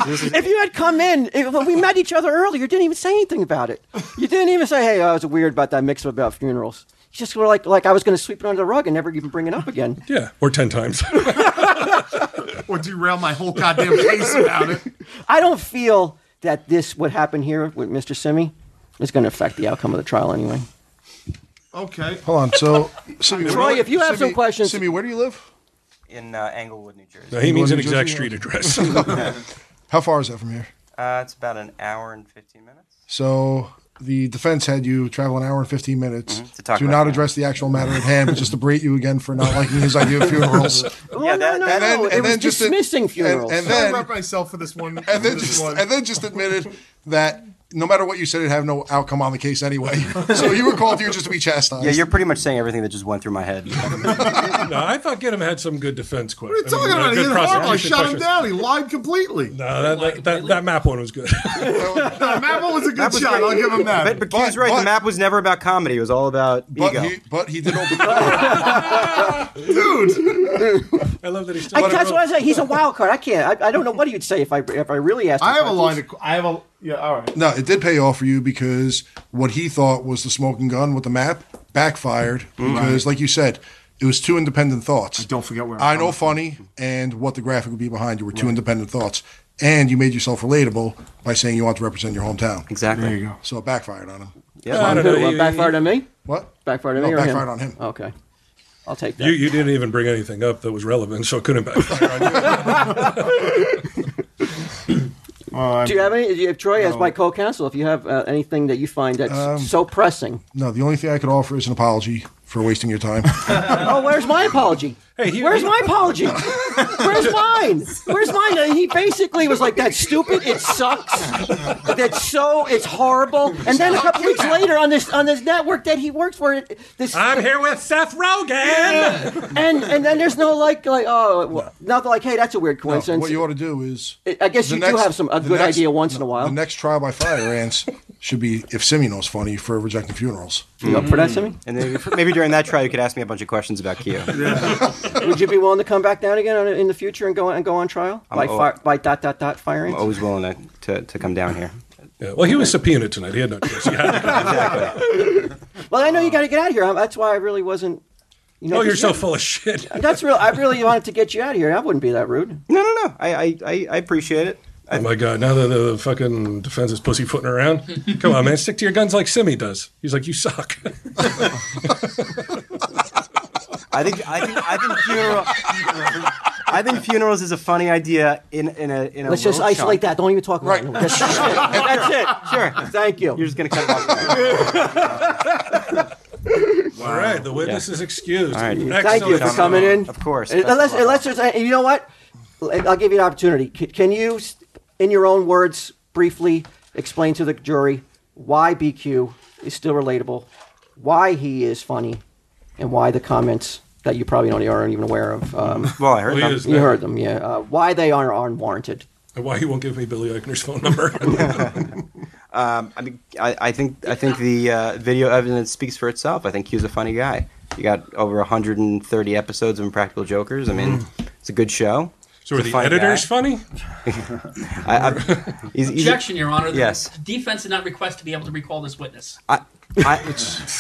[SPEAKER 2] If you had come in, if, when we met each other earlier, you didn't even say anything about it. You didn't even say, "Hey, I was weird about that mix-up about funerals." You just were like, like I was going to sweep it under the rug and never even bring it up again.
[SPEAKER 3] Yeah, or ten times.
[SPEAKER 4] or derail my whole goddamn case about it.
[SPEAKER 2] I don't feel that this what happened here with Mr. Simi is going to affect the outcome of the trial anyway.
[SPEAKER 4] Okay.
[SPEAKER 6] Hold on. So, Simi,
[SPEAKER 2] Troy, if you have some questions,
[SPEAKER 6] Simi, where do you live?
[SPEAKER 17] In uh, Englewood, New Jersey.
[SPEAKER 3] No, he means an exact street address.
[SPEAKER 6] How far is that from here?
[SPEAKER 17] uh, it's about an hour and 15 minutes.
[SPEAKER 6] So the defense had you travel an hour and 15 minutes
[SPEAKER 17] Mm-hmm, to talk about
[SPEAKER 6] not
[SPEAKER 17] that.
[SPEAKER 6] address the actual matter at hand, but just to berate you again for not liking his idea of funerals.
[SPEAKER 2] yeah, no, no,
[SPEAKER 6] and then-
[SPEAKER 2] no.
[SPEAKER 6] and
[SPEAKER 2] it was
[SPEAKER 6] then just a-
[SPEAKER 2] dismissing
[SPEAKER 6] and-
[SPEAKER 2] funerals.
[SPEAKER 6] and then-
[SPEAKER 4] I rep myself for this one.
[SPEAKER 6] And then just and then just admitted that no matter what you said, it'd have no outcome on the case anyway. So you were called here just to be chastised.
[SPEAKER 17] Yeah, you're pretty much saying everything that just went through my head.
[SPEAKER 3] no, I thought Get him had some good defense questions.
[SPEAKER 4] What are you talking about? He did horrible. Oh, I shot him down. He lied completely.
[SPEAKER 3] No, that, that, that, that map one was good.
[SPEAKER 4] No, Mapple was a
[SPEAKER 17] That
[SPEAKER 4] good
[SPEAKER 17] was
[SPEAKER 4] shot.
[SPEAKER 17] great.
[SPEAKER 4] I'll give him that.
[SPEAKER 17] But, but Q's right. the map was never about comedy. It was all about
[SPEAKER 6] But
[SPEAKER 17] ego.
[SPEAKER 6] he- but he did open
[SPEAKER 4] Dude.
[SPEAKER 3] I love that he's
[SPEAKER 2] I, that's what I say. He's a wild card. I can't. I, I don't know what he'd say if I if I really asked. him questions.
[SPEAKER 4] I have a. Yeah, all right.
[SPEAKER 6] No, it did pay off for you because what he thought was the smoking gun with the map backfired
[SPEAKER 4] Mm.
[SPEAKER 6] because, like you said, it was two independent thoughts.
[SPEAKER 4] Don't forget where
[SPEAKER 6] I
[SPEAKER 4] I'm
[SPEAKER 6] know
[SPEAKER 4] from.
[SPEAKER 6] funny and what the graphic would be behind you were two independent thoughts. And you made yourself relatable by saying you want to represent your hometown.
[SPEAKER 17] Exactly.
[SPEAKER 6] There you go. So it backfired on him.
[SPEAKER 2] Yeah, I don't know. What, backfired on me?
[SPEAKER 6] What?
[SPEAKER 2] Backfired on
[SPEAKER 6] No,
[SPEAKER 2] me? or
[SPEAKER 6] backfired
[SPEAKER 2] him?
[SPEAKER 6] on him.
[SPEAKER 2] Okay. I'll take that.
[SPEAKER 3] You, you didn't even bring anything up that was relevant, so it couldn't backfire on you.
[SPEAKER 2] Do you have any? do you- If Troy, as
[SPEAKER 6] No. Um,
[SPEAKER 2] my co-counsel, if you have uh, anything that you find that's so pressing,
[SPEAKER 6] No, the only thing I could offer is an apology for wasting your time.
[SPEAKER 2] oh, where's my apology? where's my apology? Where's mine? Where's mine? And he basically was like, "That's stupid. It sucks. That's so. It's horrible." And then a couple weeks later, on this on this network that he works for, it- this
[SPEAKER 3] I'm here with Seth Rogen.
[SPEAKER 2] and and then there's no like like oh well, not like hey that's a weird
[SPEAKER 6] No,
[SPEAKER 2] coincidence.
[SPEAKER 6] what you ought to do is.
[SPEAKER 2] I guess
[SPEAKER 6] the
[SPEAKER 2] you do
[SPEAKER 6] next-
[SPEAKER 2] have some a
[SPEAKER 6] the
[SPEAKER 2] good
[SPEAKER 6] next-
[SPEAKER 2] idea once in a while.
[SPEAKER 6] The next trial by fire, Ants, should be if Simeon's funny for rejecting funerals.
[SPEAKER 2] You up for that, Simi?
[SPEAKER 17] Mm. And maybe, maybe during that trial, you could ask me a bunch of questions about Q.
[SPEAKER 2] Would you be willing to come back down again on, in the future and go and go on trial
[SPEAKER 17] I'm
[SPEAKER 2] by
[SPEAKER 17] o-
[SPEAKER 2] fire, by dot dot dot firing?
[SPEAKER 17] I'm always willing to, to, to come down here.
[SPEAKER 3] Yeah, well, he was subpoenaed tonight. He had no choice. He had to come.
[SPEAKER 2] Well, I know you got to get out of here. Um, That's why I really wasn't You know,
[SPEAKER 3] oh, you're so
[SPEAKER 2] yeah.
[SPEAKER 3] full of shit.
[SPEAKER 2] That's real. I really wanted to get you out of here. I wouldn't be that rude.
[SPEAKER 17] No, no, no. I, I, I, I appreciate it.
[SPEAKER 3] Oh my god! Now that the fucking defense is pussyfooting around, come on, man, stick to your guns like Simi does. He's like, you suck.
[SPEAKER 17] I think I think I think funeral. I think funerals is a funny idea in in a in a.
[SPEAKER 2] Let's just
[SPEAKER 17] road
[SPEAKER 2] isolate
[SPEAKER 17] chunk.
[SPEAKER 2] that. Don't even talk about it. That's, that's it.
[SPEAKER 17] Sure.
[SPEAKER 2] Thank you. You're
[SPEAKER 17] just gonna cut it off.
[SPEAKER 3] All right, the witness is excused.
[SPEAKER 17] All right.
[SPEAKER 2] Thank you for
[SPEAKER 3] Excellent.
[SPEAKER 2] coming in.
[SPEAKER 17] Of course.
[SPEAKER 2] And
[SPEAKER 17] Best of
[SPEAKER 2] Unless,
[SPEAKER 17] luck.
[SPEAKER 2] unless there's, any- you know what? I'll give you an opportunity. C- Can you, s- in your own words, briefly explain to the jury why BQ is still relatable, why he is funny, and why the comments that you probably don't aren't even aware of. Um,
[SPEAKER 17] Well, I heard Well, he them. is
[SPEAKER 2] You
[SPEAKER 17] now.
[SPEAKER 2] heard them, yeah. Uh, why they are unwarranted.
[SPEAKER 3] And why he won't give me Billy Eichner's phone number?
[SPEAKER 17] Um, I mean, I, I think I think the uh, video evidence speaks for itself. I think Q's a funny guy. You got over 130 episodes of Impractical Jokers. I mean, it's a good show.
[SPEAKER 3] Mm. So
[SPEAKER 17] He's
[SPEAKER 3] are
[SPEAKER 17] a
[SPEAKER 3] the
[SPEAKER 17] fun
[SPEAKER 3] editors
[SPEAKER 17] guy.
[SPEAKER 3] funny?
[SPEAKER 17] I, I, he's- he's a-
[SPEAKER 5] Objection, Your Honor. The,
[SPEAKER 17] Yes.
[SPEAKER 5] The defense did not request to be able to recall this witness.
[SPEAKER 17] I, I,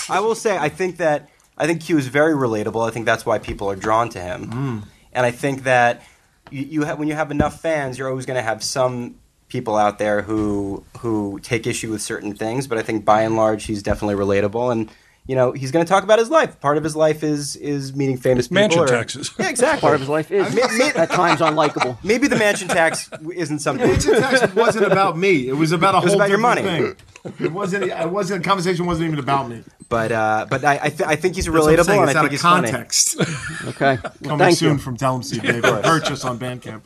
[SPEAKER 17] I will say I think that I think Q is very relatable. I think that's why people are drawn to him,
[SPEAKER 5] Mm.
[SPEAKER 17] and I think that you, you have, when you have enough fans, you're always going to have some people out there who who take issue with certain things. But I think by and large, he's definitely relatable, and you know he's going to talk about his life. Part of his life is is meeting famous people.
[SPEAKER 3] Mansion
[SPEAKER 17] or-
[SPEAKER 3] taxes.
[SPEAKER 17] Yeah, exactly.
[SPEAKER 2] Part of his life is at times unlikable.
[SPEAKER 17] Maybe the mansion tax isn't something.
[SPEAKER 4] Mansion tax wasn't about me. It was about a
[SPEAKER 17] It was
[SPEAKER 4] whole
[SPEAKER 17] about your
[SPEAKER 4] different
[SPEAKER 17] money.
[SPEAKER 4] thing. It wasn't. It wasn't. The conversation wasn't even about me.
[SPEAKER 17] But uh, but I I, th- I think he's
[SPEAKER 4] That's what I'm
[SPEAKER 17] relatable,
[SPEAKER 4] saying.
[SPEAKER 17] and I
[SPEAKER 4] It's out
[SPEAKER 17] think he's
[SPEAKER 4] of context.
[SPEAKER 17] funny.
[SPEAKER 2] Okay.
[SPEAKER 4] Coming
[SPEAKER 2] Thank
[SPEAKER 4] soon
[SPEAKER 2] you.
[SPEAKER 4] from Tell 'em Steve
[SPEAKER 2] Of
[SPEAKER 4] Dave for
[SPEAKER 2] course.
[SPEAKER 4] purchase on Bandcamp.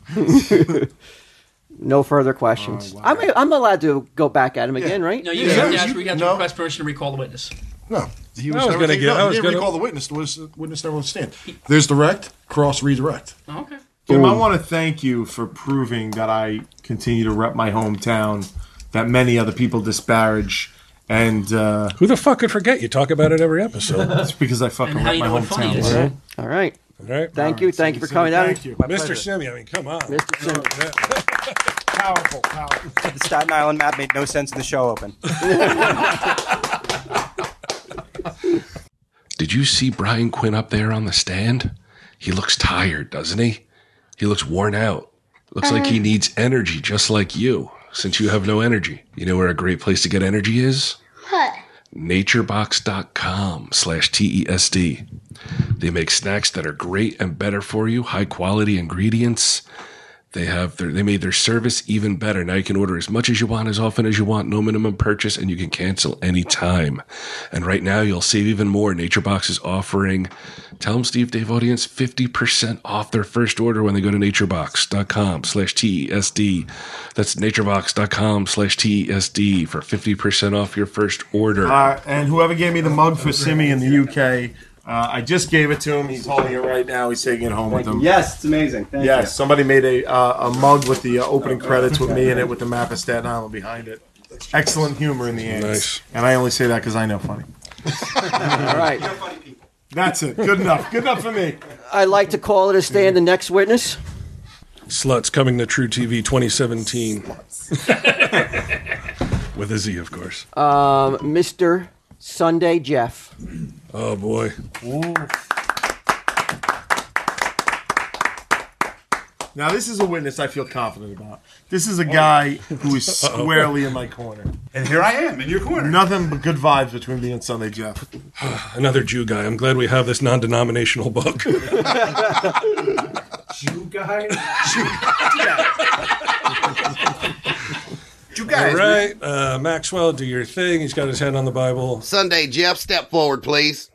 [SPEAKER 2] No further questions. I'm, I'm allowed to go back at him again, right?
[SPEAKER 5] No, you have to ask. We have to request permission to recall the witness.
[SPEAKER 6] No, he
[SPEAKER 5] I was
[SPEAKER 6] was, never
[SPEAKER 5] gonna
[SPEAKER 6] taken-
[SPEAKER 5] get-
[SPEAKER 6] no,
[SPEAKER 5] I
[SPEAKER 6] he
[SPEAKER 5] was
[SPEAKER 6] didn't
[SPEAKER 5] gonna-
[SPEAKER 6] recall the witness. The witness, witness never was stand. There's direct, cross, redirect.
[SPEAKER 5] Okay.
[SPEAKER 4] Jim, I
[SPEAKER 6] Boom.
[SPEAKER 4] want to thank you for proving that I continue to rep my hometown that many other people disparage. And uh,
[SPEAKER 3] who the fuck could forget? You talk about it every episode.
[SPEAKER 4] it's because I fucking
[SPEAKER 3] And how
[SPEAKER 4] rep
[SPEAKER 3] you
[SPEAKER 4] my
[SPEAKER 3] know what funny
[SPEAKER 4] hometown.
[SPEAKER 3] is.
[SPEAKER 4] right?
[SPEAKER 2] All right.
[SPEAKER 3] All right.
[SPEAKER 2] Thank you. Thank you for coming down.
[SPEAKER 3] Mr. Simi. I mean, come on, Mr. Simi.
[SPEAKER 4] Powerful, powerful.
[SPEAKER 17] The Staten Island map made no sense in the show open.
[SPEAKER 16] Did you see Brian Quinn up there on the stand? He looks tired, doesn't he? He looks worn out. Looks like he needs energy, just like you, since you have no energy. You know where a great place to get energy is?
[SPEAKER 10] What?
[SPEAKER 16] naturebox.com slash tesd they make snacks that are great and better for you high quality ingredients they have their they made their service even better now you can order as much as you want as often as you want no minimum purchase and you can cancel anytime and right now you'll save even more naturebox is offering tell them steve dave audience 50% off their first order when they go to naturebox.com slash tesd that's naturebox.com slash tesd for 50% off your first order
[SPEAKER 4] Uh, and whoever gave me the mug for Simi in the UK, uh, I just gave it to him. He's holding it right now. He's taking it home with him.
[SPEAKER 17] Yes, it's amazing. Thank
[SPEAKER 4] yes, somebody made a uh, a mug with the uh, opening credits with me in it with the map of Staten Island behind it. Excellent humor in the end.
[SPEAKER 3] Nice.
[SPEAKER 4] And I only say that because I know funny.
[SPEAKER 2] All right.
[SPEAKER 4] That's it. Good enough. Good enough for me.
[SPEAKER 2] I'd like to call it a stand. The next witness.
[SPEAKER 3] Sluts coming to True TV 2017. With a Z, of course.
[SPEAKER 2] Um, Mr. Sunday Jeff.
[SPEAKER 3] Oh boy.
[SPEAKER 4] Now this is a witness I feel confident about. This
[SPEAKER 18] Oh.
[SPEAKER 4] is a guy who is
[SPEAKER 12] Uh-oh.
[SPEAKER 4] squarely in my corner.
[SPEAKER 12] And here I am in your corner.
[SPEAKER 4] Nothing but good vibes between me and Sunday Jeff.
[SPEAKER 3] Another Jew guy. I'm glad we have this non denominational book.
[SPEAKER 13] Jew guy?
[SPEAKER 7] You
[SPEAKER 3] All right. Uh, Maxwell, do your thing. He's got his head on the Bible.
[SPEAKER 7] Sunday, Jeff, step forward, please.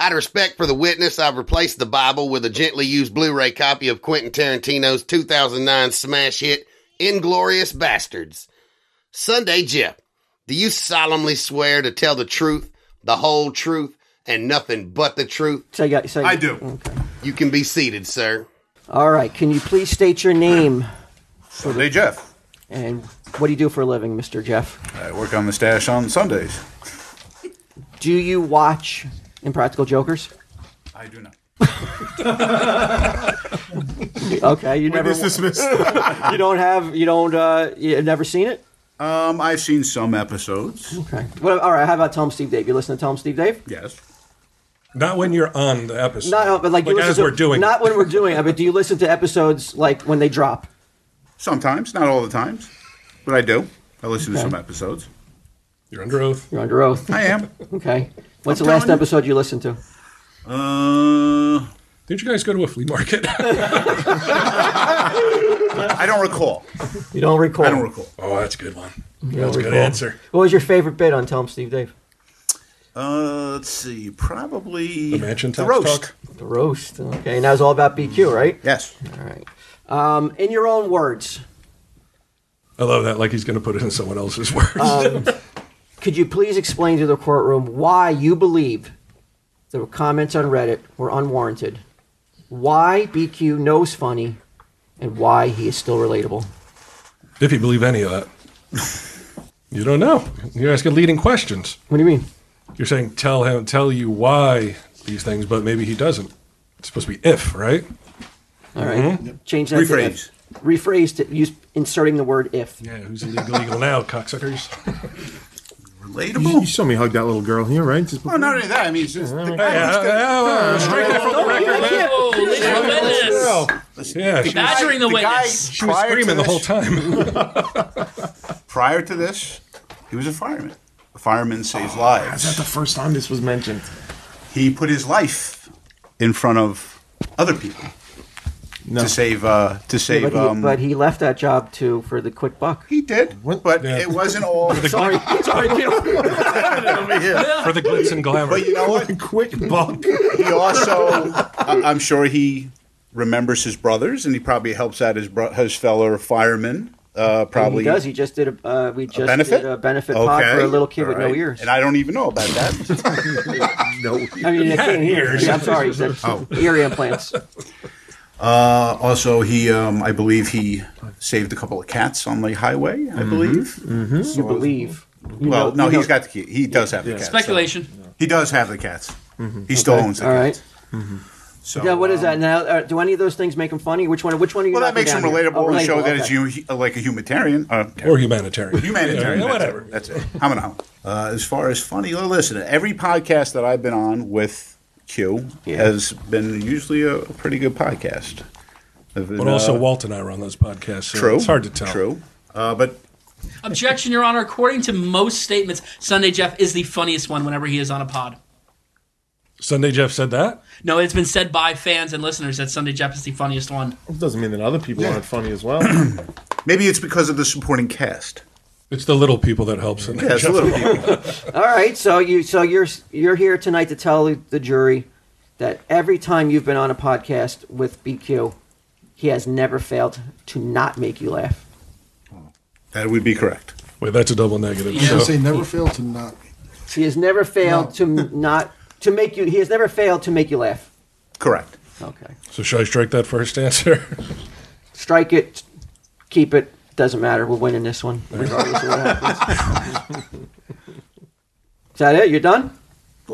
[SPEAKER 7] Out of respect for the witness, I've replaced the Bible with a gently used Blu ray copy of Quentin Tarantino's 2009 smash hit, Inglorious Bastards. Sunday, Jeff, do you solemnly swear to tell the truth, the whole truth, and nothing but the truth?
[SPEAKER 2] Say, yeah, say,
[SPEAKER 7] I do. You can be seated, sir.
[SPEAKER 2] All right. Can you please state your name?
[SPEAKER 18] Sunday Jeff.
[SPEAKER 2] And what do you do for a living, Mr. Jeff?
[SPEAKER 18] I work on the stash on Sundays.
[SPEAKER 2] Do you watch Impractical Jokers?
[SPEAKER 18] I do not.
[SPEAKER 2] Okay, you never.
[SPEAKER 18] Witness dismissed.
[SPEAKER 2] you don't have. You don't. Uh, you've never seen it.
[SPEAKER 18] Um, I've seen some episodes.
[SPEAKER 2] Okay. What, all right. How about Tom Steve Dave? You listen to Tom Steve Dave?
[SPEAKER 18] Yes.
[SPEAKER 3] Not when you're on the episode.
[SPEAKER 2] Not uh, but like, you
[SPEAKER 3] Like,
[SPEAKER 2] listen
[SPEAKER 3] as
[SPEAKER 2] to-
[SPEAKER 3] we're doing.
[SPEAKER 2] Not when we're doing. it, But do you listen to episodes like when they drop?
[SPEAKER 18] Sometimes, not all the times, but I do. I listen
[SPEAKER 2] Okay.
[SPEAKER 18] to some episodes.
[SPEAKER 3] You're under oath.
[SPEAKER 2] You're under oath.
[SPEAKER 18] I am.
[SPEAKER 2] Okay. What's
[SPEAKER 18] I'm
[SPEAKER 2] the last
[SPEAKER 18] telling you.
[SPEAKER 2] episode you listened to?
[SPEAKER 18] Uh,
[SPEAKER 3] Did you guys go to a flea market?
[SPEAKER 18] I don't recall.
[SPEAKER 2] You don't recall.
[SPEAKER 18] I don't recall.
[SPEAKER 3] Oh, that's a good one.
[SPEAKER 2] You don't recall. What was your favorite bit on Tell 'em Steve Dave?
[SPEAKER 18] Uh, let's see. Probably
[SPEAKER 2] The Mansion
[SPEAKER 18] the roast.
[SPEAKER 2] The roast. Okay, and that was all about BQ, right?
[SPEAKER 18] Yes.
[SPEAKER 2] All right. Um, in your own words,
[SPEAKER 3] I love that. Like he's going to put it in someone else's words.
[SPEAKER 2] um, could you please explain to the courtroom why you believe the comments on Reddit were unwarranted? Why BQ knows funny, and why he is still relatable?
[SPEAKER 3] if you believe any of that. You don't know. You're asking leading questions.
[SPEAKER 2] What do you mean?
[SPEAKER 3] You're saying tell him, tell you why these things, but maybe he doesn't. It's supposed to be if, right? Mm-hmm.
[SPEAKER 2] All right.
[SPEAKER 18] Mm-hmm.
[SPEAKER 2] Change that. to
[SPEAKER 3] Rephrase.
[SPEAKER 2] if. Rephrase to use inserting the word if.
[SPEAKER 3] Yeah, who's illegal legal now, cocksuckers?
[SPEAKER 18] Relatable.
[SPEAKER 4] You, you saw me hug that little girl here, right? Just
[SPEAKER 18] Oh, not only that. I mean, it's just. The guy
[SPEAKER 3] yeah,
[SPEAKER 18] was good.
[SPEAKER 3] yeah, well, strike that from the
[SPEAKER 18] Don't-
[SPEAKER 3] record,
[SPEAKER 18] I
[SPEAKER 3] man.
[SPEAKER 18] can't-
[SPEAKER 5] Oh, leading the witness.
[SPEAKER 3] Yeah, she was-
[SPEAKER 5] Badgering the witness.
[SPEAKER 3] She was screaming the whole time.
[SPEAKER 18] prior to this, he was a fireman. A fireman saves lives.
[SPEAKER 4] That's not the first time this was mentioned.
[SPEAKER 18] He put his life in front of other people to save uh, to
[SPEAKER 2] Yeah,
[SPEAKER 18] save.
[SPEAKER 2] but, he,
[SPEAKER 18] um,
[SPEAKER 2] but he left that job too for the quick buck.
[SPEAKER 18] He did, but it wasn't all.
[SPEAKER 2] Sorry, sorry, Peter.
[SPEAKER 3] For the glitz and glamour.
[SPEAKER 18] But you know what?
[SPEAKER 4] Quick buck.
[SPEAKER 18] He also, I- I'm sure he remembers his brothers, and he probably helps out his bro- his fellow firemen. Uh, probably
[SPEAKER 2] he does. He just did a uh, we just
[SPEAKER 18] benefit?
[SPEAKER 2] did a benefit pod for a little kid
[SPEAKER 18] all
[SPEAKER 2] with no
[SPEAKER 18] right.
[SPEAKER 2] ears.
[SPEAKER 18] And I don't even know about that.
[SPEAKER 4] no.
[SPEAKER 2] I mean,
[SPEAKER 18] He
[SPEAKER 2] it
[SPEAKER 18] had
[SPEAKER 2] can't hear.
[SPEAKER 18] ears.
[SPEAKER 2] Yeah, I'm sorry. That's
[SPEAKER 18] Oh.
[SPEAKER 2] Ear implants.
[SPEAKER 18] Uh, also, he, um, I believe he saved a couple of cats on the highway.
[SPEAKER 3] Mm-hmm.
[SPEAKER 18] I believe. uh,
[SPEAKER 2] You believe. You
[SPEAKER 18] well,
[SPEAKER 2] know-
[SPEAKER 18] no,
[SPEAKER 2] you
[SPEAKER 18] he's
[SPEAKER 2] know-
[SPEAKER 18] got the key. He does have the cats. so-
[SPEAKER 5] Speculation.
[SPEAKER 18] He does have the cats.
[SPEAKER 3] Mm-hmm.
[SPEAKER 18] He still
[SPEAKER 2] Okay.
[SPEAKER 18] owns the
[SPEAKER 2] All
[SPEAKER 18] cats. So, um,
[SPEAKER 2] yeah, what is that now? Uh, do any of those things make him funny? Which one? Which one? Are you
[SPEAKER 18] Well, that
[SPEAKER 2] knocking
[SPEAKER 18] makes him
[SPEAKER 2] down here?
[SPEAKER 18] relatable
[SPEAKER 2] Oh,
[SPEAKER 18] and show that
[SPEAKER 2] okay.
[SPEAKER 18] it's you, like a humanitarian. Uh,
[SPEAKER 3] Or humanitarian.
[SPEAKER 18] Humanitarian.
[SPEAKER 3] Yeah,
[SPEAKER 18] that's it.
[SPEAKER 3] whatever.
[SPEAKER 18] That's it. I'm an owl. Uh, as far as funny, well, listen, every podcast that I've been on with Q has been usually a, a pretty good podcast. I've been,
[SPEAKER 3] But also,
[SPEAKER 18] uh,
[SPEAKER 3] Walt and I were on those podcasts. So
[SPEAKER 18] true.
[SPEAKER 3] It's hard to tell.
[SPEAKER 18] True. Uh, but
[SPEAKER 5] Objection, Your Honor. According to most statements, Sunday Jeff is the funniest one whenever he is on a pod.
[SPEAKER 3] Sunday Jeff said that?
[SPEAKER 5] No, it's been said by fans and listeners that Sunday Jeff is the funniest one.
[SPEAKER 4] It doesn't mean that other people aren't funny as well.
[SPEAKER 18] maybe it's because of the supporting cast.
[SPEAKER 3] It's the little people that helps him.
[SPEAKER 18] Yeah, it's the little people.
[SPEAKER 2] All right, so you so you're you're here tonight to tell the jury that every time you've been on a podcast with BQ, he has never failed to not make you laugh.
[SPEAKER 18] That would be correct.
[SPEAKER 3] Wait, that's a double negative.
[SPEAKER 6] I was gonna
[SPEAKER 3] So.
[SPEAKER 6] say never fail to not.
[SPEAKER 2] He has never failed to m- not to make you. He has never failed to make you laugh.
[SPEAKER 18] Correct.
[SPEAKER 2] Okay,
[SPEAKER 3] so should I strike that first answer?
[SPEAKER 2] strike it, keep it. Doesn't matter. We're winning this one, regardless of what happens. Is that it? You're done?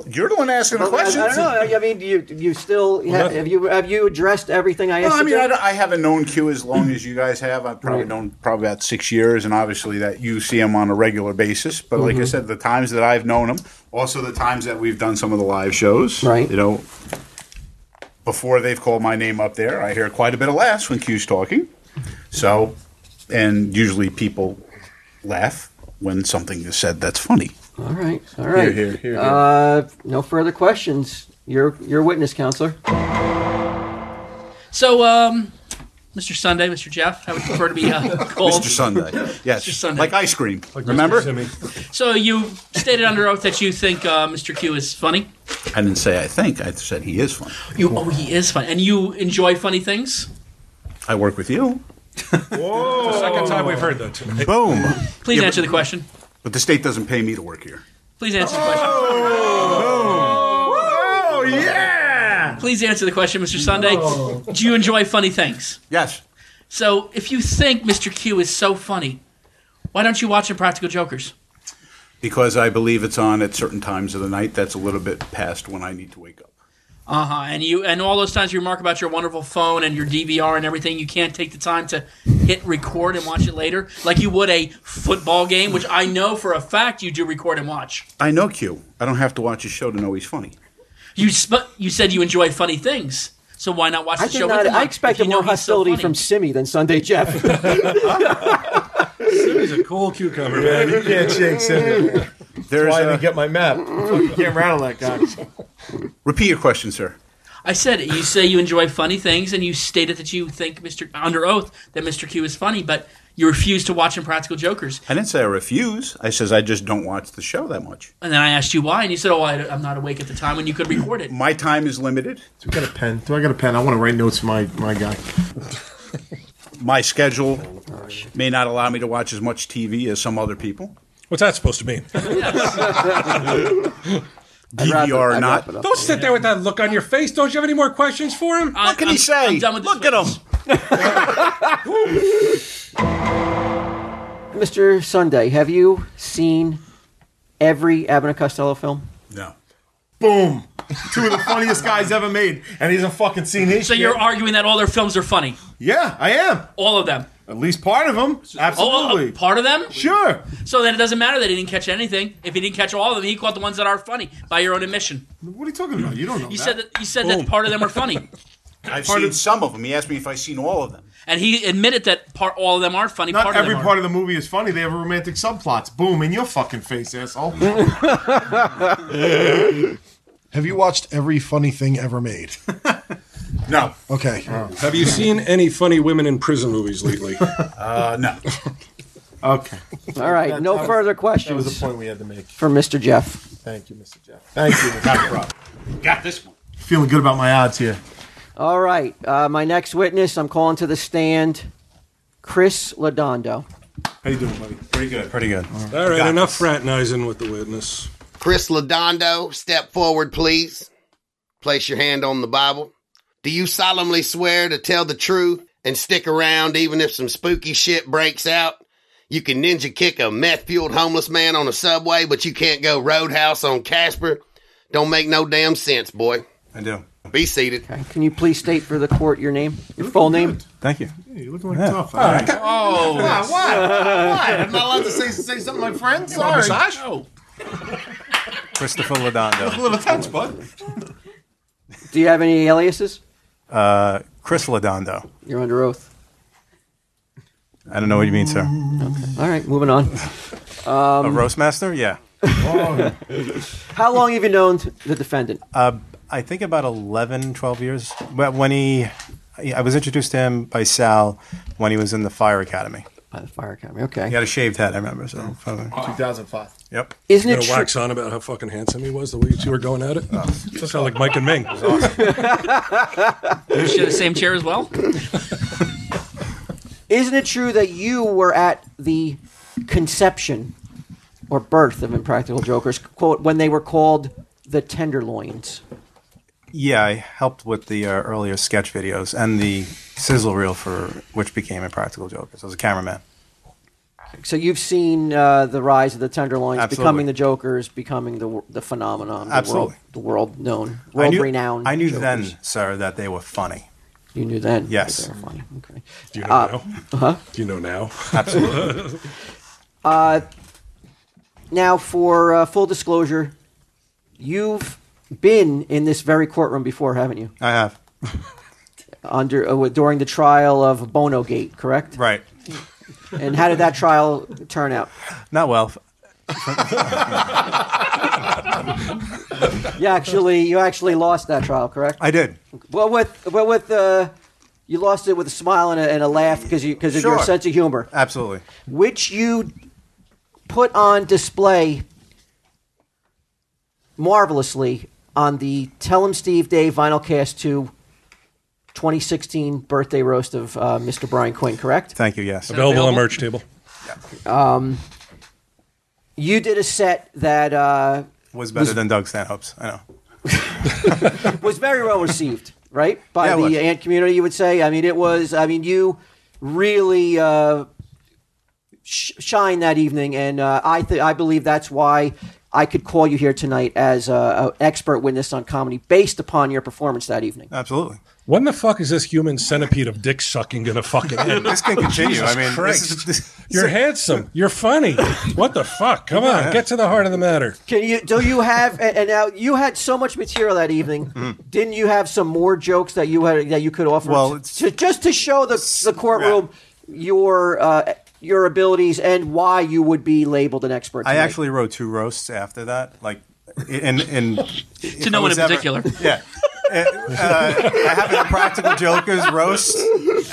[SPEAKER 18] You're the one asking the
[SPEAKER 2] I-
[SPEAKER 18] questions.
[SPEAKER 2] I, don't know. I- I mean, you you still have, have you have you addressed everything I asked?
[SPEAKER 18] Well, I
[SPEAKER 2] you
[SPEAKER 18] mean,
[SPEAKER 2] to?
[SPEAKER 18] I, don't- I haven't known Q as long as you guys have. I've probably
[SPEAKER 2] Right.
[SPEAKER 18] known probably about six years, and obviously that you see him on a regular basis. But like I
[SPEAKER 2] Mhm.
[SPEAKER 18] said, the times that I've known him, also the times that we've done some of the live shows,
[SPEAKER 2] Right.
[SPEAKER 18] You know, before they've called my name up there, I hear quite a bit of laughs when Q's talking. So, and usually people laugh when something is said that's funny.
[SPEAKER 2] All right, all right.
[SPEAKER 18] Here, here, here, here.
[SPEAKER 2] Uh, no further questions. Your your witness, counselor.
[SPEAKER 5] So, um, Mr. Sunday, Mr. Jeff, I would prefer to be uh, called
[SPEAKER 18] Mr. Sunday, yes,
[SPEAKER 5] Mr. Sunday.
[SPEAKER 18] like ice cream. Remember,
[SPEAKER 5] So you stated under oath that you think uh, Mr. Q is funny.
[SPEAKER 18] I didn't say I think. I said he is funny.
[SPEAKER 5] You oh he is funny, and you enjoy funny things.
[SPEAKER 18] I work with you.
[SPEAKER 3] It's the second time we've heard that tonight.
[SPEAKER 18] Boom.
[SPEAKER 5] Please
[SPEAKER 18] Yeah,
[SPEAKER 5] answer
[SPEAKER 18] but-
[SPEAKER 5] the question.
[SPEAKER 18] But the state doesn't pay me to work here.
[SPEAKER 5] Please answer the question.
[SPEAKER 18] Oh yeah! Oh.
[SPEAKER 5] Please answer the question, Mr. Sunday. Do you enjoy funny things?
[SPEAKER 18] Yes.
[SPEAKER 5] So if you think Mr. Q is so funny, why don't you watch Impractical Jokers?
[SPEAKER 18] Because I believe it's on at certain times of the night. That's a little bit past when I need to wake up.
[SPEAKER 5] Uh huh. And you and all those times you remark about your wonderful phone and your DVR and everything, you can't take the time to hit record and watch it later, like you would a football game, which I know for a fact you do record and watch.
[SPEAKER 18] I know Q. I don't have to watch his show to know he's funny.
[SPEAKER 5] You sp- you said you enjoyed funny things, so why not watch the
[SPEAKER 2] I did
[SPEAKER 5] show
[SPEAKER 2] not.
[SPEAKER 5] with him?
[SPEAKER 2] I expected more hostility from Simi than Sunday Jeff.
[SPEAKER 3] He's a cool cucumber, man.
[SPEAKER 4] You can't shake Simi.
[SPEAKER 18] There's
[SPEAKER 4] why I
[SPEAKER 18] a-
[SPEAKER 4] didn't get my map. You can't rattle that guy.
[SPEAKER 18] Repeat your question, sir.
[SPEAKER 5] I said you say you enjoy funny things, and you stated that you think Mr. Under oath that Mr. Q is funny, but you refuse to watch Impractical Jokers.
[SPEAKER 18] I didn't say I refuse. I says I just don't watch the show that much.
[SPEAKER 5] And then I asked you why, and you said, "Oh, I, am not awake at the time when you could record it."
[SPEAKER 18] My time is limited.
[SPEAKER 4] Do I got a pen? Do I got a pen? I want to write notes for my, my guy.
[SPEAKER 18] My schedule may not allow me to watch as much TV as some other people.
[SPEAKER 3] What's that supposed to mean?
[SPEAKER 18] DVR or not.
[SPEAKER 3] Don't sit there with that look on your face. Don't you have any more questions for him?
[SPEAKER 5] what
[SPEAKER 18] can he say? Look at him.
[SPEAKER 2] Mr. Sunday, have you seen every Abbott and Costello film?
[SPEAKER 18] No.
[SPEAKER 4] Boom. Two of the funniest guys ever made, and he's a fucking seen his.
[SPEAKER 5] So
[SPEAKER 4] shit.
[SPEAKER 5] you're arguing that all their films are funny?
[SPEAKER 4] Yeah, I am.
[SPEAKER 5] All of them.
[SPEAKER 4] At least part of them. Absolutely.
[SPEAKER 5] Oh, oh, part of them?
[SPEAKER 4] Sure.
[SPEAKER 5] So then it doesn't matter that he didn't catch anything. If he didn't catch all of them, he caught the ones that are funny by your own admission.
[SPEAKER 4] What are you talking about? You don't know.
[SPEAKER 5] You said that you said that part of them are funny,
[SPEAKER 18] I've
[SPEAKER 5] Part
[SPEAKER 18] seen
[SPEAKER 5] of-
[SPEAKER 18] some of them. He asked me if I've seen all of them.
[SPEAKER 5] and he admitted that part all of them are funny.
[SPEAKER 4] Not
[SPEAKER 5] part
[SPEAKER 4] every
[SPEAKER 5] of them
[SPEAKER 4] part of the movie is funny. They have romantic subplots. Boom, in your fucking face, asshole.
[SPEAKER 6] Have you watched every funny thing ever made?
[SPEAKER 18] no. Oh.
[SPEAKER 6] Okay.
[SPEAKER 3] Have you seen any funny women in prison movies lately?
[SPEAKER 18] Uh, no.
[SPEAKER 4] okay.
[SPEAKER 2] All right, no further questions.
[SPEAKER 4] That was the point we had to make.
[SPEAKER 2] For Mr. Jeff.
[SPEAKER 4] Thank you, Mr. Jeff. Thank you. Mr. Jeff.
[SPEAKER 18] Got this one.
[SPEAKER 4] Feeling good about my odds here.
[SPEAKER 2] All right, uh, my next witness, I'm calling to the stand, Chris Ladondo.
[SPEAKER 4] How you doing, buddy? Pretty good.
[SPEAKER 18] Pretty good.
[SPEAKER 3] All right,
[SPEAKER 18] Got
[SPEAKER 3] enough fraternizing with the witness.
[SPEAKER 7] Chris Ladondo, step forward, please. Place your hand on the Bible. Do you solemnly swear to tell the truth and stick around even if some spooky shit breaks out? You can ninja kick a meth fueled homeless man on a subway, but you can't go roadhouse on Casper. Don't make no damn sense, boy.
[SPEAKER 18] I do.
[SPEAKER 7] Be seated.
[SPEAKER 2] Can you please state for the court your name, your full name?
[SPEAKER 18] Thank you.
[SPEAKER 4] Hey, you're looking like
[SPEAKER 2] Yeah.
[SPEAKER 4] tough.
[SPEAKER 2] All right.
[SPEAKER 4] Oh, why?
[SPEAKER 2] Yes.
[SPEAKER 4] Why? Why? I'm not allowed to say, say something like friend.
[SPEAKER 18] You want a
[SPEAKER 4] Sorry.
[SPEAKER 18] massage?
[SPEAKER 4] No.
[SPEAKER 14] Christopher
[SPEAKER 4] Look a little
[SPEAKER 14] Ladondo.
[SPEAKER 4] tense, bud.
[SPEAKER 2] Do you have any aliases?
[SPEAKER 14] Uh, Chris Ladondo.
[SPEAKER 2] You're under oath.
[SPEAKER 14] I don't know what you mean, sir.
[SPEAKER 2] All right, moving on. Um,
[SPEAKER 14] a roast master? Yeah.
[SPEAKER 2] How long have you known the defendant?
[SPEAKER 14] Uh, I think about 11, 12 years. But when he, I was introduced to him by Sal when he was in the fire academy.
[SPEAKER 2] By the fire academy, okay.
[SPEAKER 14] He had a shaved head, I remember. So,
[SPEAKER 4] 2005.
[SPEAKER 14] Yep.
[SPEAKER 2] Isn't
[SPEAKER 3] you
[SPEAKER 2] it
[SPEAKER 3] gonna
[SPEAKER 2] true-
[SPEAKER 3] wax on about how fucking handsome he was the way you two were going at it?
[SPEAKER 14] Oh.
[SPEAKER 3] Just sound like Mike and Ming.
[SPEAKER 5] are. You share the same chair as well.
[SPEAKER 2] Isn't it true that you were at the conception or birth of Impractical Jokers, quote, when they were called the Tenderloins?
[SPEAKER 14] Yeah, I helped with the uh, earlier sketch videos and the sizzle reel for which became Impractical Jokers. I was a cameraman.
[SPEAKER 2] So you've seen uh, the rise of the Tenderloins
[SPEAKER 14] Absolutely.
[SPEAKER 2] becoming the Jokers, becoming the, the phenomenon, the
[SPEAKER 14] Absolutely.
[SPEAKER 2] world, the world known,
[SPEAKER 14] I
[SPEAKER 2] world
[SPEAKER 14] knew,
[SPEAKER 2] renowned.
[SPEAKER 14] I knew
[SPEAKER 2] Jokers.
[SPEAKER 14] then, sir, that they were funny.
[SPEAKER 2] You knew then. that
[SPEAKER 14] Yes.
[SPEAKER 2] they were funny. Okay.
[SPEAKER 14] Do
[SPEAKER 3] you
[SPEAKER 14] know
[SPEAKER 2] Uh, Huh?
[SPEAKER 3] Do you know now?
[SPEAKER 14] Absolutely.
[SPEAKER 2] Uh, now, for uh, full disclosure, you've been in this very courtroom before, haven't you?
[SPEAKER 14] I have.
[SPEAKER 2] Under uh, during the trial of Bono Gate, correct?
[SPEAKER 14] Right.
[SPEAKER 2] And how did that trial turn out?
[SPEAKER 14] Not well.
[SPEAKER 2] You actually you actually lost that trial, correct?
[SPEAKER 14] I did.
[SPEAKER 2] Well, with well with uh, you lost it with a smile and a, and a laugh because you because of your
[SPEAKER 14] Sure.
[SPEAKER 2] sense of humor,
[SPEAKER 14] Absolutely.
[SPEAKER 2] which you put on display marvelously on the Tell 'em Steve Day Vinyl Cast 2 2016 birthday roast of uh, Mr. Brian Quinn, correct?
[SPEAKER 14] Thank you, yes.
[SPEAKER 3] Available on merch table.
[SPEAKER 2] Um, you did a set that uh,
[SPEAKER 14] Was better than Doug Stanhope's. I know.
[SPEAKER 2] was very well received, right? By
[SPEAKER 14] Yeah, it was.
[SPEAKER 2] the ant community, you would say. I mean, it was. I mean, you really uh, sh- shine that evening, and uh, I th- I believe that's why I could call you here tonight as uh, an expert witness on comedy based upon your performance that evening.
[SPEAKER 14] Absolutely.
[SPEAKER 3] When the fuck is this human centipede of dick sucking gonna fucking end?
[SPEAKER 14] This can continue.
[SPEAKER 3] Jesus
[SPEAKER 14] I mean, this
[SPEAKER 3] Christ.
[SPEAKER 14] is-
[SPEAKER 3] you're handsome. You're funny. What the fuck? Come on, get to the heart of the matter.
[SPEAKER 2] Can you? Do you have? And, and now you had so much material that evening. Didn't you have some more jokes that you had that you could offer?
[SPEAKER 14] Mm-hmm. Well,
[SPEAKER 2] to- to- just to show the the courtroom your uh, your abilities and why you would be labeled an expert.
[SPEAKER 14] I
[SPEAKER 2] tonight.
[SPEAKER 14] actually wrote two roasts after that, like in in if
[SPEAKER 5] To no
[SPEAKER 14] I
[SPEAKER 5] one
[SPEAKER 14] was
[SPEAKER 5] in
[SPEAKER 14] ever-
[SPEAKER 5] particular.
[SPEAKER 14] Yeah, uh, I have an Impractical Jokers roast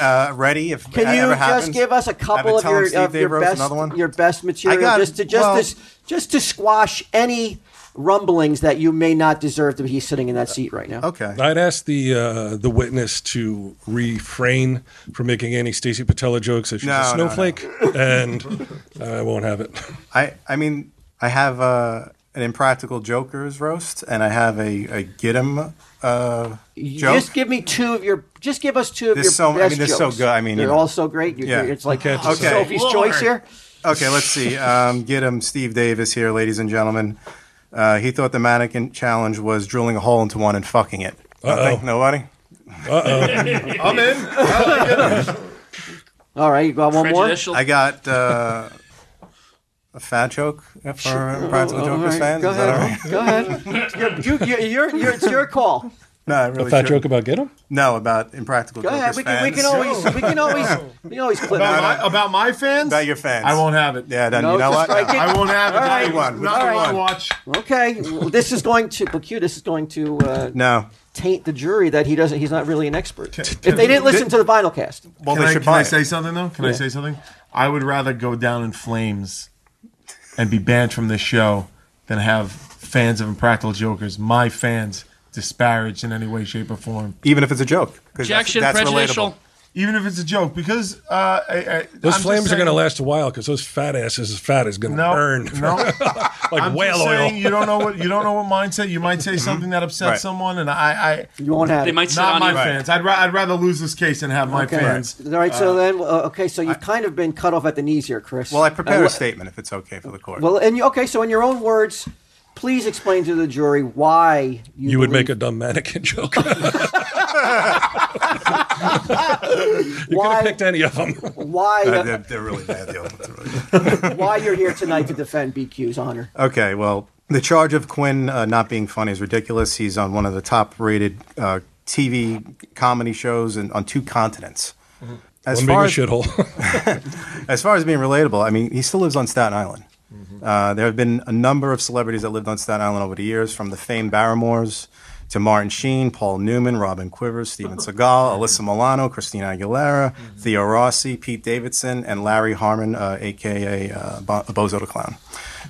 [SPEAKER 14] uh, ready. If
[SPEAKER 2] Can
[SPEAKER 14] that
[SPEAKER 2] you
[SPEAKER 14] ever
[SPEAKER 2] just
[SPEAKER 14] happens.
[SPEAKER 2] give us a couple of
[SPEAKER 14] tell him
[SPEAKER 2] your
[SPEAKER 14] Steve
[SPEAKER 2] of
[SPEAKER 14] Dave
[SPEAKER 2] your
[SPEAKER 14] wrote
[SPEAKER 2] best
[SPEAKER 14] another one?
[SPEAKER 2] your best material
[SPEAKER 14] got-
[SPEAKER 2] just to just
[SPEAKER 14] well-
[SPEAKER 2] to, just to squash any rumblings that you may not deserve to be sitting in that seat right now.
[SPEAKER 14] Okay.
[SPEAKER 3] I'd ask the uh, the witness to refrain from making any Stacey Patella jokes if she's
[SPEAKER 14] No,
[SPEAKER 3] a
[SPEAKER 14] no, no.
[SPEAKER 3] snowflake, and I won't have it.
[SPEAKER 14] I I mean I have uh, an Impractical Jokers roast, and I have a a Gidim uh, joke.
[SPEAKER 2] Just give me two of your. Just give us two of
[SPEAKER 14] There's
[SPEAKER 2] your
[SPEAKER 14] so- I
[SPEAKER 2] best
[SPEAKER 14] mean, there's so
[SPEAKER 2] jokes.
[SPEAKER 14] good. I mean,
[SPEAKER 2] they're
[SPEAKER 14] you know.
[SPEAKER 2] all so great. You, It's like
[SPEAKER 14] Okay.
[SPEAKER 2] oh, Sophie's choice here.
[SPEAKER 14] Okay, let's see. Um, get him. Steve Davis here, ladies and gentlemen. Uh, he thought the mannequin challenge was drilling a hole into one and fucking it. Nothing? Nobody?
[SPEAKER 4] I'm in. I like it.
[SPEAKER 2] All right, you got one more? Prejudicial.
[SPEAKER 14] I got uh, a fat joke for Practical
[SPEAKER 2] All
[SPEAKER 14] Jokers
[SPEAKER 2] right,
[SPEAKER 14] fans.
[SPEAKER 2] Go
[SPEAKER 14] Is that all
[SPEAKER 2] ahead.
[SPEAKER 14] right?
[SPEAKER 2] Go ahead. You, you, you're, you're, it's your call.
[SPEAKER 14] No, I really
[SPEAKER 3] A fat
[SPEAKER 14] shouldn't.
[SPEAKER 3] joke about get him?
[SPEAKER 14] No, about Impractical
[SPEAKER 2] Go
[SPEAKER 14] Jokers
[SPEAKER 2] ahead. We can, we can
[SPEAKER 14] fans.
[SPEAKER 2] always we can always we can always clip
[SPEAKER 4] About
[SPEAKER 2] it.
[SPEAKER 4] my, about my fans? About
[SPEAKER 14] your fans.
[SPEAKER 4] I won't have it.
[SPEAKER 14] Yeah, then you know what?
[SPEAKER 2] strike it.
[SPEAKER 4] I won't have it.
[SPEAKER 2] All right.
[SPEAKER 4] Not one.
[SPEAKER 2] All
[SPEAKER 4] Not
[SPEAKER 2] right.
[SPEAKER 4] one watch.
[SPEAKER 2] Okay, well, this is going to but Q. This is going to uh,
[SPEAKER 14] No.
[SPEAKER 2] taint the jury that he doesn't. He's not really an expert. If they didn't listen to the vinyl cast,
[SPEAKER 4] can I, can I say something though? Can I
[SPEAKER 2] Yeah.
[SPEAKER 4] say something? I would rather go down in flames and be banned from this show than have fans of Impractical Jokers, my fans, disparaged in any way, shape, or form.
[SPEAKER 14] Even if it's a joke.
[SPEAKER 5] Objection, prejudicial.
[SPEAKER 4] Even if it's a joke, because uh, I, I,
[SPEAKER 3] Those
[SPEAKER 4] I'm
[SPEAKER 3] flames
[SPEAKER 4] just
[SPEAKER 3] are going to
[SPEAKER 4] saying-
[SPEAKER 3] last a while because those fat asses, as fat is going to burn. for-
[SPEAKER 4] no.
[SPEAKER 3] like
[SPEAKER 4] I'm
[SPEAKER 3] whale
[SPEAKER 4] just
[SPEAKER 3] oil.
[SPEAKER 4] saying you don't know what you don't know what mindset. You might say something that upsets
[SPEAKER 3] Right.
[SPEAKER 4] someone, and I, I
[SPEAKER 2] you won't have They it. might sit
[SPEAKER 4] not
[SPEAKER 2] on
[SPEAKER 4] my
[SPEAKER 2] you. Right.
[SPEAKER 4] fans. I'd, ra- I'd rather lose this case and have my
[SPEAKER 2] okay.
[SPEAKER 4] fans.
[SPEAKER 2] All right.
[SPEAKER 4] uh,
[SPEAKER 2] So then, uh, okay. So you've kind of been cut off at the knees here, Chris.
[SPEAKER 14] Well, I prepared
[SPEAKER 2] Uh,
[SPEAKER 14] a statement if it's okay for the court.
[SPEAKER 2] Well, and you, okay. So in your own words, please explain to the jury why you,
[SPEAKER 3] You would
[SPEAKER 2] believe-
[SPEAKER 3] make a dumb mannequin joke.
[SPEAKER 2] you could have
[SPEAKER 3] picked any of them.
[SPEAKER 2] Why?
[SPEAKER 14] Uh, they're, they're really bad. The other ones are really bad.
[SPEAKER 2] why you're here tonight to defend BQ's honor?
[SPEAKER 14] Okay, well, the charge of Quinn uh, not being funny is ridiculous. He's on one of the top rated uh, TV comedy shows and on two continents.
[SPEAKER 3] One being a
[SPEAKER 14] shithole. as far as being relatable, I mean, he still lives on Staten Island. Uh, there have been a number of celebrities that lived on Staten Island over the years, from the famed Barrymores to Martin Sheen, Paul Newman, Robin Quivers, Steven Seagal, Alyssa Milano, Christina Aguilera, Theo Rossi, Pete Davidson, and Larry Harmon, uh, aka uh, Bo- Bozo the Clown.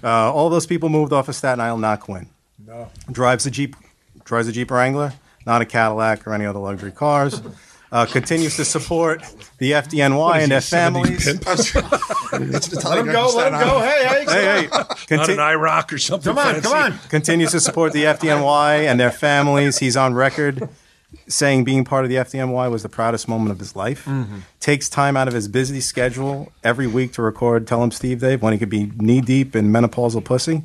[SPEAKER 14] Uh, all those people moved off of Staten Island, not Quinn.
[SPEAKER 4] No.
[SPEAKER 14] Drives a Jeep, drives a Jeep Wrangler, not a Cadillac or any other luxury cars. Uh, continues to support the FDNY and their families.
[SPEAKER 4] Let him go. Let him go. Oh, Hey, hey,
[SPEAKER 14] Hey, hey.
[SPEAKER 3] Not
[SPEAKER 14] Conti-
[SPEAKER 3] an IROC or something.
[SPEAKER 4] Come on,
[SPEAKER 3] fancy.
[SPEAKER 4] come on.
[SPEAKER 14] Continues to support the FDNY and their families. He's on record saying being part of the FDNY was the proudest moment of his life.
[SPEAKER 4] Mm-hmm.
[SPEAKER 14] Takes time out of his busy schedule every week to record Tell Him Steve Dave when he could be knee deep in menopausal pussy.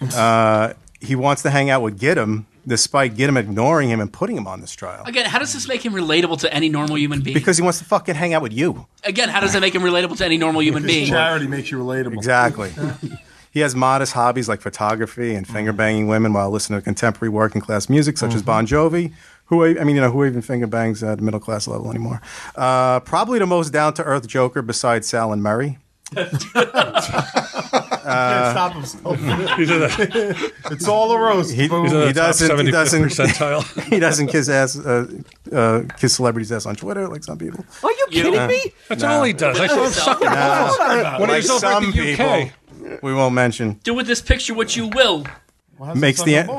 [SPEAKER 14] Uh, he wants to hang out with Get Him despite Get Him ignoring him and putting him on this trial
[SPEAKER 5] Again, how does this make him relatable to any normal human being?
[SPEAKER 14] because he wants to fucking hang out with you.
[SPEAKER 5] Again, how does that make him relatable to any normal human being?
[SPEAKER 4] makes you relatable.
[SPEAKER 14] Exactly. he has modest hobbies like photography and finger banging women while listening to contemporary working class music such as
[SPEAKER 5] Mm-hmm.
[SPEAKER 14] Bon Jovi. Who I, I mean, you know, who even finger bangs at middle class level anymore? Uh, probably the most down to earth joker besides Sal and Murray.
[SPEAKER 4] Can't stop
[SPEAKER 3] He's in
[SPEAKER 4] himself. it's all a roast.
[SPEAKER 14] He,
[SPEAKER 4] Boom.
[SPEAKER 14] he doesn't. He doesn't.
[SPEAKER 3] percentile.
[SPEAKER 14] he doesn't kiss ass. Uh, uh, kiss celebrities ass on Twitter like some people.
[SPEAKER 2] Are you
[SPEAKER 14] You-
[SPEAKER 2] kidding
[SPEAKER 14] Uh,
[SPEAKER 2] me?
[SPEAKER 14] That's no. all he does. I saw him sucking balls.
[SPEAKER 3] When he
[SPEAKER 14] like
[SPEAKER 3] was over
[SPEAKER 14] some
[SPEAKER 3] at the UK.
[SPEAKER 14] people, we won't mention.
[SPEAKER 5] Do with this picture what you will.
[SPEAKER 14] makes the ant-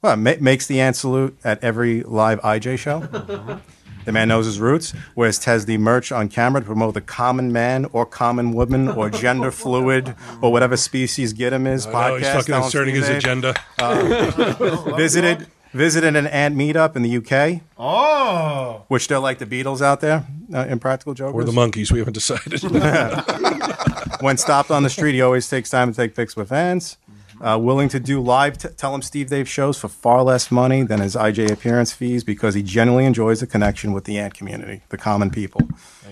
[SPEAKER 14] well, ma- makes the ant salute at every live IJ show. the man knows his roots. Wears Tesla merch on camera to promote the common man or common woman or gender fluid or whatever species get him is.
[SPEAKER 3] I know,
[SPEAKER 14] podcast
[SPEAKER 3] he's fucking
[SPEAKER 14] Alan
[SPEAKER 3] asserting his
[SPEAKER 14] Steve Dave.
[SPEAKER 3] agenda.
[SPEAKER 14] Uh, visited visited an ant meetup in the UK,
[SPEAKER 4] Oh.
[SPEAKER 14] which they're like the Beatles out there uh, in Practical Jokers.
[SPEAKER 3] Or the monkeys, we haven't decided.
[SPEAKER 14] when stopped on the street, he always takes time to take pics with fans.
[SPEAKER 3] Mm-hmm.
[SPEAKER 14] uh, willing to do live t- Tell Him Steve Dave shows for far less money than his IJ appearance fees because he genuinely enjoys the connection with the ant community, the common people.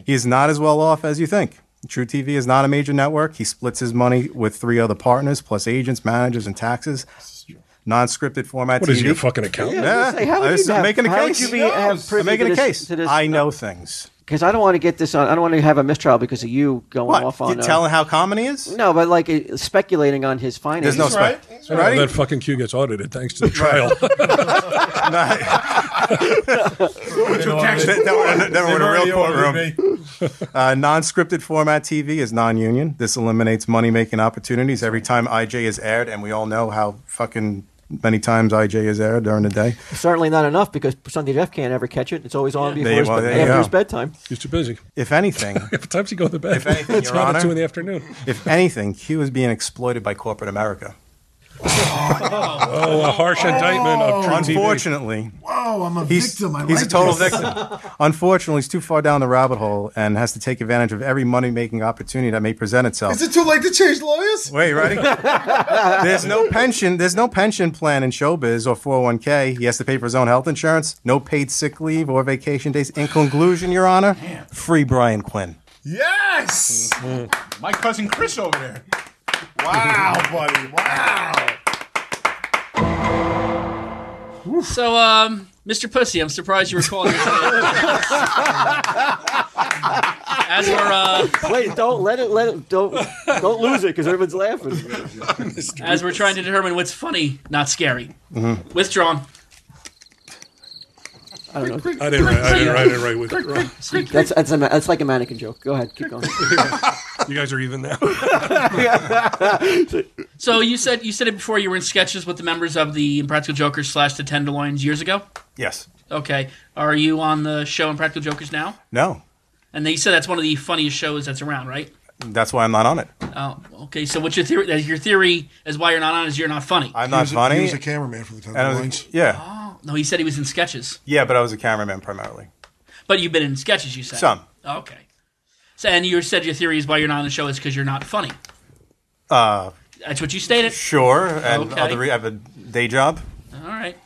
[SPEAKER 14] He is not as well off as you think. True TV is not a major network. He splits his money with three other partners, plus agents, managers, and taxes. Non-scripted format.
[SPEAKER 3] What is he,
[SPEAKER 14] TV.
[SPEAKER 3] a fucking accountant?
[SPEAKER 2] Yeah, I was gonna say, how would
[SPEAKER 14] I'm
[SPEAKER 2] you
[SPEAKER 14] just
[SPEAKER 2] have-
[SPEAKER 14] making a
[SPEAKER 2] how would
[SPEAKER 14] case.
[SPEAKER 2] you be- have privy
[SPEAKER 14] I'm making
[SPEAKER 2] to
[SPEAKER 14] a
[SPEAKER 2] this-
[SPEAKER 14] case.
[SPEAKER 2] to this-
[SPEAKER 14] I know things.
[SPEAKER 2] Because I don't want to get this on. I don't want to have a mistrial because of you going
[SPEAKER 14] What?
[SPEAKER 2] off on.
[SPEAKER 14] You
[SPEAKER 2] a-
[SPEAKER 14] telling how common he is?
[SPEAKER 2] No, but like uh, speculating on his finances.
[SPEAKER 3] I know That fucking Q gets audited thanks to the trial.
[SPEAKER 14] That- that were- that were in a real courtroom. Uh, non-scripted format TV is non-union. This eliminates money-making opportunities every time IJ is aired, and we all know how fucking many times IJ is aired during the day.
[SPEAKER 2] Certainly not enough because Sunday Jeff can't ever catch it. It's always on before
[SPEAKER 14] There you-
[SPEAKER 2] his,
[SPEAKER 14] well,
[SPEAKER 2] bed-
[SPEAKER 14] there you
[SPEAKER 2] after
[SPEAKER 14] go.
[SPEAKER 2] his bedtime.
[SPEAKER 3] He's too busy.
[SPEAKER 14] If anything,
[SPEAKER 3] If times you go to bed,
[SPEAKER 14] If anything,
[SPEAKER 3] it's
[SPEAKER 14] Your
[SPEAKER 3] not
[SPEAKER 14] Honor,
[SPEAKER 3] at two in the afternoon.
[SPEAKER 14] if anything, Q is being exploited by corporate America.
[SPEAKER 3] Oh, a harsh indictment of True TV.
[SPEAKER 14] Unfortunately,
[SPEAKER 4] Whoa, I'm a
[SPEAKER 14] He's-
[SPEAKER 4] victim. I
[SPEAKER 14] he's
[SPEAKER 4] like
[SPEAKER 14] a total
[SPEAKER 4] this.
[SPEAKER 14] victim. Unfortunately, he's too far down the rabbit hole and has to take advantage of every money-making opportunity that may present itself.
[SPEAKER 4] Is it too late to change lawyers?
[SPEAKER 14] Wait, ready? there's no pension. There's no pension plan in showbiz or 401k. He has to pay for his own health insurance. No paid sick leave or vacation days. In conclusion, Your Honor, free Brian Quinn.
[SPEAKER 4] Yes!
[SPEAKER 3] Mm.
[SPEAKER 18] My cousin Chris over there.
[SPEAKER 4] Wow, buddy. Wow.
[SPEAKER 5] So, um, Mr. Pussy, I'm surprised you were calling. us today. As we're uh,
[SPEAKER 2] Wait, don't let it. Let it. Don't don't lose it because everyone's laughing.
[SPEAKER 5] as we're trying to determine what's funny, not scary.
[SPEAKER 14] Mm-hmm.
[SPEAKER 5] Withdrawn.
[SPEAKER 2] I don't know.
[SPEAKER 3] I didn't write- I didn't write it right with- Quick, quick, quick,
[SPEAKER 2] That's that's, a, ma- that's like a mannequin joke. Go ahead, keep going.
[SPEAKER 3] You guys are even now.
[SPEAKER 5] So you said you said it before. You were in sketches with the members of the Impractical Jokers slash the Tenderloins years ago.
[SPEAKER 14] Yes.
[SPEAKER 5] Okay, are you on the show Impractical Jokers now?
[SPEAKER 14] No.
[SPEAKER 5] And they said that's one of the funniest shows that's around, right?
[SPEAKER 14] That's why I'm not on it.
[SPEAKER 5] Oh, okay. So what's your theory? that Your theory is why you're not on is you're not funny. Oh,
[SPEAKER 14] I'm not funny. And I was- yeah.
[SPEAKER 5] No, he said he was in sketches,
[SPEAKER 14] Yeah, but I was a cameraman primarily.
[SPEAKER 5] but you've been in sketches. You said
[SPEAKER 14] Some.
[SPEAKER 5] Okay. So and you said your theory is why you're not on the show is because you're not funny.
[SPEAKER 14] Uh,
[SPEAKER 5] That's what you stated.
[SPEAKER 14] sure. And
[SPEAKER 5] Okay.
[SPEAKER 14] other, I have a day job.
[SPEAKER 5] All right.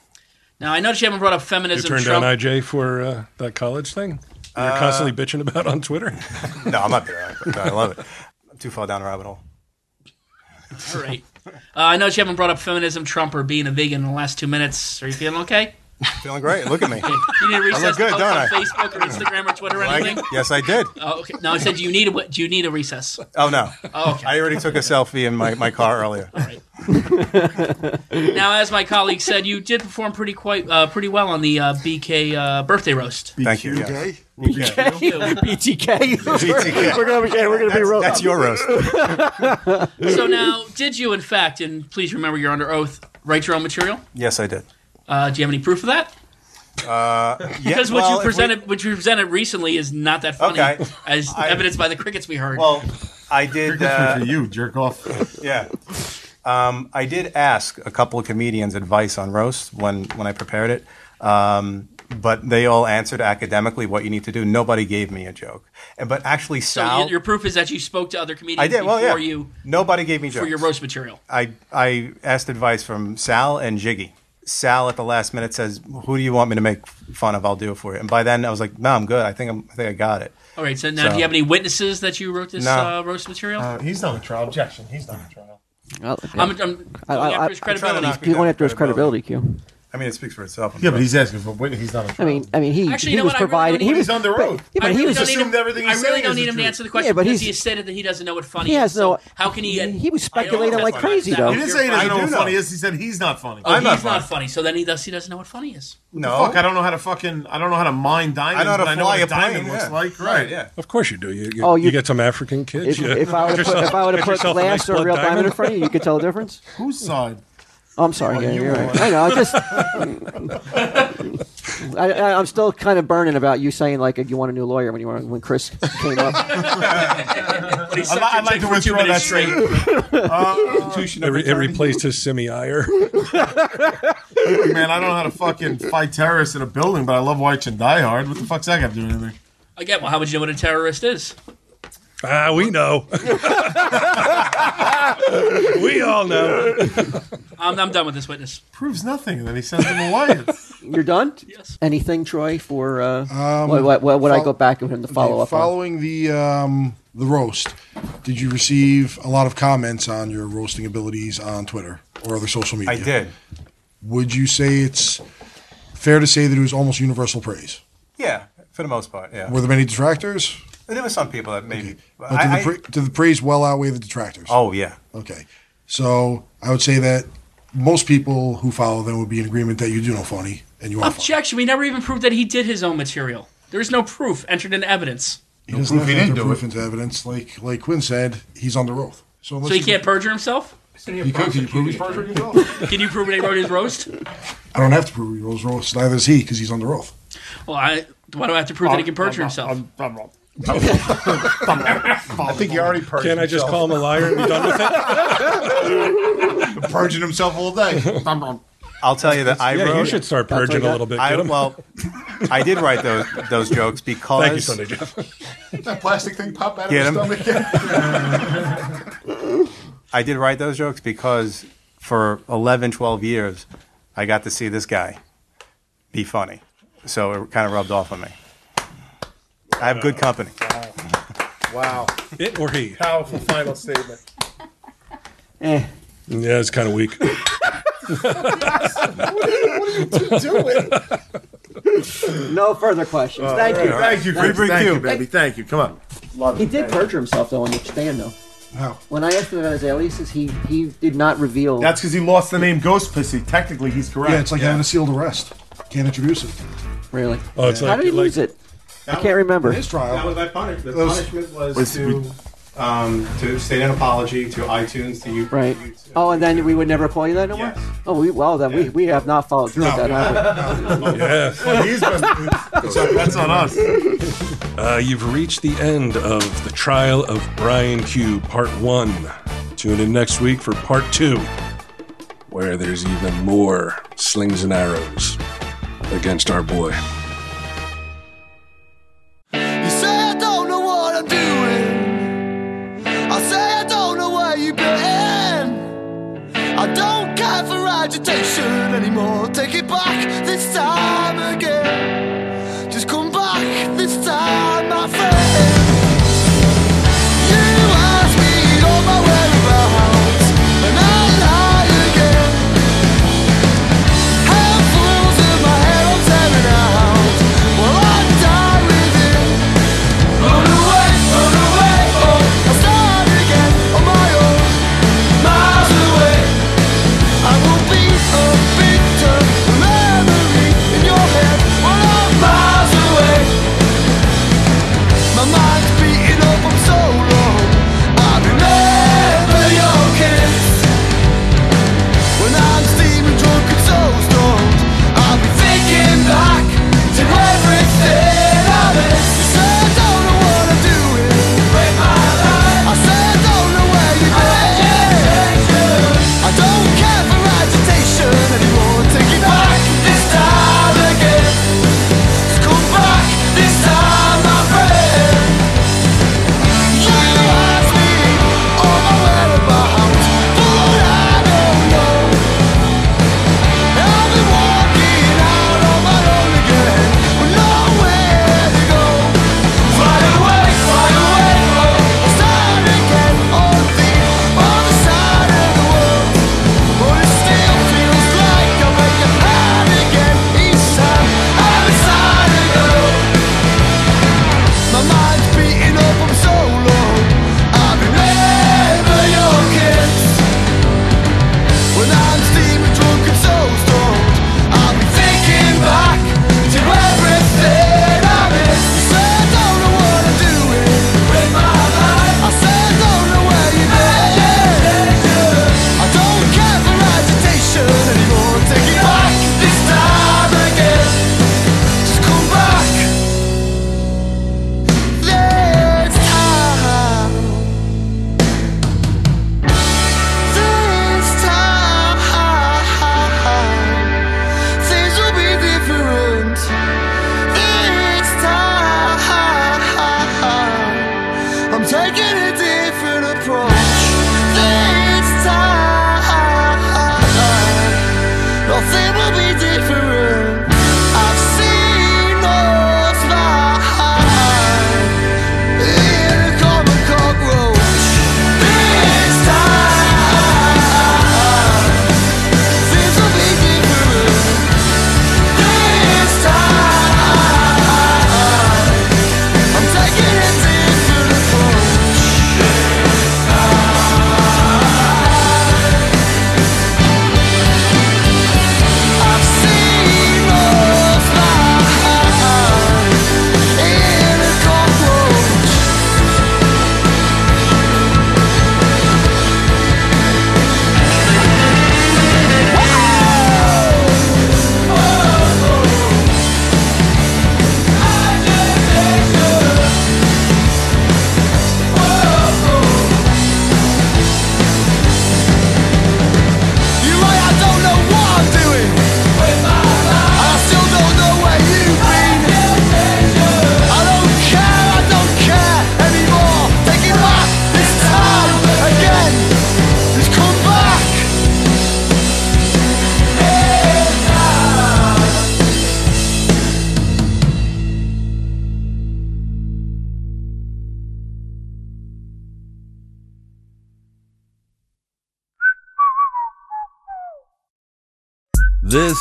[SPEAKER 5] Now I noticed you haven't brought up
[SPEAKER 3] You
[SPEAKER 5] feminism.
[SPEAKER 3] turned
[SPEAKER 5] Trump.
[SPEAKER 3] down IJ for uh, that college thing. You're
[SPEAKER 14] Uh,
[SPEAKER 3] constantly bitching about on Twitter.
[SPEAKER 14] No, I'm not there. I- I love it. I'm too far down the rabbit hole.
[SPEAKER 5] All right. Uh, I noticed you haven't brought up feminism, Trump, or being a vegan in the last two minutes. Are you feeling okay?
[SPEAKER 14] Feeling great. Look at me.
[SPEAKER 5] You need to
[SPEAKER 14] I
[SPEAKER 5] recess
[SPEAKER 14] look
[SPEAKER 5] to
[SPEAKER 14] good,
[SPEAKER 5] post
[SPEAKER 14] don't
[SPEAKER 5] on
[SPEAKER 14] I?
[SPEAKER 5] Facebook or Instagram or Twitter or
[SPEAKER 14] Like-
[SPEAKER 5] anything?
[SPEAKER 14] yes, I did.
[SPEAKER 5] Oh, okay. No, I said do you need a do you need a recess?
[SPEAKER 14] Oh no.
[SPEAKER 5] Oh, okay.
[SPEAKER 14] I already took a selfie in my, my car earlier.
[SPEAKER 5] Now, as my colleague said, you did perform pretty quite uh, pretty well on the uh, BK uh, birthday roast.
[SPEAKER 14] Thank you. yes.
[SPEAKER 2] BTK. BTK. We're gonna be yeah, we're gonna be roast.
[SPEAKER 14] That's your roast.
[SPEAKER 5] so now, did you in fact, and please remember you're under oath, write your own material?
[SPEAKER 14] Yes, I did.
[SPEAKER 5] Uh, do you have any proof of that?
[SPEAKER 14] Uh, yeah,
[SPEAKER 5] because what
[SPEAKER 14] well,
[SPEAKER 5] you
[SPEAKER 14] if
[SPEAKER 5] presented, what you presented recently, is not that funny,
[SPEAKER 14] Okay.
[SPEAKER 5] as evidenced by the crickets we heard.
[SPEAKER 14] Well, I did. Uh,
[SPEAKER 4] for you, jerk off.
[SPEAKER 14] yeah. Um, I did ask a couple of comedians advice on roast when, when I prepared it, um, but they all answered academically what you need to do. Nobody gave me a joke. And, but actually,
[SPEAKER 5] so
[SPEAKER 14] Sal.
[SPEAKER 5] y- your proof is that you spoke to other comedians
[SPEAKER 14] I did.
[SPEAKER 5] before
[SPEAKER 14] Well, yeah.
[SPEAKER 5] you
[SPEAKER 14] Nobody gave me
[SPEAKER 5] for
[SPEAKER 14] jokes.
[SPEAKER 5] your roast material.
[SPEAKER 14] I, I asked advice from Sal and Jiggy. Sal at the last minute says, "Who do you want me to make fun of? I'll do it for you." And by then, I was like, "No, I'm good. I think I'm, I think I got it."
[SPEAKER 5] All right. So now, do
[SPEAKER 14] So-
[SPEAKER 5] you have any witnesses that you wrote this
[SPEAKER 14] No.
[SPEAKER 5] uh, roast material?
[SPEAKER 12] he's not a trial. Objection. He's not a trial.
[SPEAKER 5] I'm- I'm
[SPEAKER 2] I- I-
[SPEAKER 5] going
[SPEAKER 2] I-
[SPEAKER 5] after his
[SPEAKER 2] I'm trying to
[SPEAKER 5] credibility.
[SPEAKER 2] knock you down. Going after his credibility, Q.
[SPEAKER 14] I mean, it speaks for itself. I'm
[SPEAKER 4] Yeah, but
[SPEAKER 14] sorry.
[SPEAKER 4] he's asking for. He's not.
[SPEAKER 2] I mean, I mean, he
[SPEAKER 5] Actually,
[SPEAKER 2] he
[SPEAKER 5] you know
[SPEAKER 2] was
[SPEAKER 5] what? I really
[SPEAKER 2] provided.
[SPEAKER 5] don't
[SPEAKER 2] he
[SPEAKER 5] need-
[SPEAKER 2] was
[SPEAKER 5] He's on the
[SPEAKER 2] but- Yeah, but he was
[SPEAKER 5] don't need him, I
[SPEAKER 2] he's
[SPEAKER 5] really
[SPEAKER 2] saying
[SPEAKER 5] don't
[SPEAKER 2] is
[SPEAKER 5] need
[SPEAKER 2] the
[SPEAKER 5] him to
[SPEAKER 2] truth.
[SPEAKER 5] answer the question
[SPEAKER 2] Yeah, but
[SPEAKER 5] because
[SPEAKER 2] he's-
[SPEAKER 5] he stated that he doesn't know what funny
[SPEAKER 2] He
[SPEAKER 5] is.
[SPEAKER 2] has
[SPEAKER 5] So
[SPEAKER 2] no-
[SPEAKER 5] how can he?
[SPEAKER 2] He was speculating like crazy
[SPEAKER 4] He
[SPEAKER 2] though.
[SPEAKER 4] didn't say he doesn't know what funny is. He said he's not funny.
[SPEAKER 5] Oh, he's not funny. So then he does. He doesn't know what funny is.
[SPEAKER 4] No, fuck, I don't know how to fucking. I don't know how to mine diamonds.
[SPEAKER 14] I know how to
[SPEAKER 4] but I know
[SPEAKER 14] fly
[SPEAKER 4] what a
[SPEAKER 14] a plane,
[SPEAKER 4] diamond looks
[SPEAKER 14] yeah.
[SPEAKER 4] like. Right.
[SPEAKER 14] Right, yeah.
[SPEAKER 3] Of course you do. You, you,
[SPEAKER 2] Oh,
[SPEAKER 3] you
[SPEAKER 2] you-
[SPEAKER 3] get some African kids.
[SPEAKER 2] If,
[SPEAKER 3] you
[SPEAKER 2] if I would have
[SPEAKER 3] get
[SPEAKER 2] put,
[SPEAKER 3] yourself-
[SPEAKER 2] if I would have
[SPEAKER 3] get
[SPEAKER 2] put
[SPEAKER 3] yourself a
[SPEAKER 2] glass
[SPEAKER 3] nice
[SPEAKER 2] or
[SPEAKER 3] blood
[SPEAKER 2] real diamond.
[SPEAKER 3] diamond.
[SPEAKER 2] in front of you, you could tell the difference.
[SPEAKER 4] Whose side?
[SPEAKER 2] Oh, I'm sorry. yeah, you're right. I know. I'm just. I, I, I'm still kind of burning about you saying like you want a new lawyer when you were, when Chris came up.
[SPEAKER 5] But he
[SPEAKER 4] I'd li-
[SPEAKER 5] sucked your
[SPEAKER 4] I'd
[SPEAKER 5] dick
[SPEAKER 4] like to
[SPEAKER 5] for two
[SPEAKER 4] withdraw that
[SPEAKER 5] minutes
[SPEAKER 4] straight.
[SPEAKER 5] straight.
[SPEAKER 3] It, re- it replaced his semi ire.
[SPEAKER 4] Man, I don't know how to fucking fight terrorists in a building, but I love watching Die Hard. What the fuck's that got to do with anything?
[SPEAKER 5] Again, well, how would you know what a terrorist is?
[SPEAKER 3] Ah, we know. we all know.
[SPEAKER 5] I'm, I'm done with this witness.
[SPEAKER 4] Proves nothing. And then he sends him away.
[SPEAKER 2] You're done? Yes. Anything, Troy, for uh, what, what, what would I
[SPEAKER 6] Um, fol-
[SPEAKER 2] go back with him to follow up
[SPEAKER 6] Okay,
[SPEAKER 2] on?
[SPEAKER 6] Following the um, the roast, did you receive a lot of comments on your roasting abilities on Twitter or other social media?
[SPEAKER 8] I did.
[SPEAKER 6] Would you say it's fair to say that it was almost universal praise?
[SPEAKER 14] Yeah, for the most part. Yeah.
[SPEAKER 6] Were there many detractors?
[SPEAKER 14] There were some people that maybe.
[SPEAKER 6] But
[SPEAKER 14] I-
[SPEAKER 6] did,
[SPEAKER 14] I-
[SPEAKER 6] the pra- did the praise well outweigh the detractors?
[SPEAKER 14] oh yeah.
[SPEAKER 6] Okay. So I would say that most people who follow them would be in agreement that you do know funny and you are funny.
[SPEAKER 5] Objection. We never even proved that he did his own material. There is no proof entered in evidence.
[SPEAKER 6] He doesn't have to enter proof into evidence. Like like Quinn said, he's on the oath. So,
[SPEAKER 5] So
[SPEAKER 6] unless
[SPEAKER 5] he
[SPEAKER 6] you-
[SPEAKER 5] can't perjure himself?
[SPEAKER 6] He could. Can you prove he's perjured himself?
[SPEAKER 5] Can you prove that he wrote his roast?
[SPEAKER 6] I don't have to prove he rolls roast. Neither does he because he's on the oath.
[SPEAKER 5] Well, I, why do I have to prove that he can perjure himself?
[SPEAKER 18] I think you already purged.
[SPEAKER 3] Can I just call him a liar and be done with it?
[SPEAKER 18] Purging himself all day.
[SPEAKER 14] I'll tell you that I
[SPEAKER 18] Yeah, you
[SPEAKER 14] wrote.
[SPEAKER 18] should start
[SPEAKER 14] I'll tell
[SPEAKER 18] purging
[SPEAKER 14] you
[SPEAKER 18] a
[SPEAKER 14] that
[SPEAKER 18] little bit,
[SPEAKER 14] I,
[SPEAKER 18] get 'em.
[SPEAKER 14] well, I did write those those jokes because
[SPEAKER 18] Thank you, Sunday Jeff. that plastic thing pop out
[SPEAKER 14] Get
[SPEAKER 18] of
[SPEAKER 14] him.
[SPEAKER 18] his stomach.
[SPEAKER 14] I did write those jokes because for 11, 12 years, I got to see this guy be funny. So it kind of rubbed off on me. I have good company.
[SPEAKER 4] wow.
[SPEAKER 3] It or he.
[SPEAKER 4] Powerful final statement.
[SPEAKER 2] eh.
[SPEAKER 3] Yeah, it's kind of weak.
[SPEAKER 2] no further questions.
[SPEAKER 4] Oh,
[SPEAKER 2] thank,
[SPEAKER 4] all
[SPEAKER 2] you.
[SPEAKER 4] right. Thank you, Chris. Thank you, baby. Thank you. Come on. Love
[SPEAKER 2] He
[SPEAKER 4] it.
[SPEAKER 2] did
[SPEAKER 4] Thank
[SPEAKER 2] perjure himself, though, on the stand, though.
[SPEAKER 6] How?
[SPEAKER 2] When I asked him about his aliases, he, he did not reveal.
[SPEAKER 4] That's because he lost the name Ghost Pussy. Technically, he's correct.
[SPEAKER 6] Yeah, it's like having a sealed arrest. Can't introduce it.
[SPEAKER 2] Really?
[SPEAKER 4] Oh, it's
[SPEAKER 2] How
[SPEAKER 4] like-
[SPEAKER 2] did he
[SPEAKER 4] like-
[SPEAKER 2] lose it? I can't remember.
[SPEAKER 6] In his trial.
[SPEAKER 14] That was my punishment. The
[SPEAKER 6] Those-
[SPEAKER 14] punishment was,
[SPEAKER 6] was-
[SPEAKER 14] to um, to state an apology to iTunes to you.
[SPEAKER 2] Right. Oh, and then we would never call you that no more? Oh, we, well, then we, we have not followed through with that, have we?
[SPEAKER 3] Yes.
[SPEAKER 4] that's on us.
[SPEAKER 3] Uh, you've reached the end of the trial of Brian Q, part one. Tune in next week for part two, where there's even more slings and arrows against our boy.
[SPEAKER 19] You say I don't know what I'm doing. I say I don't know where you've been. I don't care for agitation anymore. Take it back this time again. Just come back this time, my friend. You ask me all my whereabouts, and I lie again. Handfuls in my head, I'm tearing out. Well, I die with it. Run away, run away, oh I'll start again on my own Miles away I will be a victor A memory in your head Well I'm miles away My mind's beating up, I'm so low I remember your kiss When I'm steaming drunk and so stoned I'll be thinking back to everything I missed You say I don't know what I'm doing with my life I say I don't know where you've been I don't care for agitation anymore Take it back this time again Just come back this time my friend You ask me all my whereabouts But I don't know I've been walking out on my own again With nowhere to go Fly away, fly away, oh I'll start again on the other side of the world But it still feels like I'm making high again Each time I'm inside a girl My mind's beating up, I'm so low I remember your kiss when I'm steaming drunk and so stoned I'll be thinking back to everything I missed You say I don't know what I'm doing with my life I say I don't know where you've been I don't care for agitation anymore Take it back this time again Just come back this
[SPEAKER 7] This